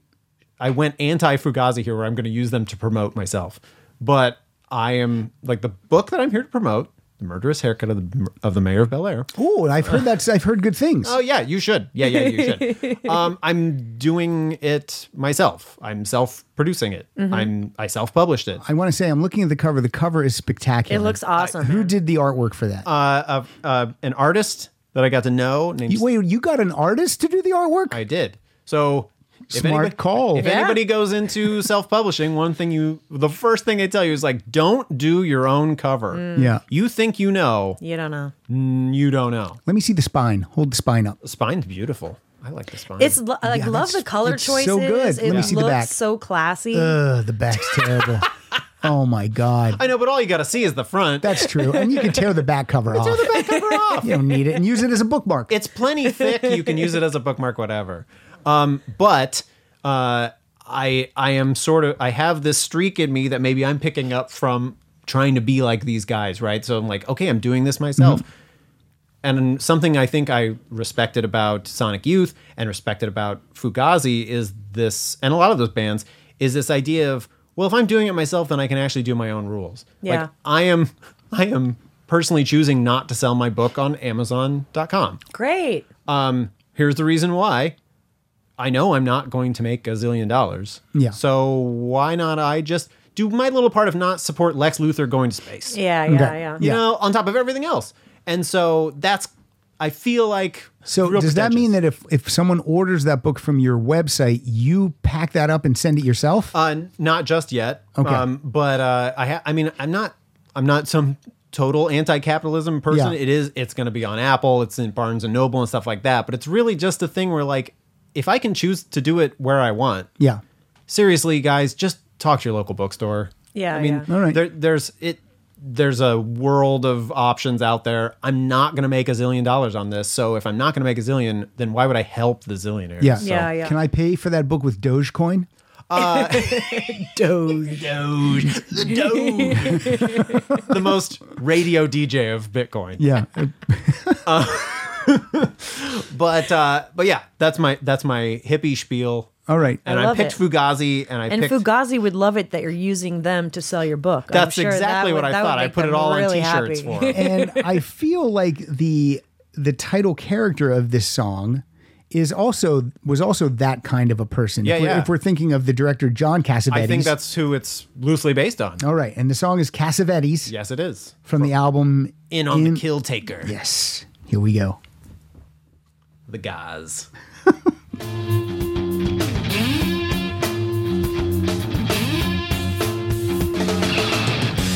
Speaker 3: I went anti Fugazi here, where I'm going to use them to promote myself. But I am like the book that I'm here to promote, the murderous haircut of the of the mayor of Bel Air.
Speaker 2: Oh, I've heard that's. I've heard good things.
Speaker 3: Oh yeah, you should. Yeah, yeah, you should. um, I'm doing it myself. I'm self producing it.
Speaker 2: Mm-hmm.
Speaker 3: I'm I self published it.
Speaker 2: I want to say I'm looking at the cover. The cover is
Speaker 4: It
Speaker 2: spectacular.
Speaker 4: looks awesome.
Speaker 2: Who
Speaker 4: man.
Speaker 2: did the artwork for that?
Speaker 3: Uh, uh, uh, an artist that I got to know named
Speaker 2: you, wait, you got an artist to do the artwork?
Speaker 3: I did. So if
Speaker 2: Smart
Speaker 3: anybody-
Speaker 2: call.
Speaker 3: If
Speaker 2: Yeah.
Speaker 3: anybody goes into self-publishing, one thing you the first thing they tell you is like, don't do your own cover.
Speaker 2: Yeah.
Speaker 3: You think you know,
Speaker 4: you don't know.
Speaker 3: and you don't know.
Speaker 2: Let me see the spine. Hold the spine up.
Speaker 3: The spine's beautiful. I like the spine.
Speaker 4: It's lo- like
Speaker 2: Yeah,
Speaker 4: love
Speaker 2: that's-
Speaker 4: the color
Speaker 2: it's so
Speaker 4: choices.
Speaker 2: good.
Speaker 4: It
Speaker 2: Let me see the
Speaker 4: looks
Speaker 2: back. Uh,
Speaker 4: so classy.
Speaker 2: Ugh, the back's terrible. oh my god,
Speaker 3: I know, but all you gotta see is the front.
Speaker 2: that's true. And you can tear the back cover off.
Speaker 3: the back cover off.
Speaker 2: You don't need it, and use it as a bookmark.
Speaker 3: It's plenty thick. You can use it as a bookmark, whatever. Um, but uh, I I am sort of I have this streak in me that maybe I'm picking up from trying to be like these guys, right? So I'm like, okay, I'm doing this myself. And something I think I respected about Sonic Youth and respected about Fugazi is this, and a lot of those bands is this idea of, well, if I'm doing it myself, then I can actually do my own rules.
Speaker 4: Yeah.
Speaker 3: Like I am, I am personally choosing not to sell my book on Amazon.com
Speaker 4: Great.
Speaker 3: here's the reason why I know I'm not going to make a zillion dollars.
Speaker 2: Yeah.
Speaker 3: So why not I just do my little part of not support Lex Luthor going to space?
Speaker 4: Yeah, yeah,
Speaker 2: Okay.
Speaker 4: yeah.
Speaker 3: You
Speaker 2: Yeah.
Speaker 3: know, on top of everything else. And so that's I feel like
Speaker 2: so
Speaker 3: real
Speaker 2: does that
Speaker 3: pretentious.
Speaker 2: mean that if if someone orders that book from your website, you pack that up and send it yourself?
Speaker 3: Uh, not just yet.
Speaker 2: Okay.
Speaker 3: but uh, I, ha- I mean, I'm not, I'm not some total anti-capitalism person.
Speaker 2: Yeah.
Speaker 3: It is, it's going to be on Apple, it's in Barnes and Noble and stuff like that. But it's really just a thing where, like, if I can choose to do it where I want,
Speaker 2: yeah.
Speaker 3: seriously, guys, just talk to your local bookstore.
Speaker 4: Yeah,
Speaker 3: I mean,
Speaker 4: yeah.
Speaker 2: All right.
Speaker 3: there, there's it. There's a world of options out there. I'm not gonna make a zillion dollars on this. So if I'm not gonna make a zillion, then why would I help the zillionaires?
Speaker 2: Yeah.
Speaker 3: So-
Speaker 4: Yeah, yeah.
Speaker 2: Can I pay for that book with Dogecoin?
Speaker 3: Doge. Doge. the most radio DJ of Bitcoin.
Speaker 2: Yeah.
Speaker 3: But uh, but yeah, that's my that's my hippie spiel.
Speaker 2: All right.
Speaker 3: And
Speaker 4: I
Speaker 3: I,
Speaker 4: love
Speaker 3: picked
Speaker 4: it.
Speaker 3: Fugazi, and I
Speaker 4: and
Speaker 3: picked.
Speaker 4: Fugazi would love it that you're using them to sell your book. I'm
Speaker 3: that's
Speaker 4: sure that
Speaker 3: exactly
Speaker 4: would-
Speaker 3: what I
Speaker 4: that would
Speaker 3: thought. I
Speaker 4: make
Speaker 3: put it
Speaker 4: them
Speaker 3: all on
Speaker 4: really
Speaker 3: T-shirts
Speaker 4: happy.
Speaker 3: for. 'em.
Speaker 2: and I feel like the the title character of this song is also was also that kind of a person.
Speaker 3: Yeah,
Speaker 2: if, we're,
Speaker 3: yeah.
Speaker 2: if we're thinking of the director John Cassavetes,
Speaker 3: I think that's who it's loosely based on.
Speaker 2: all right. And the song is Cassavetes
Speaker 3: Yes, it is.
Speaker 2: from the album
Speaker 3: In on the kill taker.
Speaker 2: Yes, here we go.
Speaker 3: The guys.
Speaker 5: Just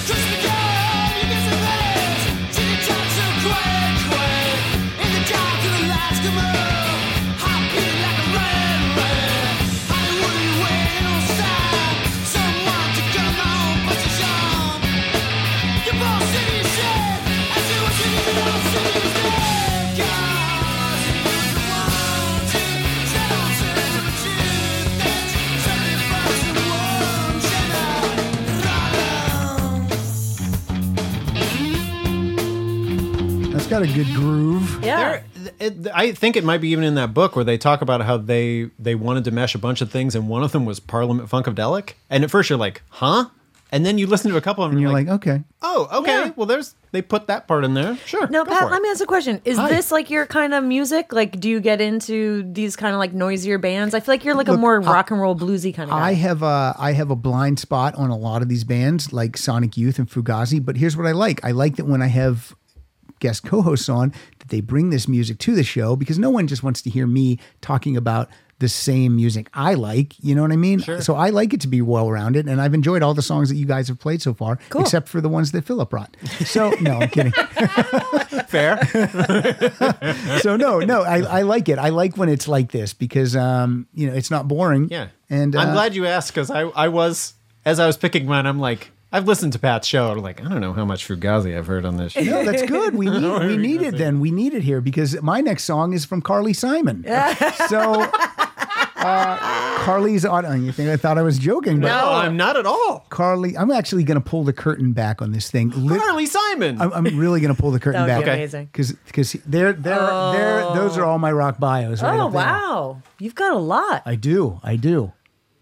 Speaker 5: because you get some letters, she can talk so quick, quick. In the dark, till the lights come up, hot beating like a red light. Hollywood, you waiting on side, someone to come home, but she's young. Your boss in your shed, and she was in your house, and he was dead. God, she was the one to tell us the truth that sacrificed the one child.
Speaker 2: That's got a good groove.
Speaker 4: Yeah.
Speaker 3: There- it- I think it might be even in that book where they talk about how they they wanted to mesh a bunch of things, and one of them was Parliament Funkadelic. And at first you're like, huh? And then you listen to a couple of them,
Speaker 2: And you're like, okay.
Speaker 3: oh, okay.
Speaker 4: Yeah.
Speaker 3: Well, there's they put that part in there. Sure.
Speaker 4: Now,
Speaker 3: go
Speaker 4: Pat,
Speaker 3: for it.
Speaker 4: let me ask a question. Is
Speaker 3: Hi.
Speaker 4: this like your kind of music? Like, do you get into these kind of like noisier bands? I feel like you're like
Speaker 2: Look,
Speaker 4: a more rock and roll bluesy kind of guy.
Speaker 2: I have a I have a blind spot on a lot of these bands like Sonic Youth and Fugazi, but here's what I like. I like that when I have guest co-hosts on that they bring this music to the show because no one just wants to hear me talking about the same music I like, you know what I mean? So I like it to be well-rounded and I've enjoyed all the songs that you guys have played so far
Speaker 4: Cool.
Speaker 2: except for the ones that Philip brought. So no, I'm kidding.
Speaker 3: fair.
Speaker 2: so no, no, I, I like it. I like when it's like this because um, you know, it's not boring.
Speaker 3: Yeah.
Speaker 2: And
Speaker 3: I'm
Speaker 2: uh,
Speaker 3: glad you asked because I I was as I was picking mine, I'm like, I've listened to Pat's show. and I'm like, I don't know how much Fugazi I've heard on this show.
Speaker 2: No, that's good. We need, we
Speaker 3: we
Speaker 2: need
Speaker 3: can
Speaker 2: it
Speaker 3: see.
Speaker 2: then. We need it here because my next song is from Carly Simon. so uh, Carly's on. oh, You think I thought I was joking? But
Speaker 3: No, I'm not at all.
Speaker 2: Carly, I'm actually going to pull the curtain back on this thing. Lit-
Speaker 3: Carly Simon.
Speaker 2: I'm, I'm really going to pull the curtain
Speaker 4: That
Speaker 2: back.
Speaker 4: would be amazing.
Speaker 2: Because because they're they're they're those are all my rock bios. Right
Speaker 4: oh,
Speaker 2: up there.
Speaker 4: wow. You've got a lot.
Speaker 2: I do. I do.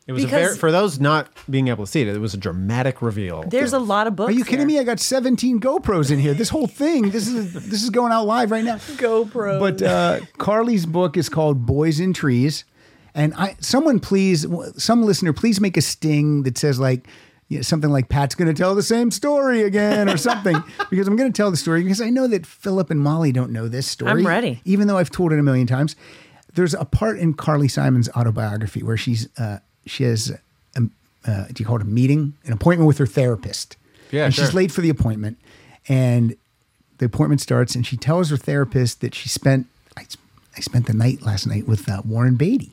Speaker 3: it was a
Speaker 4: because-
Speaker 3: very, for those not being able to see it. It was a dramatic reveal.
Speaker 4: There's a lot of books.
Speaker 2: Are you kidding me? I got 17 GoPros in here. This whole thing. This is this is going out live right now.
Speaker 4: GoPro.
Speaker 2: But uh, Carly's book is called Boys in Trees, and I someone please some listener please make a sting that says like you know, something like Pat's going to tell the same story again or something because I'm going to tell the story because I know that Philip and Molly don't know this story.
Speaker 4: I'm ready.
Speaker 2: even though I've told it a million times. There's a part in Carly Simon's autobiography where she's uh, she has a, uh, do you call it a meeting an appointment with her therapist.
Speaker 3: Yeah,
Speaker 2: and she's
Speaker 3: sure.
Speaker 2: late for the appointment, and the appointment starts and she tells her therapist that she spent I, I spent the night last night with uh, Warren Beatty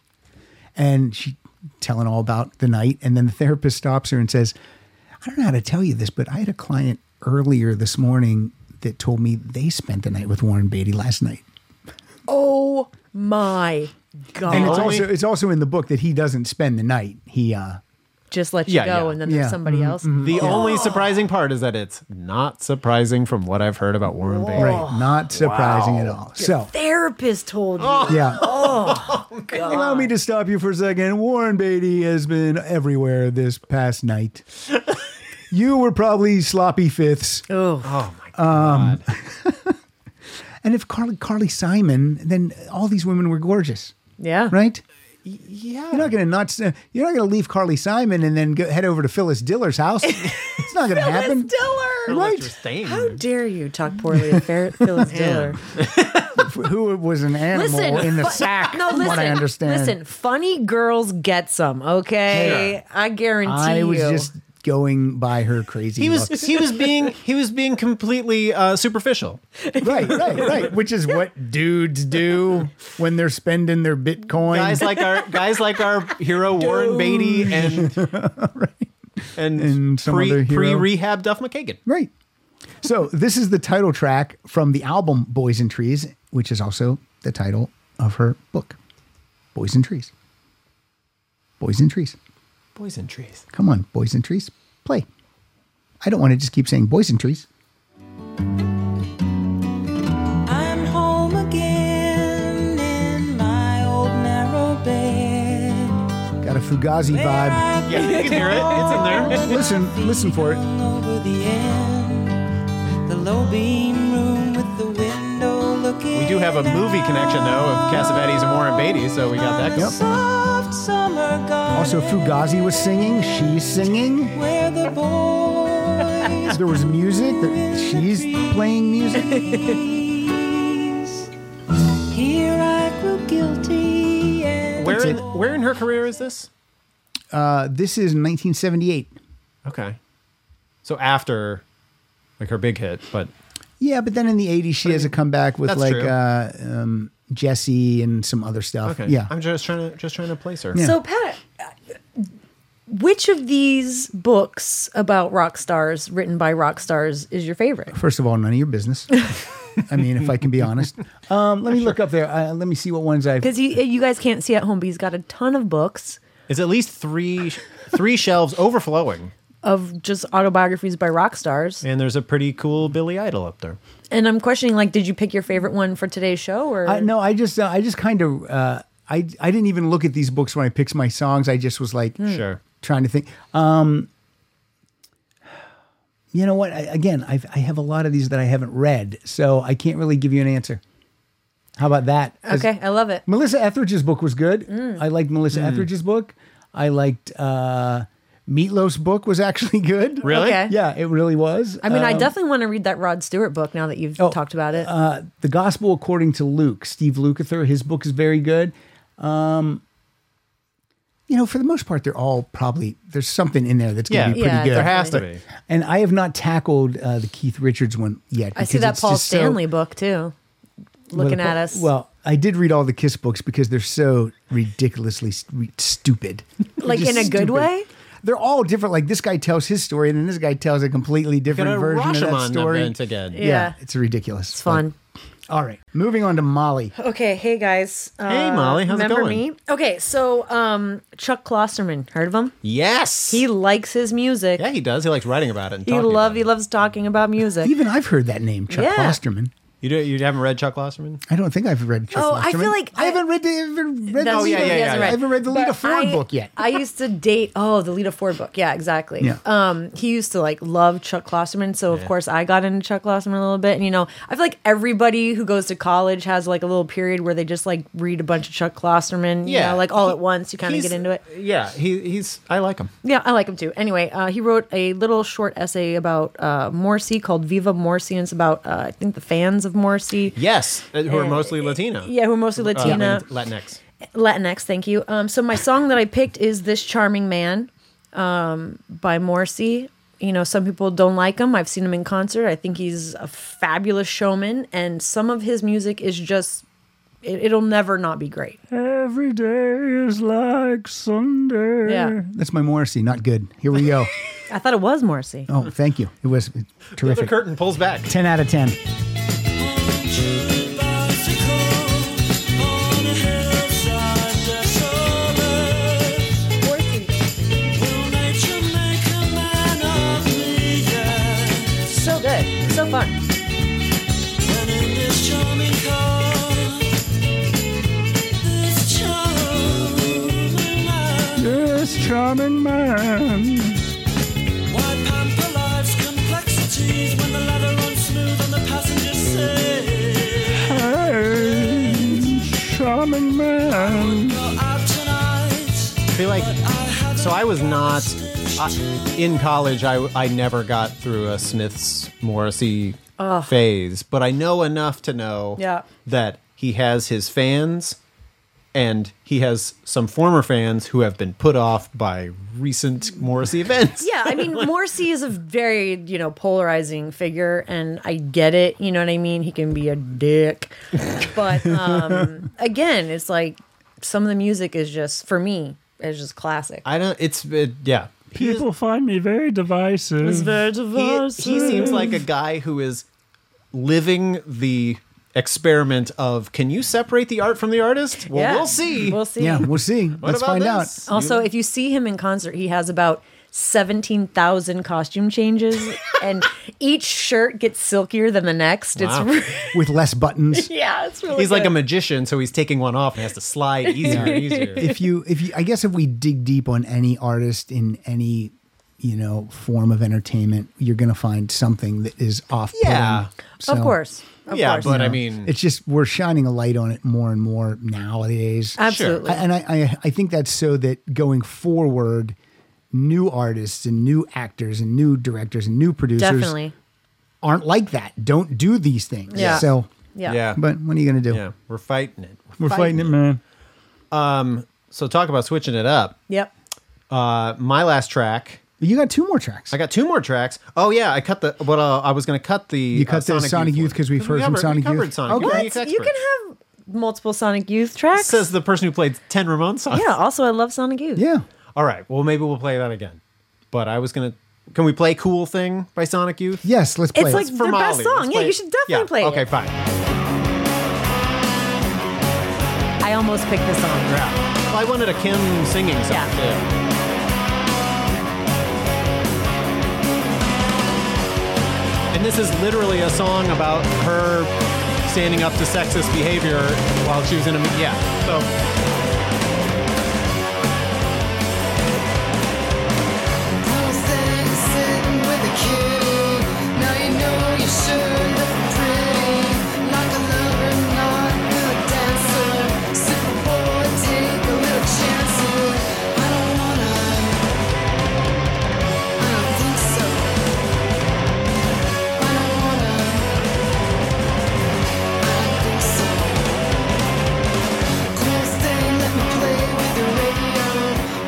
Speaker 2: and she telling all about the night and then the therapist stops her and says I don't know how to tell you this but I had a client earlier this morning that told me they spent the night with Warren Beatty last night
Speaker 4: Oh my God.
Speaker 2: and it's
Speaker 3: Only-
Speaker 2: also it's also in the book that he doesn't spend the night he uh
Speaker 4: Just let you
Speaker 3: Yeah,
Speaker 4: go
Speaker 3: yeah.
Speaker 4: and then
Speaker 2: Yeah.
Speaker 4: there's somebody else.
Speaker 3: The only surprising part is that it's not surprising from what I've heard about Warren Beatty.
Speaker 2: right not surprising at all so
Speaker 4: Therapist told you.
Speaker 2: Yeah. Oh, Allow me to stop you for a second. Warren Beatty has been everywhere this past night. you were probably sloppy fifths. Um, And if Carly, Carly Simon, then all these women were gorgeous,
Speaker 4: Yeah.
Speaker 2: right? Yeah. You're not gonna not. s- You're not gonna leave Carly Simon and then go, head over to Phyllis Diller's house. it's not gonna happen.
Speaker 4: Diller.
Speaker 2: Right.
Speaker 3: Interesting.
Speaker 4: How dare you talk poorly of Fer- Phyllis Diller?
Speaker 2: Who was an animal in the
Speaker 4: fu-
Speaker 2: sack?
Speaker 4: No,
Speaker 2: from
Speaker 4: listen.
Speaker 2: what I understand.
Speaker 4: Listen, funny girls get some. Okay, I guarantee
Speaker 2: I was
Speaker 4: you.
Speaker 2: just going by her crazy.
Speaker 3: He was
Speaker 2: looks.
Speaker 3: he was being he was being completely uh, superficial.
Speaker 2: right, right, right. Which is what dudes do when they're spending their Bitcoin.
Speaker 3: Guys like our guys like our hero Warren Beatty and and,
Speaker 2: And some other hero.
Speaker 3: pre pre rehab Duff McKagan.
Speaker 2: right. So this is the title track from the album Boys and Trees, which is also the title of her book, Boys and Trees. Boys and Trees.
Speaker 3: Boys and trees.
Speaker 2: Come on, Boys and Trees, play. I don't want to just keep saying Boys and Trees.
Speaker 5: I'm home again in my old narrow bed.
Speaker 2: Got a Fugazi vibe.
Speaker 5: I've
Speaker 3: Yeah, you can hear it. It's in there.
Speaker 2: Listen, listen for it.
Speaker 5: been over the end, the low beam room with the window looking.
Speaker 3: We do have a movie connection though of Cassavetes and Warren Beatty, so we got that.
Speaker 2: Yep.
Speaker 3: going.
Speaker 5: Soft summer garden
Speaker 2: Also, Fugazi was singing. She's singing.
Speaker 5: where the boys
Speaker 2: There was music. There, she's playing music.
Speaker 5: Here I grew guilty and
Speaker 3: in, where in her career is this?
Speaker 2: Uh, this is 1978.
Speaker 3: Okay. So after like her big hit, but
Speaker 2: Yeah, but then in the 80s, she has a comeback with
Speaker 3: That's
Speaker 2: like
Speaker 3: true.
Speaker 2: uh, um, Jesse and some other stuff.
Speaker 3: okay.
Speaker 2: Yeah.
Speaker 3: I'm just trying to just trying to place her.
Speaker 4: So, Pat, which of these books about rock stars, written by rock stars, is your favorite?
Speaker 2: First of all, none of your business. I mean, if I can be honest. Um, let me look up there. Uh, let me see what ones I've.
Speaker 4: Because you, you guys can't see at home, but he's got a ton of books
Speaker 3: It's at least three three shelves overflowing.
Speaker 4: of just autobiographies by rock stars.
Speaker 3: And there's a pretty cool Billy Idol up there.
Speaker 4: And I'm questioning, like, did you pick your favorite one for today's show? Or
Speaker 2: I, no, I just, uh, I just kind of, uh, I, I didn't even look at these books when I picked my songs. I just was like,
Speaker 3: Sure.
Speaker 2: trying to think. Um, you know what? I, again, I've, I have a lot of these that I haven't read, so I can't really give you an answer. How about that? 'Cause
Speaker 4: Okay, I love it.
Speaker 2: Melissa Etheridge's book was good.
Speaker 3: Mm.
Speaker 2: I liked Melissa Etheridge's book. I liked uh, Meatloaf's book was actually good.
Speaker 3: Really?
Speaker 4: Okay.
Speaker 2: Yeah, it really was.
Speaker 4: I mean, I
Speaker 2: Um,
Speaker 4: definitely want to read that Rod Stewart book now that you've
Speaker 2: Oh,
Speaker 4: talked about it.
Speaker 2: uh, the Gospel according to Luke, Steve Lukather. His book is very good. Um, you know, for the most part, they're all probably there's something in there that's going to
Speaker 3: Yeah.
Speaker 2: be pretty
Speaker 4: Yeah,
Speaker 2: good.
Speaker 3: There has to
Speaker 4: definitely.
Speaker 3: be.
Speaker 2: And I have not tackled uh, the Keith Richards one yet.
Speaker 4: I see
Speaker 2: because
Speaker 4: that
Speaker 2: it's
Speaker 4: Paul
Speaker 2: just so-
Speaker 4: Stanley book
Speaker 2: well,
Speaker 4: too. Looking
Speaker 2: the-
Speaker 4: at us.
Speaker 2: Well, I did read all the Kiss books because they're so ridiculously st- stupid. They're
Speaker 4: Like,
Speaker 2: just
Speaker 4: in a good way?
Speaker 2: They're all different. Like this guy tells his story, and then this guy tells a completely different
Speaker 3: Gonna
Speaker 2: version of that
Speaker 3: Rashomon
Speaker 2: story.
Speaker 3: event again.
Speaker 2: yeah.
Speaker 4: Yeah.
Speaker 2: it's ridiculous.
Speaker 4: it's fun.
Speaker 2: all right, moving on to Molly.
Speaker 4: Okay, hey guys. Uh,
Speaker 3: Hey, Molly, how's it
Speaker 4: remember
Speaker 3: going?
Speaker 4: me? Okay, so um, Chuck Klosterman, heard of him?
Speaker 3: Yes.
Speaker 4: He likes his music.
Speaker 3: yeah, he does. He likes writing about it. And
Speaker 4: he
Speaker 3: talking
Speaker 4: love
Speaker 3: about
Speaker 4: he
Speaker 3: it.
Speaker 4: loves talking about music.
Speaker 2: Even I've heard that name, Chuck
Speaker 4: Yeah.
Speaker 2: Klosterman.
Speaker 3: You do, you haven't read Chuck Klosterman?
Speaker 2: I don't think I've read Chuck
Speaker 4: Oh,
Speaker 2: Klosterman.
Speaker 4: I feel like
Speaker 2: I,
Speaker 4: I-
Speaker 2: haven't read the, haven't read the
Speaker 4: That's
Speaker 3: yeah, yeah,
Speaker 4: true, he
Speaker 3: yeah,
Speaker 4: hasn't
Speaker 3: yeah.
Speaker 4: read.
Speaker 2: I haven't read the Lita
Speaker 4: But
Speaker 2: Ford
Speaker 4: I-
Speaker 2: book yet.
Speaker 4: I used to date oh the Lita Ford book. Yeah, exactly.
Speaker 2: Yeah.
Speaker 4: Um he used to like love Chuck Klosterman, so of course I got into Chuck Klosterman a little bit. And you know, I feel like everybody who goes to college has like a little period where they just like read a bunch of Chuck Klosterman, you
Speaker 3: Yeah.
Speaker 4: know, like all
Speaker 3: He-
Speaker 4: at once. You kind of
Speaker 3: He's-
Speaker 4: get into it.
Speaker 3: Yeah, he, he's. I like him.
Speaker 4: Yeah, I like him too. Anyway, uh, he wrote a little short essay about uh, Morrissey called Viva Morrissey, and it's about, uh, I think, the fans of Morrissey.
Speaker 3: Yes, uh, who are
Speaker 4: And-
Speaker 3: mostly Latino.
Speaker 4: Yeah, who are mostly
Speaker 3: Uh,
Speaker 4: Latina.
Speaker 3: and Latinx.
Speaker 4: Latinx, thank you. Um, so my song that I picked is "This Charming Man" um, by Morrissey. You know, some people don't like him. I've seen him in concert. I think he's a fabulous showman, and some of his music is just. It, it'll never not be great.
Speaker 2: Every day is like Sunday.
Speaker 4: Yeah.
Speaker 2: That's my Morrissey. Not good. Here we go.
Speaker 4: I thought it was Morrissey.
Speaker 2: oh, thank you. It was
Speaker 3: The
Speaker 2: terrific.
Speaker 3: curtain pulls back.
Speaker 2: 10 out of 10.
Speaker 4: So good, so fun.
Speaker 2: This charming man. Charming man.
Speaker 3: I feel like. So I was not I, in college. I I never got through a Smiths Morrissey phase, but I know enough to know
Speaker 4: Yeah.
Speaker 3: that he has his fans, and he has some former fans who have been put off by recent Morrissey events.
Speaker 4: yeah, I mean, Morrissey is a very, you know, polarizing figure, and I get it. You know what I mean? He can be a dick. But um, again, it's like some of the music is just, for me, it's just classic.
Speaker 3: I don't. It's it, yeah. He is-
Speaker 2: find me very divisive.
Speaker 3: he, he seems like a guy who is living the experiment of can you separate the art from the artist? Well,
Speaker 4: Yeah.
Speaker 3: we'll see.
Speaker 4: We'll see.
Speaker 2: Yeah, we'll see.
Speaker 3: What
Speaker 2: Let's
Speaker 3: about
Speaker 2: find
Speaker 3: this?
Speaker 4: Also, if you see him in concert, he has about 17,000 costume changes, and each shirt gets silkier than the next.
Speaker 3: Wow.
Speaker 4: It's,
Speaker 2: out with less buttons.
Speaker 4: Oh, yeah, it's really
Speaker 3: He's like a
Speaker 4: good.
Speaker 3: magician, so he's taking one off and has to slide easier and easier.
Speaker 2: if you if you I guess if we dig deep on any artist in any you know form of entertainment, you're going to find something that is off.
Speaker 3: Yeah.
Speaker 4: Of course. Of
Speaker 3: yeah,
Speaker 4: course.
Speaker 3: but I mean,
Speaker 2: It's just we're shining a light on it more and more nowadays.
Speaker 4: Absolutely.
Speaker 2: I- and I, I I think that's so that going forward, new artists and new actors and new directors and new producers
Speaker 4: Definitely.
Speaker 2: aren't like that. Don't do these things.
Speaker 4: Yeah.
Speaker 2: So,
Speaker 4: Yeah.
Speaker 3: yeah,
Speaker 2: but what are you going to do?
Speaker 3: yeah, we're fighting it.
Speaker 2: We're fighting it, man.
Speaker 3: So talk about switching it up.
Speaker 4: Yep.
Speaker 3: Uh, my last track.
Speaker 2: You got two more tracks.
Speaker 3: I got two more tracks. Oh yeah, I cut the. Well, uh, I was going to cut the. uh,
Speaker 2: You cut the Sonic Youth
Speaker 3: one.
Speaker 2: 'cause we've
Speaker 3: we
Speaker 2: heard from
Speaker 3: covered-
Speaker 2: Sonic
Speaker 3: we covered
Speaker 2: Youth.
Speaker 3: Sonic
Speaker 4: What?
Speaker 3: Youth.
Speaker 4: You can have multiple Sonic Youth tracks.
Speaker 3: Says the person who played ten Ramon songs.
Speaker 4: yeah. Also, I love Sonic Youth.
Speaker 2: yeah.
Speaker 3: All right. Well, maybe we'll play that again. But I was gonna. Can we play "Cool Thing" by Sonic Youth?
Speaker 2: Yes, let's play
Speaker 4: It's
Speaker 2: it.
Speaker 4: like their best
Speaker 3: Ollie. Let's
Speaker 4: song. Yeah,
Speaker 3: play
Speaker 4: you
Speaker 3: it.
Speaker 4: should definitely
Speaker 3: Yeah,
Speaker 4: play
Speaker 3: Okay,
Speaker 4: it.
Speaker 3: fine.
Speaker 4: I almost picked this song.
Speaker 3: Well, I wanted a Kim singing song too. And this is literally a song about her standing up to sexist behavior while she was in a yeah. So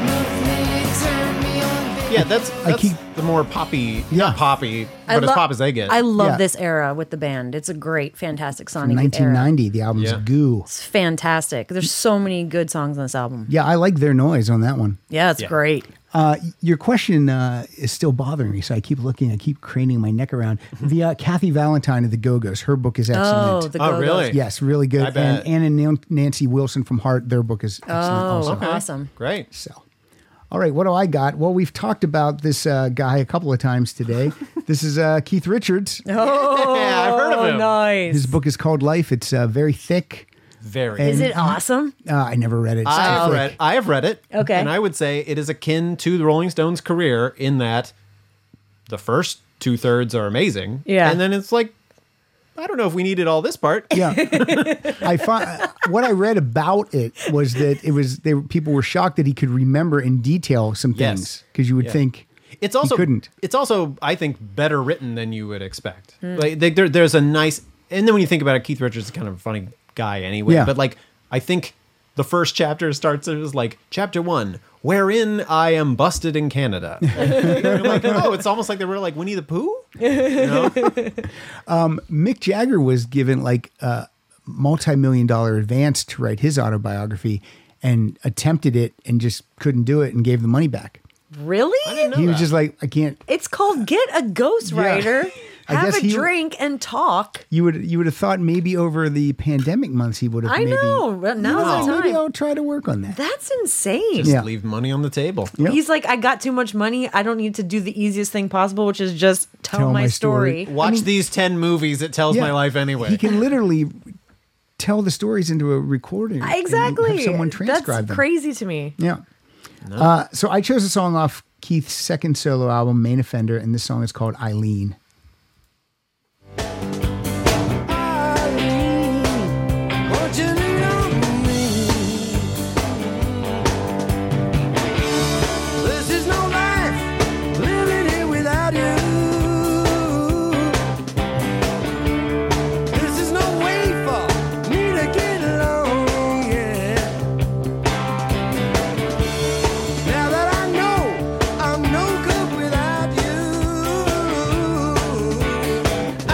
Speaker 8: Turn me on, baby.
Speaker 3: yeah, that's,
Speaker 2: I
Speaker 3: that's
Speaker 2: keep-
Speaker 3: the more poppy,
Speaker 2: Yeah.
Speaker 3: not poppy, but as
Speaker 4: lo-
Speaker 3: pop as they get.
Speaker 4: I love
Speaker 2: Yeah.
Speaker 4: this era with the band. It's a great, fantastic Sonic Youth era.
Speaker 2: 1990, the album's
Speaker 3: Yeah.
Speaker 2: Goo.
Speaker 4: It's fantastic. There's so many good songs on this album.
Speaker 2: Yeah, I like their noise on that one.
Speaker 4: Yeah, it's
Speaker 3: Yeah.
Speaker 4: great.
Speaker 2: Uh, your question uh, is still bothering me, so I keep looking, I keep craning my neck around. The uh, Kathy Valentine of the Go Go's, her book is
Speaker 4: Oh,
Speaker 2: excellent.
Speaker 4: the
Speaker 3: Oh,
Speaker 4: Go-Go's.
Speaker 3: really?
Speaker 2: yes, really good.
Speaker 3: I bet.
Speaker 2: And Anna Nan- Nancy Wilson from Heart, their book is excellent. also.
Speaker 4: Oh, awesome.
Speaker 3: Great.
Speaker 2: So, all right, what do I got? Well, we've talked about this uh, guy a couple of times today. this is uh, Keith Richards.
Speaker 4: Oh,
Speaker 3: Yeah, I've heard of him.
Speaker 4: nice.
Speaker 2: His book is called Life. It's uh, very thick.
Speaker 3: Very.
Speaker 4: Is it awesome?
Speaker 2: Uh, I never read it.
Speaker 3: I have
Speaker 2: It's
Speaker 3: read.
Speaker 2: thick.
Speaker 3: I have read it.
Speaker 4: Oh. Okay.
Speaker 3: And I would say it is akin to the Rolling Stones' career in that the first two thirds are amazing.
Speaker 4: Yeah.
Speaker 3: And then it's like, I don't know if we needed all this part.
Speaker 2: Yeah, I find what I read about it was that it was they were- people were shocked that he could remember in detail some
Speaker 3: Yes.
Speaker 2: things because you would
Speaker 3: Yeah.
Speaker 2: think
Speaker 3: It's also
Speaker 2: he couldn't.
Speaker 3: It's also I think better written than you would expect. Like they, there, there's a nice and then when you think about it, Keith Richards is kind of a funny guy anyway.
Speaker 2: Yeah.
Speaker 3: But like I think the first chapter starts as like chapter one, wherein I am busted in Canada. And I'm like, oh, it's almost like they were like Winnie the Pooh.
Speaker 2: Mick Jagger was given like a multi-million dollar advance to write his autobiography and attempted it and just couldn't do it and gave the money back.
Speaker 4: Really?
Speaker 2: He was just like, I can't.
Speaker 4: It's called Get a Ghostwriter,
Speaker 2: I
Speaker 4: Have
Speaker 2: guess
Speaker 4: a
Speaker 2: he-
Speaker 4: Drink, and Talk.
Speaker 2: You would you would have thought maybe over the pandemic months he would have.
Speaker 4: I
Speaker 2: maybe,
Speaker 4: know, but
Speaker 2: You know,
Speaker 4: now's the
Speaker 2: maybe
Speaker 4: time.
Speaker 2: I'll try to work on that.
Speaker 4: That's insane.
Speaker 3: Just
Speaker 2: Yeah.
Speaker 3: leave money on the table.
Speaker 2: Yeah.
Speaker 4: He's like, I got too much money. I don't need to do the easiest thing possible, which is just tell,
Speaker 2: Tell
Speaker 4: my,
Speaker 2: my story.
Speaker 4: story.
Speaker 3: Watch these 10 movies. It tells
Speaker 2: Yeah.
Speaker 3: my life anyway.
Speaker 2: He can literally tell the stories into a recording. and
Speaker 4: Exactly.
Speaker 2: have someone transcribe
Speaker 4: That's
Speaker 2: them.
Speaker 4: crazy to me.
Speaker 2: Yeah. Uh, so I chose a song off Keith's second solo album, Main Offender, and this song is called Eileen.
Speaker 5: This is no life living here without you. This is no way for me to get along. Yeah. Now that I know I'm no good without you,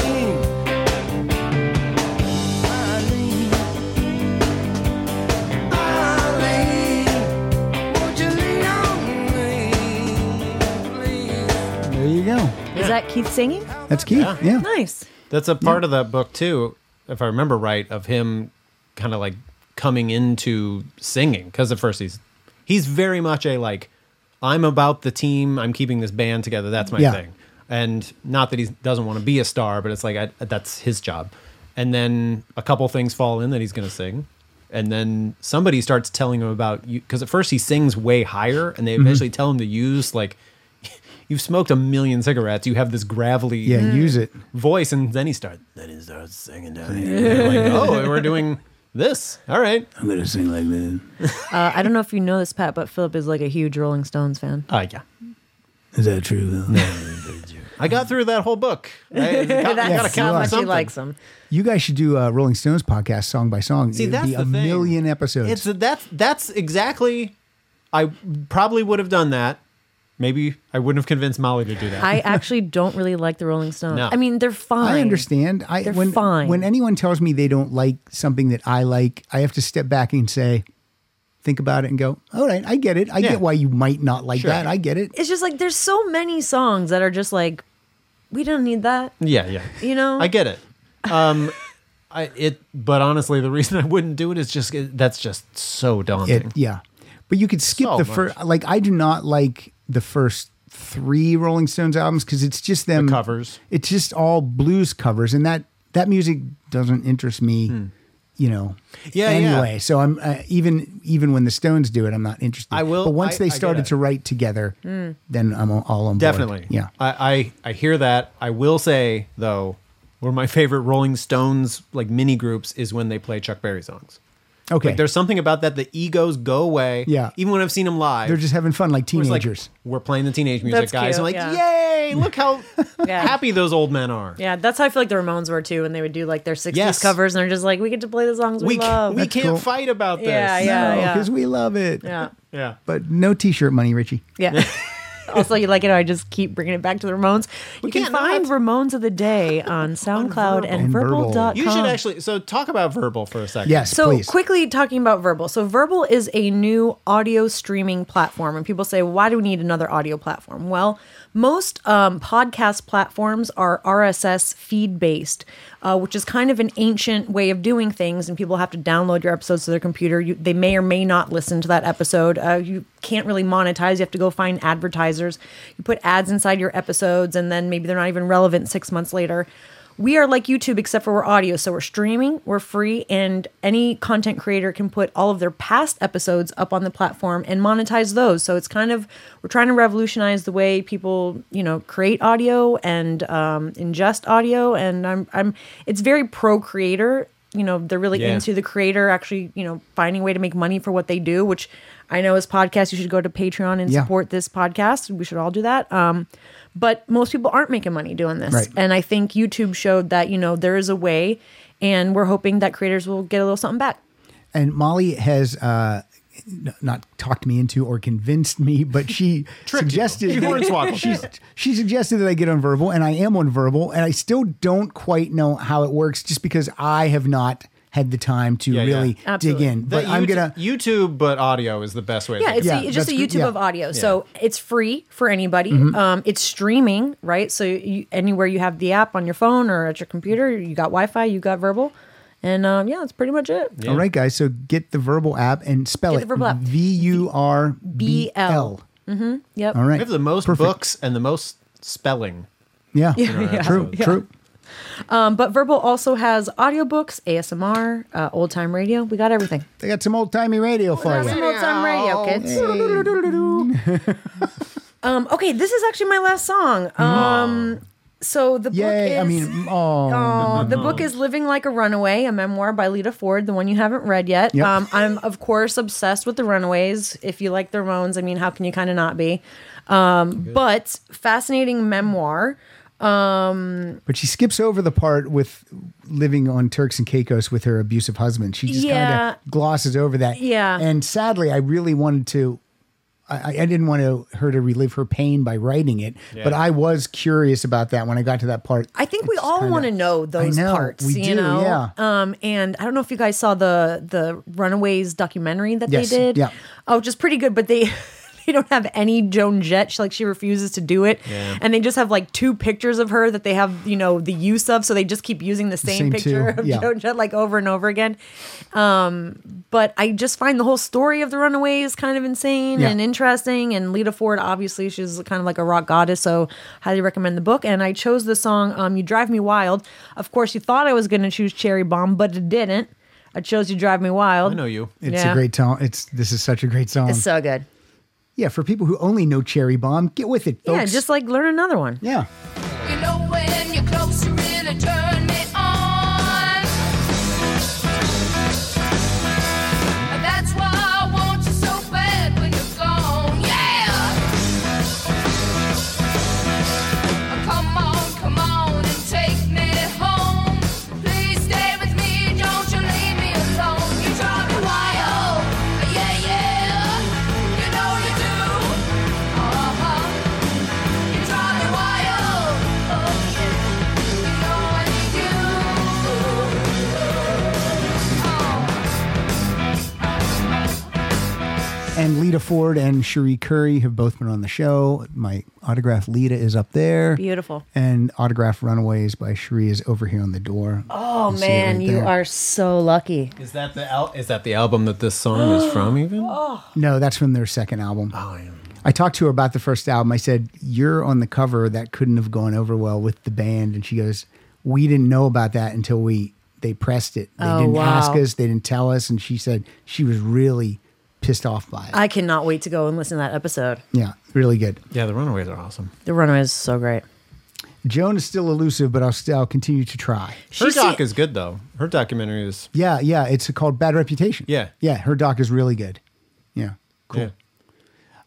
Speaker 5: Eileen. Eileen. Eileen. Won't you lean on me, please?
Speaker 2: There you go.
Speaker 4: Is that Keith singing?
Speaker 2: That's Keith. Yeah.
Speaker 4: Nice.
Speaker 3: That's a part of that book, too, if I remember right, of him kind of like coming into singing. Because at first he's he's very much a like, I'm about the team. I'm keeping this band together. That's my
Speaker 2: Yeah.
Speaker 3: thing. And not that he doesn't want to be a star, but it's like I, that's his job. And then a couple things fall in that he's going to sing. And then somebody starts telling him about you because at first he sings way higher, and
Speaker 2: Mm-hmm.
Speaker 3: they eventually tell him to use like, you've smoked a million cigarettes, you have this gravelly,
Speaker 2: Yeah, use it.
Speaker 3: voice, and then he starts. Then he starts singing down here. like, oh, we're doing this. All right.
Speaker 2: I'm going to sing like this.
Speaker 4: Uh, I don't know if you know this, Pat, but Philip is like a huge Rolling Stones fan.
Speaker 3: Uh, yeah.
Speaker 2: Is that true?
Speaker 3: I got through that whole book. I, got,
Speaker 4: That's
Speaker 3: gotta
Speaker 4: how
Speaker 3: count
Speaker 4: much he
Speaker 3: something.
Speaker 4: likes them.
Speaker 2: You guys should do a Rolling Stones podcast song by song.
Speaker 3: See,
Speaker 2: It'd
Speaker 3: that's
Speaker 2: be
Speaker 3: the
Speaker 2: a
Speaker 3: thing.
Speaker 2: million episodes.
Speaker 3: It's that's that's exactly. I probably would have done that. Maybe I wouldn't have convinced Molly to do that.
Speaker 4: I actually don't really like the Rolling Stones.
Speaker 3: No.
Speaker 4: I mean, they're fine.
Speaker 2: I understand. I
Speaker 4: They're
Speaker 2: when
Speaker 4: fine.
Speaker 2: when anyone tells me they don't like something that I like, I have to step back and say, think about it and go, all right, I get it. I
Speaker 3: Yeah.
Speaker 2: get why you might not like
Speaker 3: Sure.
Speaker 2: that. I get it.
Speaker 4: It's just like there's so many songs that are just like, we don't need that.
Speaker 3: yeah, yeah.
Speaker 4: You know?
Speaker 3: I get it. Um, I it. But honestly, the reason I wouldn't do it is just that's just so daunting.
Speaker 2: It yeah. But you could skip
Speaker 3: So
Speaker 2: the
Speaker 3: much.
Speaker 2: first. Like I do not like the first three Rolling Stones albums because it's just them
Speaker 3: covers.
Speaker 2: It's just all blues covers, and that that music doesn't interest me. You know,
Speaker 3: Hmm. Yeah, yeah.
Speaker 2: Anyway, so I'm uh, even even when the Stones do it, I'm not interested.
Speaker 3: I will-
Speaker 2: But once
Speaker 3: I- I
Speaker 2: they
Speaker 3: get
Speaker 2: started
Speaker 3: it.
Speaker 2: to write together,
Speaker 4: Hmm.
Speaker 2: then I'm all all on board.
Speaker 3: Definitely.
Speaker 2: Yeah.
Speaker 3: I, I I hear that. I will say though, one of my favorite Rolling Stones like mini groups is when they play Chuck Berry songs.
Speaker 2: Okay.
Speaker 3: Like there's something about that. The egos go away.
Speaker 2: Yeah.
Speaker 3: Even when I've seen them live,
Speaker 2: They're just having fun like
Speaker 3: It's like,
Speaker 2: teenagers.
Speaker 3: we're playing the teenage music,
Speaker 4: That's
Speaker 3: guys.
Speaker 4: cute,
Speaker 3: I'm like,
Speaker 4: yeah.
Speaker 3: yay! Look how
Speaker 4: Yeah.
Speaker 3: happy those old men are.
Speaker 4: Yeah, that's how I feel like the Ramones were too, and they would do like their '60s
Speaker 3: Yes.
Speaker 4: covers, and they're just like, we get to play the songs we,
Speaker 3: We
Speaker 4: love.
Speaker 3: we
Speaker 2: That's
Speaker 3: can't
Speaker 2: cool.
Speaker 3: fight about this.
Speaker 4: Yeah, yeah, yeah.
Speaker 2: because we love it.
Speaker 4: yeah,
Speaker 3: yeah.
Speaker 2: But no t-shirt money, Richie.
Speaker 4: yeah. also, you like it? how I just keep bringing it back to the Ramones. You can
Speaker 3: can't
Speaker 4: find
Speaker 3: not.
Speaker 4: Ramones of the Day on SoundCloud and
Speaker 2: And Verbal.
Speaker 4: Verbal.com.
Speaker 3: You should actually. So talk about verbal for a second.
Speaker 2: Yes,
Speaker 4: So
Speaker 2: please.
Speaker 4: quickly talking about Verbal. So Verbal is a new audio streaming platform, and people say, why do we need another audio platform? Well, most um, podcast platforms are RSS feed based, uh, which is kind of an ancient way of doing things, and people have to download your episodes to their computer. You, they may or may not listen to that episode. Uh, you can't really monetize. You have to go find advertisers. You put ads inside your episodes, and then maybe they're not even relevant six months later we are like YouTube except for we're audio. So we're streaming, we're free, and any content creator can put all of their past episodes up on the platform and monetize those. So it's kind of we're trying to revolutionize the way people you know create audio and um, ingest audio. And I'm I'm it's very pro creator. You know they're really
Speaker 3: Yeah.
Speaker 4: into the creator actually you know finding a way to make money for what they do, which I know as podcasts you should go to Patreon and
Speaker 2: Yeah.
Speaker 4: support this podcast. We should all do that. Um, but most people aren't making money doing this,
Speaker 2: Right.
Speaker 4: and I think YouTube showed that, you know, there is a way, and we're hoping that creators will get a little something back.
Speaker 2: and Molly has uh, n- not talked me into or convinced me, but she
Speaker 3: you.
Speaker 2: suggested
Speaker 3: You hornswoggled
Speaker 2: she's,
Speaker 3: her.
Speaker 2: she suggested that I get on verbal, and I am on verbal, and I still don't quite know how it works, just because I have not had the time to
Speaker 3: Yeah, yeah.
Speaker 2: really dig
Speaker 4: Absolutely.
Speaker 2: in. But
Speaker 3: That
Speaker 2: I'm
Speaker 3: YouTube-
Speaker 2: gonna
Speaker 3: YouTube, but audio is the best way. to
Speaker 4: Yeah,
Speaker 3: do
Speaker 4: it's,
Speaker 3: it.
Speaker 4: a-
Speaker 2: Yeah,
Speaker 4: it's just a
Speaker 2: that's good.
Speaker 4: YouTube
Speaker 2: Yeah. Mm-hmm.
Speaker 4: of audio. So it's free for anybody. Um, it's streaming, right? So you, anywhere you have the app on your phone or at your computer, you got Wi Fi, you got verbal. And um, yeah, that's pretty much it.
Speaker 2: all right, guys. So get the verbal app and spell
Speaker 4: Get the
Speaker 2: it
Speaker 4: Verbal app.
Speaker 2: V U R B L.
Speaker 4: Yep.
Speaker 2: All
Speaker 3: We
Speaker 2: right.
Speaker 3: have the most
Speaker 2: Perfect.
Speaker 3: books and the most spelling.
Speaker 2: Yeah.
Speaker 3: Yeah.
Speaker 2: True. True.
Speaker 4: Um, but Verbal also has audiobooks, ASMR, uh, old time radio. We got everything.
Speaker 2: They got some old timey radio for you.
Speaker 4: Old time radio, kids. um, okay, this is actually my last song. Um, so the book
Speaker 2: Yay!
Speaker 4: is
Speaker 2: I mean, oh,
Speaker 4: Aw, the book is Living Like a Runaway, a memoir by Lita Ford, the one you haven't read yet.
Speaker 2: Yep.
Speaker 4: Um, I'm, of course, obsessed with the Runaways. If you like the Ramones, I mean, how can you kind of not be? Um, but fascinating memoir.
Speaker 2: But she skips over the part with living on Turks and Caicos with her abusive husband. She just
Speaker 4: Yeah.
Speaker 2: kind of glosses over that.
Speaker 4: Yeah.
Speaker 2: And sadly, I really wanted to. I, I didn't want to, her to relive her pain by writing it, but I was curious about that when I got to that part.
Speaker 4: I think we
Speaker 2: It's
Speaker 4: all
Speaker 2: kinda-
Speaker 4: want to know those
Speaker 2: I know,
Speaker 4: parts,
Speaker 2: We
Speaker 4: you
Speaker 2: do,
Speaker 4: know.
Speaker 2: yeah.
Speaker 4: Um, and I don't know if you guys saw the the Runaways documentary that
Speaker 2: Yes,
Speaker 4: they did.
Speaker 2: yeah.
Speaker 4: Oh, which is pretty good, but they they don't have any Joan Jett. She like she refuses to do it, and they just have like two pictures of her that they have you know the use of, so they just keep using the same,
Speaker 2: same
Speaker 4: picture
Speaker 2: two,
Speaker 4: of
Speaker 2: yeah.
Speaker 4: Joan Jett like over and over again. Um, but I just find the whole story of the Runaways kind of insane
Speaker 2: Yeah.
Speaker 4: and interesting. And Lita Ford, obviously, she's kind of like a rock goddess, so highly recommend the book. And I chose the song um, "You Drive Me Wild." Of course, you thought I was going to choose "Cherry Bomb," but it didn't. I chose "You Drive Me Wild."
Speaker 3: I know you.
Speaker 2: It's
Speaker 4: Yeah.
Speaker 2: a great song. It's this is such a great song.
Speaker 4: It's so good.
Speaker 2: yeah, for people who only know Cherry Bomb, get with it, folks.
Speaker 4: Yeah, just like learn another one.
Speaker 2: yeah.
Speaker 8: You know when you're close, you really turn me on. That's why I want you so bad when you're gone, yeah. Come uh-huh.
Speaker 2: Lita Ford and Cherie Curry have both been on the show. My autograph Lita is up there.
Speaker 4: Beautiful.
Speaker 2: And autograph Runaways by Cherie is over here on the door.
Speaker 4: Oh
Speaker 2: You see it
Speaker 4: man,
Speaker 2: right
Speaker 4: you
Speaker 2: there.
Speaker 4: are so lucky.
Speaker 3: Is that the al- is that the album that this song is from? Even
Speaker 2: No, that's from their second album.
Speaker 3: oh, yeah.
Speaker 2: I talked to her about the first album. I said, You're on the cover. That couldn't have gone over well with the band. And she goes, We didn't know about that until we they pressed it. They
Speaker 4: Oh,
Speaker 2: didn't
Speaker 4: wow.
Speaker 2: ask us, they didn't tell us. And she said she was really pissed off by it.
Speaker 4: I cannot wait to go and listen to that episode.
Speaker 2: yeah, really good.
Speaker 3: yeah, the Runaways are awesome.
Speaker 4: The Runaways is so great.
Speaker 2: Joan is still elusive, but I'll still I'll continue to try.
Speaker 3: Her
Speaker 4: She's
Speaker 3: doc
Speaker 4: seen-
Speaker 3: is good though. Her documentary is
Speaker 2: Yeah, yeah. It's called Bad Reputation.
Speaker 3: Yeah.
Speaker 2: Yeah, her doc is really good. Yeah.
Speaker 3: cool.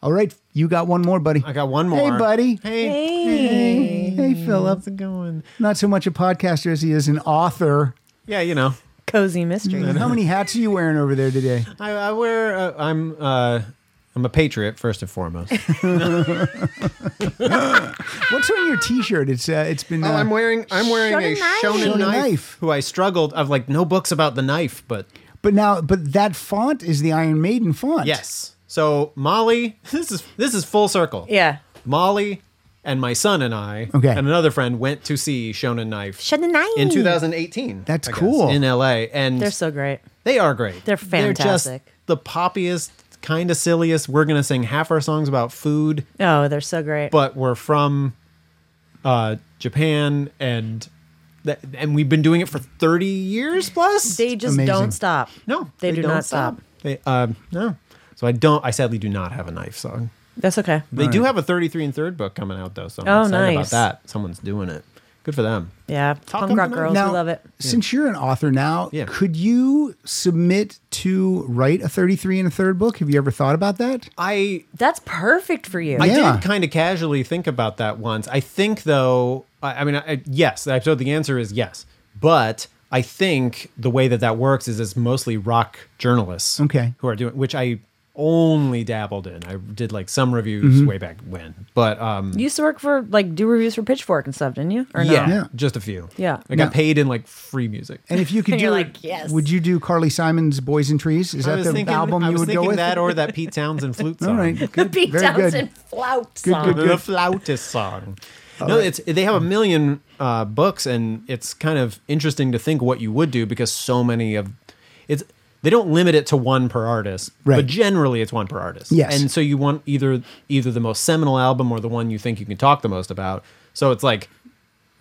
Speaker 2: All right, you got one more, buddy.
Speaker 3: I got one more.
Speaker 2: Hey, buddy.
Speaker 3: Hey.
Speaker 2: Hey, hey, Philip.
Speaker 3: How's it going?
Speaker 2: Not so much a podcaster as he is an author.
Speaker 3: Yeah, you know,
Speaker 4: Cozy mystery.
Speaker 2: How many hats are you wearing over there today?
Speaker 3: I, I wear. Uh, I'm. Uh, I'm a patriot first and foremost.
Speaker 2: What's on your T-shirt? It's uh, it's been.
Speaker 3: Oh,
Speaker 2: uh,
Speaker 3: I'm wearing. I'm wearing
Speaker 7: Shonen
Speaker 3: a
Speaker 7: knife.
Speaker 3: shonen,
Speaker 2: Shonen
Speaker 3: knife,
Speaker 2: knife.
Speaker 3: Who I struggled. I've like no books about the knife, but
Speaker 2: but now, but that font is the Iron Maiden font.
Speaker 3: yes. So Molly, this is this is full circle.
Speaker 4: Yeah.
Speaker 3: Molly and my son and I
Speaker 2: Okay.
Speaker 3: and another friend went to see Shonen Knife
Speaker 4: Shonen Knife.
Speaker 3: in 2018.
Speaker 2: That's
Speaker 3: I guess,
Speaker 2: cool.
Speaker 3: in LA, and
Speaker 4: They're so great.
Speaker 3: they are great.
Speaker 4: They're
Speaker 3: They're
Speaker 4: fantastic.
Speaker 3: just the poppiest, kind of silliest. We're gonna sing half our songs about food,
Speaker 4: Oh, they're so great.
Speaker 3: but we're from uh, Japan and. That, and we've been doing it for 30 years plus.
Speaker 4: they just
Speaker 2: Amazing.
Speaker 4: don't stop.
Speaker 3: No,
Speaker 4: they, do
Speaker 3: don't
Speaker 4: not stop.
Speaker 3: They um no. So I don't. I sadly do not have a knife song.
Speaker 4: That's okay.
Speaker 3: They do have a 33 and third book coming out though. So I'm
Speaker 4: Oh,
Speaker 3: excited
Speaker 4: nice.
Speaker 3: about that. Someone's doing it. Good for them.
Speaker 4: Yeah. Punk rock girls,
Speaker 2: Now,
Speaker 4: we love it.
Speaker 2: Since you're an author now,
Speaker 3: Yeah.
Speaker 2: could you submit to write a 33 and a third book? Have you ever thought about that?
Speaker 3: I
Speaker 4: That's perfect for you.
Speaker 3: I
Speaker 2: Yeah.
Speaker 3: did kind of casually think about that once. I think though. I, I mean, I, yes. I so the answer is yes, but. I think the way that that works is it's mostly rock journalists
Speaker 2: Okay.
Speaker 3: who are doing, which I only dabbled in. I did like some reviews
Speaker 2: Mm-hmm.
Speaker 3: way back when, but um,
Speaker 4: You used to work for like do reviews for Pitchfork and stuff, didn't you? Or no?
Speaker 3: yeah,
Speaker 2: Yeah.
Speaker 3: just a few.
Speaker 4: Yeah.
Speaker 3: I
Speaker 2: No.
Speaker 3: got paid in like free music.
Speaker 2: And if you could do
Speaker 4: You're
Speaker 2: it,
Speaker 4: like, yes.
Speaker 2: would you do Carly Simon's Boys and Trees? Is
Speaker 3: I
Speaker 2: that
Speaker 3: was
Speaker 2: the
Speaker 3: thinking,
Speaker 2: album
Speaker 3: I
Speaker 2: you
Speaker 3: was
Speaker 2: would go
Speaker 3: thinking
Speaker 2: with?
Speaker 3: that or that Pete Townsend flute song.
Speaker 2: All right, good.
Speaker 4: The Pete
Speaker 2: very
Speaker 4: Townsond
Speaker 2: good.
Speaker 4: flout
Speaker 2: Good,
Speaker 4: song.
Speaker 2: good, good.
Speaker 3: The flautist song. no, it's they have a million uh, books, and it's kind of interesting to think what you would do because so many of it's they don't limit it to one per artist,
Speaker 2: Right.
Speaker 3: but generally it's one per artist.
Speaker 2: Yes.
Speaker 3: and so you want either either the most seminal album or the one you think you can talk the most about. So it's like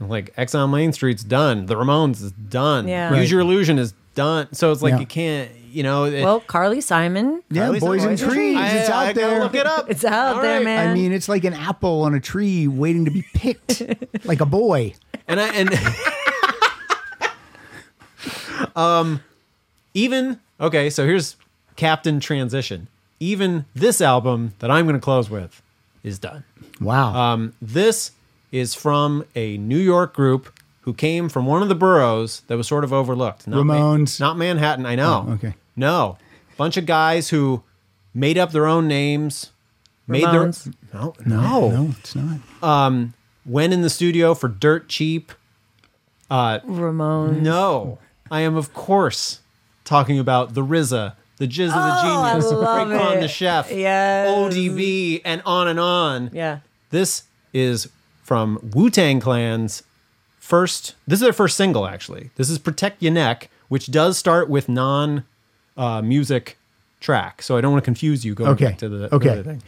Speaker 3: like X on Main Street's done, The Ramones is done,
Speaker 4: Yeah.
Speaker 3: Use Your Illusion is done. So it's like
Speaker 2: Yeah.
Speaker 3: you can't, you know. It,
Speaker 4: Well, Carly Simon.
Speaker 2: Yeah,
Speaker 3: Carly
Speaker 2: Boys
Speaker 3: Simon-
Speaker 2: and Trees.
Speaker 3: I-
Speaker 2: it's out
Speaker 3: I gotta
Speaker 2: there.
Speaker 3: Look it up.
Speaker 4: It's out
Speaker 3: All
Speaker 4: there,
Speaker 3: right.
Speaker 4: man.
Speaker 2: I mean, it's like an apple on a tree waiting to be picked, like a boy.
Speaker 3: and I and um even okay, so here's Captain Transition. Even this album that I'm going to close with is done.
Speaker 2: Wow.
Speaker 3: Um, this is from a New York group who came from one of the boroughs that was sort of overlooked. Not Ma-
Speaker 2: Ramones.
Speaker 3: not Manhattan. I know.
Speaker 2: Oh, okay.
Speaker 3: No, bunch of guys who made up their own names. Made
Speaker 4: Ramones.
Speaker 3: their no, no,
Speaker 2: no, it's not.
Speaker 3: Went in the studio for dirt cheap.
Speaker 4: Ramon.
Speaker 3: No, I am of course talking about the RZA, the Jizz of the Genius,
Speaker 4: Oh, love
Speaker 3: Raekwon
Speaker 4: it.
Speaker 3: the Chef,
Speaker 4: Yes.
Speaker 3: ODB, and on and on.
Speaker 4: Yeah.
Speaker 3: This is from Wu Tang Clan's first. This is their first single, actually. This is "Protect Your Neck," which does start with non uh, music track. So I don't want to confuse you going
Speaker 2: Okay.
Speaker 3: back to the
Speaker 2: Okay.
Speaker 3: other thing,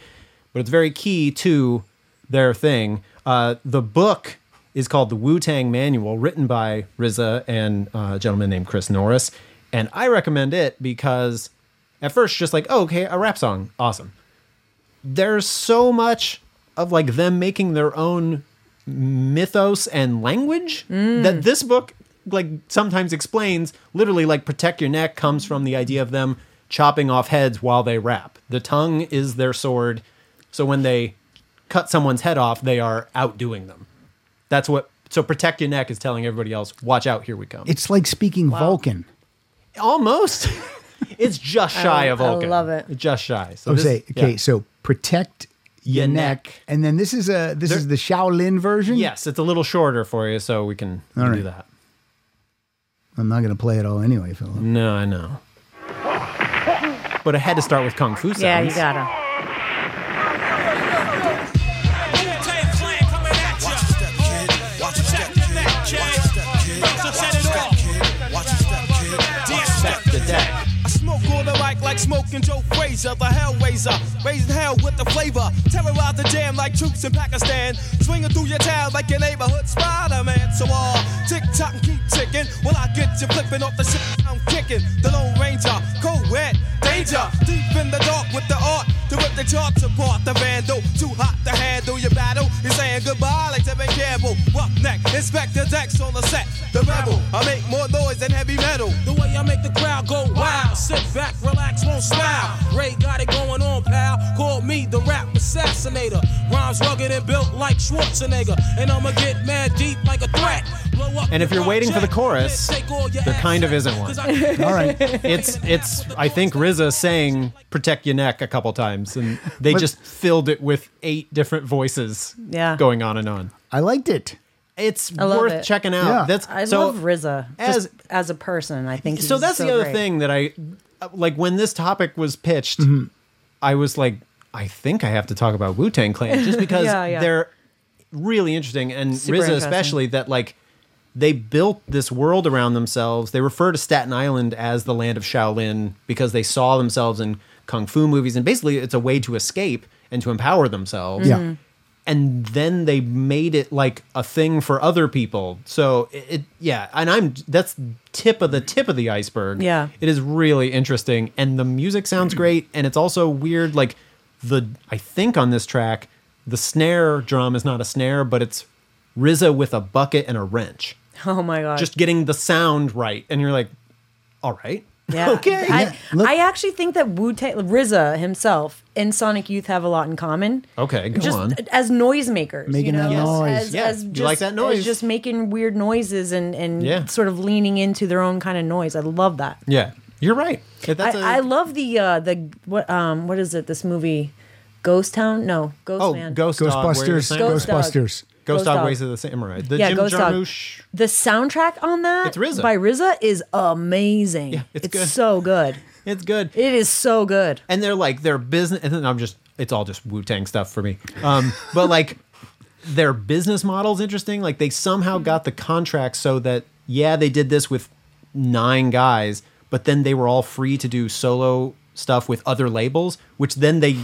Speaker 3: but it's very key to their thing. Uh, the book is called "The Wu Tang Manual," written by RZA and uh, a gentleman named Chris Norris, and I recommend it because at first, just like, oh, okay, a rap song, awesome there's so much of like them making their own mythos and language that this book like sometimes explains literally like protect your neck comes from the idea of them chopping off heads while they rap the tongue is their sword so when they cut someone's head off they are outdoing them that's what so protect your neck is telling everybody else watch out here we come
Speaker 2: It's like speaking Vulcan.
Speaker 3: almost it's just shy
Speaker 4: I-
Speaker 3: of
Speaker 4: I
Speaker 3: Vulcan.
Speaker 4: love it.
Speaker 3: just shy so Oh, this-
Speaker 2: Jose, okay,
Speaker 3: yeah.
Speaker 2: so protect your,
Speaker 3: Your
Speaker 2: neck.
Speaker 3: neck.
Speaker 2: and then this is a this is the Shaolin version.
Speaker 3: Yes, it's a little shorter for you, so we can we can do
Speaker 2: right.
Speaker 3: that.
Speaker 2: I'm not going to play it all anyway, Philip.
Speaker 3: No, I know. But I had to start with kung fu sounds.
Speaker 4: Yeah, you gotta.
Speaker 10: Like smoking Joe Frazier, the Hellraiser. Raising hell with the flavor. Terrorize the jam like troops in Pakistan. Swinging through your town like your neighborhood Spider Man. So all tick tock and keep ticking. When I get you flipping off the shit I'm kicking. The Lone Ranger, co ed, danger. Deep in the dark with the art. To rip the charts apart, the vandal. Too hot to handle your battle. You're saying goodbye like Tevin Campbell. Rough neck, inspector Dex on the set. The rebel, I make more noise than heavy metal.
Speaker 11: The way I make the crowd go wild. Sit back, relax, won't smile. Ray got it going on, pal. Call me the rap assassinator. Rhymes rugged and built like Schwarzenegger. And I'ma get mad deep like a threat. Blow up
Speaker 3: And if
Speaker 11: your
Speaker 3: you're waiting for the
Speaker 11: project,
Speaker 3: chorus,
Speaker 11: then take all your
Speaker 3: there
Speaker 11: ass
Speaker 3: kind of
Speaker 11: back.
Speaker 3: isn't one.
Speaker 11: 'Cause I-
Speaker 2: All right.
Speaker 3: It's it's I think RZA saying "protect your neck" a couple times, and they
Speaker 2: But-
Speaker 3: just filled it with eight different voices.
Speaker 4: Yeah.
Speaker 3: going on and on.
Speaker 2: I liked it.
Speaker 3: It's
Speaker 4: love
Speaker 3: worth
Speaker 4: it.
Speaker 3: checking out.
Speaker 2: Yeah.
Speaker 3: That's
Speaker 4: I
Speaker 3: so,
Speaker 4: love RZA
Speaker 3: as-
Speaker 4: as as a person. I think
Speaker 3: So
Speaker 4: he's
Speaker 3: that's the other
Speaker 4: great.
Speaker 3: thing that I like when this topic was pitched, I was like, I think I have to talk about Wu Tang Clan just because
Speaker 4: Yeah, yeah.
Speaker 3: they're really interesting and
Speaker 4: Super
Speaker 3: RZA
Speaker 4: interesting.
Speaker 3: especially that like they built this world around themselves. They refer to Staten Island as the land of Shaolin because they saw themselves in kung fu movies and basically it's a way to escape and to empower themselves
Speaker 2: Yeah.
Speaker 4: Mm-hmm.
Speaker 3: and then they made it like a thing for other people. So it, it yeah, and I'm that's tip of the tip of the iceberg.
Speaker 4: Yeah.
Speaker 3: It is really interesting and the music sounds great and it's also weird like the I think on this track the snare drum is not a snare but it's RZA with a bucket and a wrench.
Speaker 4: Oh my god!
Speaker 3: Just getting the sound right and you're like all right.
Speaker 4: Yeah.
Speaker 3: okay.
Speaker 4: I,
Speaker 2: Yeah, look-
Speaker 4: I actually think that Wu Tang RZA himself and Sonic Youth have a lot in common.
Speaker 3: Okay, go
Speaker 4: just
Speaker 3: on.
Speaker 4: as noisemakers,
Speaker 2: Making
Speaker 4: you know,
Speaker 2: that
Speaker 4: as-
Speaker 2: noise.
Speaker 4: As,
Speaker 3: Yeah,
Speaker 4: as
Speaker 3: you
Speaker 4: just,
Speaker 3: like that noise.
Speaker 4: as just making weird noises and and
Speaker 3: Yeah.
Speaker 4: sort of leaning into their own kind of noise. I love that.
Speaker 3: yeah. You're right. That's
Speaker 4: I,
Speaker 3: a-
Speaker 4: I love the uh, the what um what is it? This movie, Ghost Town? No, Ghost
Speaker 3: Oh,
Speaker 4: Man.
Speaker 3: Ghost Dog, where you're
Speaker 2: Ghostbusters.
Speaker 3: saying-
Speaker 4: Ghost Dog.
Speaker 2: Ghostbusters.
Speaker 3: Ghost
Speaker 4: Ghost
Speaker 3: Dog
Speaker 4: Dog.
Speaker 3: Ways of the Samurai. The
Speaker 4: yeah,
Speaker 3: Jim
Speaker 4: Ghost Dog.
Speaker 3: Jarmusch-
Speaker 4: The soundtrack on that
Speaker 3: It's RZA.
Speaker 4: by RZA is amazing.
Speaker 3: Yeah, it's good.
Speaker 4: so good.
Speaker 3: It's good.
Speaker 4: It is so good.
Speaker 3: and they're like their business and then i'm just it's all just wu-tang stuff for me um but like their business model's interesting like they
Speaker 2: Mm-hmm.
Speaker 3: somehow got the contract so that yeah they did this with nine guys but then they were all free to do solo stuff with other labels which then they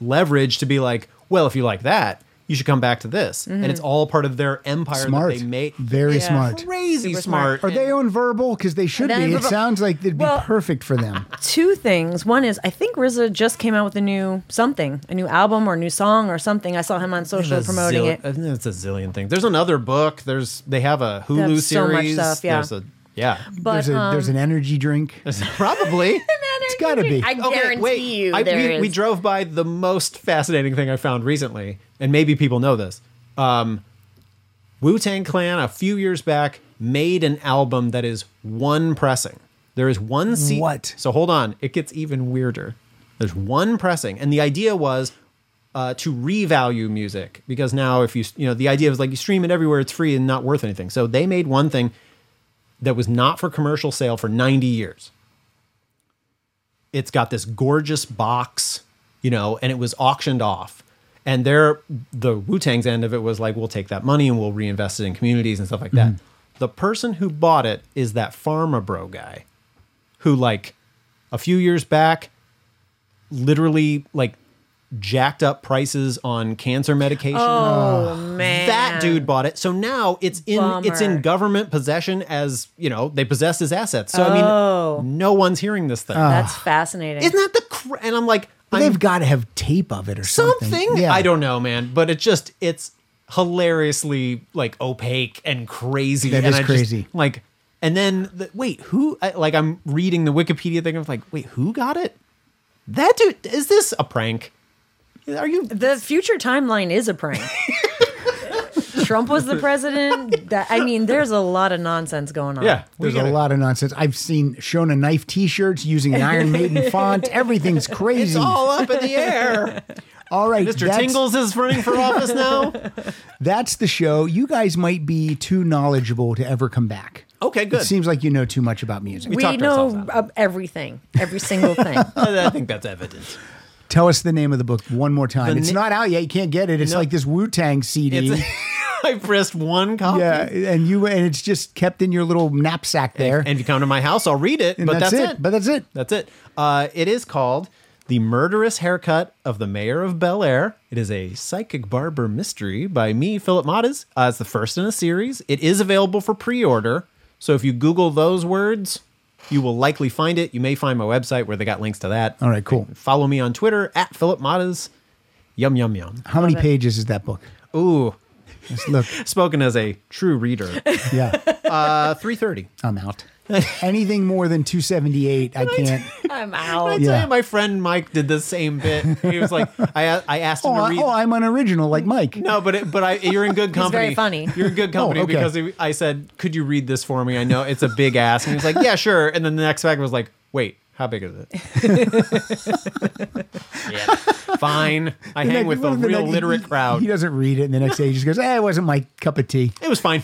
Speaker 3: leverage to be like well if you like that you should come back to this and it's all part of their empire
Speaker 2: Mm-hmm. Smart.
Speaker 3: that they make
Speaker 2: Very
Speaker 4: Yeah.
Speaker 2: smart.
Speaker 3: crazy
Speaker 4: Super
Speaker 3: smart,
Speaker 4: smart.
Speaker 2: Are they on verbal? Because they should
Speaker 4: Then
Speaker 2: be. It
Speaker 4: verbal-
Speaker 2: sounds like they'd be
Speaker 4: Well-
Speaker 2: perfect for them.
Speaker 4: two things. One is I think RZA just came out with a new something, a new album or new song or something. I saw him on social
Speaker 3: There's a
Speaker 4: promoting
Speaker 3: zilli- uh, I
Speaker 4: it.
Speaker 3: think It's a zillion things. There's another book. There's they have a Hulu
Speaker 4: have so much
Speaker 3: series.
Speaker 4: stuff, yeah.
Speaker 3: There's a, yeah.
Speaker 4: But
Speaker 2: there's, a,
Speaker 4: um,
Speaker 2: there's an energy drink.
Speaker 3: Probably.
Speaker 2: It's got to be.
Speaker 7: I guarantee you
Speaker 3: I-
Speaker 7: there is.
Speaker 3: we, we drove by the most fascinating thing I found recently, and maybe people know this. Um, Wu Tang Clan a few years back made an album that is one pressing. There is one CD.
Speaker 2: What?
Speaker 3: So hold on, it gets even weirder. There's one pressing, and the idea was uh, to revalue music because now if you you know the idea was like you stream it everywhere, it's free and not worth anything. So they made one thing that was not for commercial sale for 90 years. It's got this gorgeous box, you know, and it was auctioned off. And there, the Wu Tang's end of it was like, we'll take that money and we'll reinvest it in communities and stuff like that. The person who bought it is that pharma bro guy who, like, a few years back, literally, like, jacked up prices on cancer medication.
Speaker 4: oh man,
Speaker 3: That dude bought it. So now it's in it's in
Speaker 4: Bummer.
Speaker 3: government possession as, you know, they possess his assets. So I
Speaker 4: Oh.
Speaker 3: mean, no one's hearing this thing.
Speaker 4: That's fascinating.
Speaker 3: Isn't that the cr- and I'm like
Speaker 2: But
Speaker 3: I'm
Speaker 2: they've got to have tape of it or something.
Speaker 3: something. I don't know, man, but it just it's hilariously like opaque and crazy.
Speaker 2: That
Speaker 3: and
Speaker 2: is
Speaker 3: I just,
Speaker 2: crazy.
Speaker 3: like and then the, wait, who I, like I'm reading the Wikipedia thing I'm like, "Wait, who got it?" That dude is this a prank? Are you
Speaker 4: the future timeline is a prank. Trump was the president. That I mean, there's a lot of nonsense going on.
Speaker 3: Yeah.
Speaker 2: There's a lot of nonsense. I've seen Shona Knife T-shirts using an Iron Maiden font. Everything's crazy.
Speaker 3: It's all up in the air.
Speaker 2: all right,
Speaker 3: Mr.
Speaker 2: that's-
Speaker 3: Tingles is running for office now.
Speaker 2: That's the show. You guys might be too knowledgeable to ever come back.
Speaker 3: Okay,
Speaker 2: It
Speaker 3: Oh, good.
Speaker 2: seems like you know too much about music.
Speaker 4: we
Speaker 3: talked ourselves
Speaker 4: know
Speaker 3: out
Speaker 4: uh, everything, every single thing.
Speaker 3: I think that's evident.
Speaker 2: Tell us the name of the book one more time.
Speaker 3: The
Speaker 2: it's
Speaker 3: na-
Speaker 2: not out yet. You can't get it. It's
Speaker 3: No.
Speaker 2: like this Wu Tang CD.
Speaker 3: It's- I pressed one copy.
Speaker 2: Yeah, and you and it's just kept in your little knapsack there.
Speaker 3: And if you come to my house, I'll read it.
Speaker 2: And
Speaker 3: but
Speaker 2: that's
Speaker 3: that's,
Speaker 2: it, but that's it.
Speaker 3: That's it. Uh, it is called The Murderous Haircut of the Mayor of Bel Air. It is a psychic barber mystery by me, Philip Mottas. Uh, it's the first in a series. It is available for pre order. So if you Google those words, you will likely find it. You may find my website where they got links to that.
Speaker 2: All right, cool.
Speaker 3: Follow me on Twitter at Philip Mottas. Yum, yum, yum.
Speaker 2: How many pages is that book?
Speaker 3: Ooh.
Speaker 2: Let's look.
Speaker 3: Spoken as a true reader.
Speaker 2: Yeah,
Speaker 3: Uh, 330.
Speaker 2: I'm out. Anything more than 278, I can't.
Speaker 4: I'm
Speaker 3: I
Speaker 4: out.
Speaker 3: tell
Speaker 2: Oh, Yeah.
Speaker 3: you, my friend Mike did the same bit. He was like, I, I asked him
Speaker 2: Oh,
Speaker 3: to
Speaker 2: I,
Speaker 3: read.
Speaker 2: oh, I'm unoriginal like Mike.
Speaker 3: no, but it, but I, you're in good company.
Speaker 4: very funny.
Speaker 3: You're in good company
Speaker 2: Oh, okay.
Speaker 3: because he- I said, "Could you read this for me?" I know it's a big ask, and he was like, "Yeah, sure." And then the next fact was like, "Wait, how big is it?" yeah, fine. I
Speaker 2: The
Speaker 3: hang
Speaker 2: next-
Speaker 3: with the
Speaker 2: what if the
Speaker 3: real
Speaker 2: next-
Speaker 3: literate
Speaker 2: he-
Speaker 3: crowd.
Speaker 2: He doesn't read it, and the next day he just goes, "Eh, it wasn't my cup of tea."
Speaker 3: it was fine.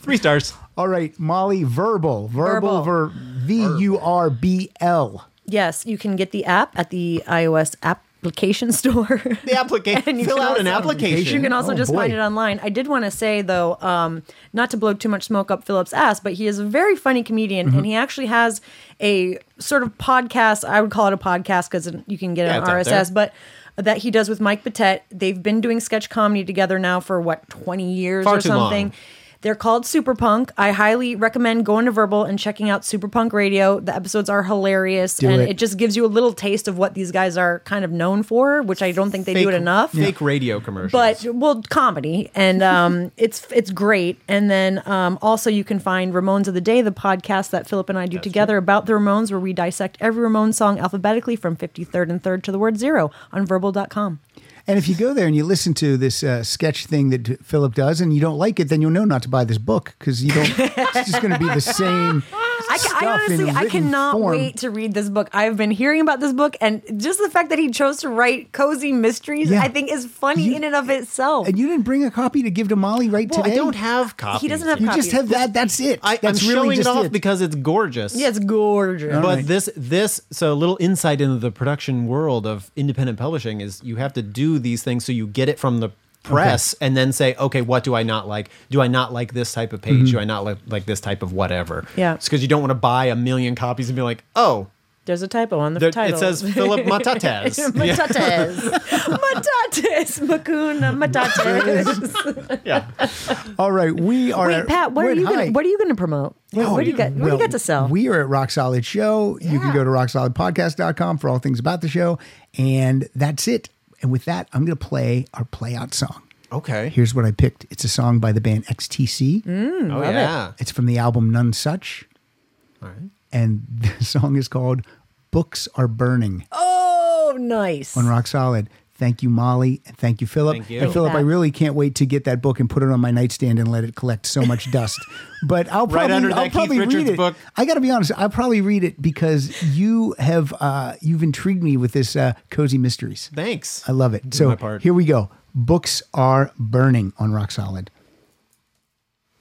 Speaker 3: Three stars.
Speaker 2: All right, Molly, verbal, verbal, ver, V U R B L.
Speaker 4: Yes, you can get the app at the iOS application store.
Speaker 3: The application.
Speaker 4: And you
Speaker 3: Fill
Speaker 4: can
Speaker 3: out an
Speaker 4: also-
Speaker 3: application.
Speaker 4: You can also
Speaker 2: Oh,
Speaker 4: just find
Speaker 2: boy.
Speaker 4: it online. I did want to say though, um, not to blow too much smoke up Philip's ass, but he is a very funny comedian,
Speaker 2: Mm-hmm.
Speaker 4: and he actually has a sort of podcast. I would call it a podcast because you can get
Speaker 3: Yeah,
Speaker 4: it
Speaker 3: it's out
Speaker 4: on
Speaker 3: there.
Speaker 4: RSS, but that he does with Mike Batet. They've been doing sketch comedy together now for what twenty years
Speaker 3: Far
Speaker 4: or
Speaker 3: too long.
Speaker 4: something. They're called Superpunk. I highly recommend going to Verbal and checking out Superpunk Radio. The episodes are hilarious,
Speaker 2: Do
Speaker 4: and
Speaker 2: it.
Speaker 4: it just gives you a little taste of what these guys are kind of known for, which I don't think they do it enough
Speaker 3: Fake radio commercials.
Speaker 4: but well comedy and um it's it's great and then um also you can find ramones of the day the podcast that philip and i do together about the ramones where we dissect every ramones song alphabetically from 53rd and 3rd to the word zero on verbal.com
Speaker 2: And if you go there and you listen to this uh, sketch thing that d- Philip does, and you don't like it, then you'll know not to buy this book because you don't. it's just going to be the same.
Speaker 4: I, ca-
Speaker 2: stuff
Speaker 4: I honestly,
Speaker 2: in
Speaker 4: I
Speaker 2: written
Speaker 4: cannot
Speaker 2: form.
Speaker 4: wait to read this book. I've been hearing about this book, and just the fact that he chose to write cozy mysteries,
Speaker 2: Yeah.
Speaker 4: I think, is funny
Speaker 2: You-
Speaker 4: in and of itself.
Speaker 2: And you didn't bring a copy to give to Molly right
Speaker 3: Well,
Speaker 2: today.
Speaker 3: I don't have copies.
Speaker 4: He doesn't have
Speaker 2: You
Speaker 4: copies.
Speaker 2: just have that. That's it.
Speaker 3: I, I'm
Speaker 2: that's really
Speaker 3: showing it
Speaker 2: just
Speaker 3: off because it's gorgeous.
Speaker 4: yeah, it's gorgeous.
Speaker 2: All
Speaker 3: but
Speaker 2: right.
Speaker 3: this this so a little insight into the production world of independent publishing is you have to do these things so you get it from the press and then say okay what do i not like do i not like this type of page do i not like like this type of whatever
Speaker 4: Yeah.
Speaker 3: it's because you don't want to buy a million copies and be like oh
Speaker 4: There's a typo on the
Speaker 3: there,
Speaker 4: title.
Speaker 3: it says philip matates yeah,
Speaker 4: Matates. Matates. Makuna matates.
Speaker 3: yeah.
Speaker 2: All right, we are.
Speaker 4: Wait, Pat, what are
Speaker 2: Wait,
Speaker 4: you
Speaker 2: hi.
Speaker 4: gonna what are you gonna promote? What, what do you got what
Speaker 2: Oh,
Speaker 4: do
Speaker 2: Well,
Speaker 4: you got to sell?
Speaker 2: We are at Rock Solid Show. You can go to rocksolidpodcast.com for all things about the show. And that's it. And with that, I'm going to play our play out song.
Speaker 3: okay
Speaker 2: Here's what I picked it's a song by the band XTC.
Speaker 4: Mm.
Speaker 3: oh yeah
Speaker 2: It's from the album None Such.
Speaker 3: all right
Speaker 2: And the song is called Books Are Burning
Speaker 4: oh nice.
Speaker 2: on Rock Solid. Thank you, Molly. And thank you, Philip.
Speaker 3: Thank you.
Speaker 2: And Philip, I
Speaker 4: Pat.
Speaker 2: really can't wait to get that book and put it on my nightstand and let it collect so much dust. But I'll probably,
Speaker 3: Right under that
Speaker 2: I'll
Speaker 3: Keith
Speaker 2: probably read
Speaker 3: Richards
Speaker 2: it.
Speaker 3: book.
Speaker 2: I got to be honest. I'll probably read it because you have uh, you've intrigued me with this uh, cozy mysteries.
Speaker 3: thanks
Speaker 2: I love it. so
Speaker 3: my part.
Speaker 2: here we go. Books are burning on Rock Solid.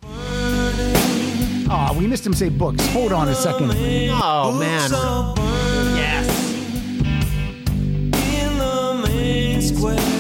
Speaker 2: Aw, Ah, we missed him say books. Hold on a second.
Speaker 3: oh man
Speaker 10: Yes. In the main square.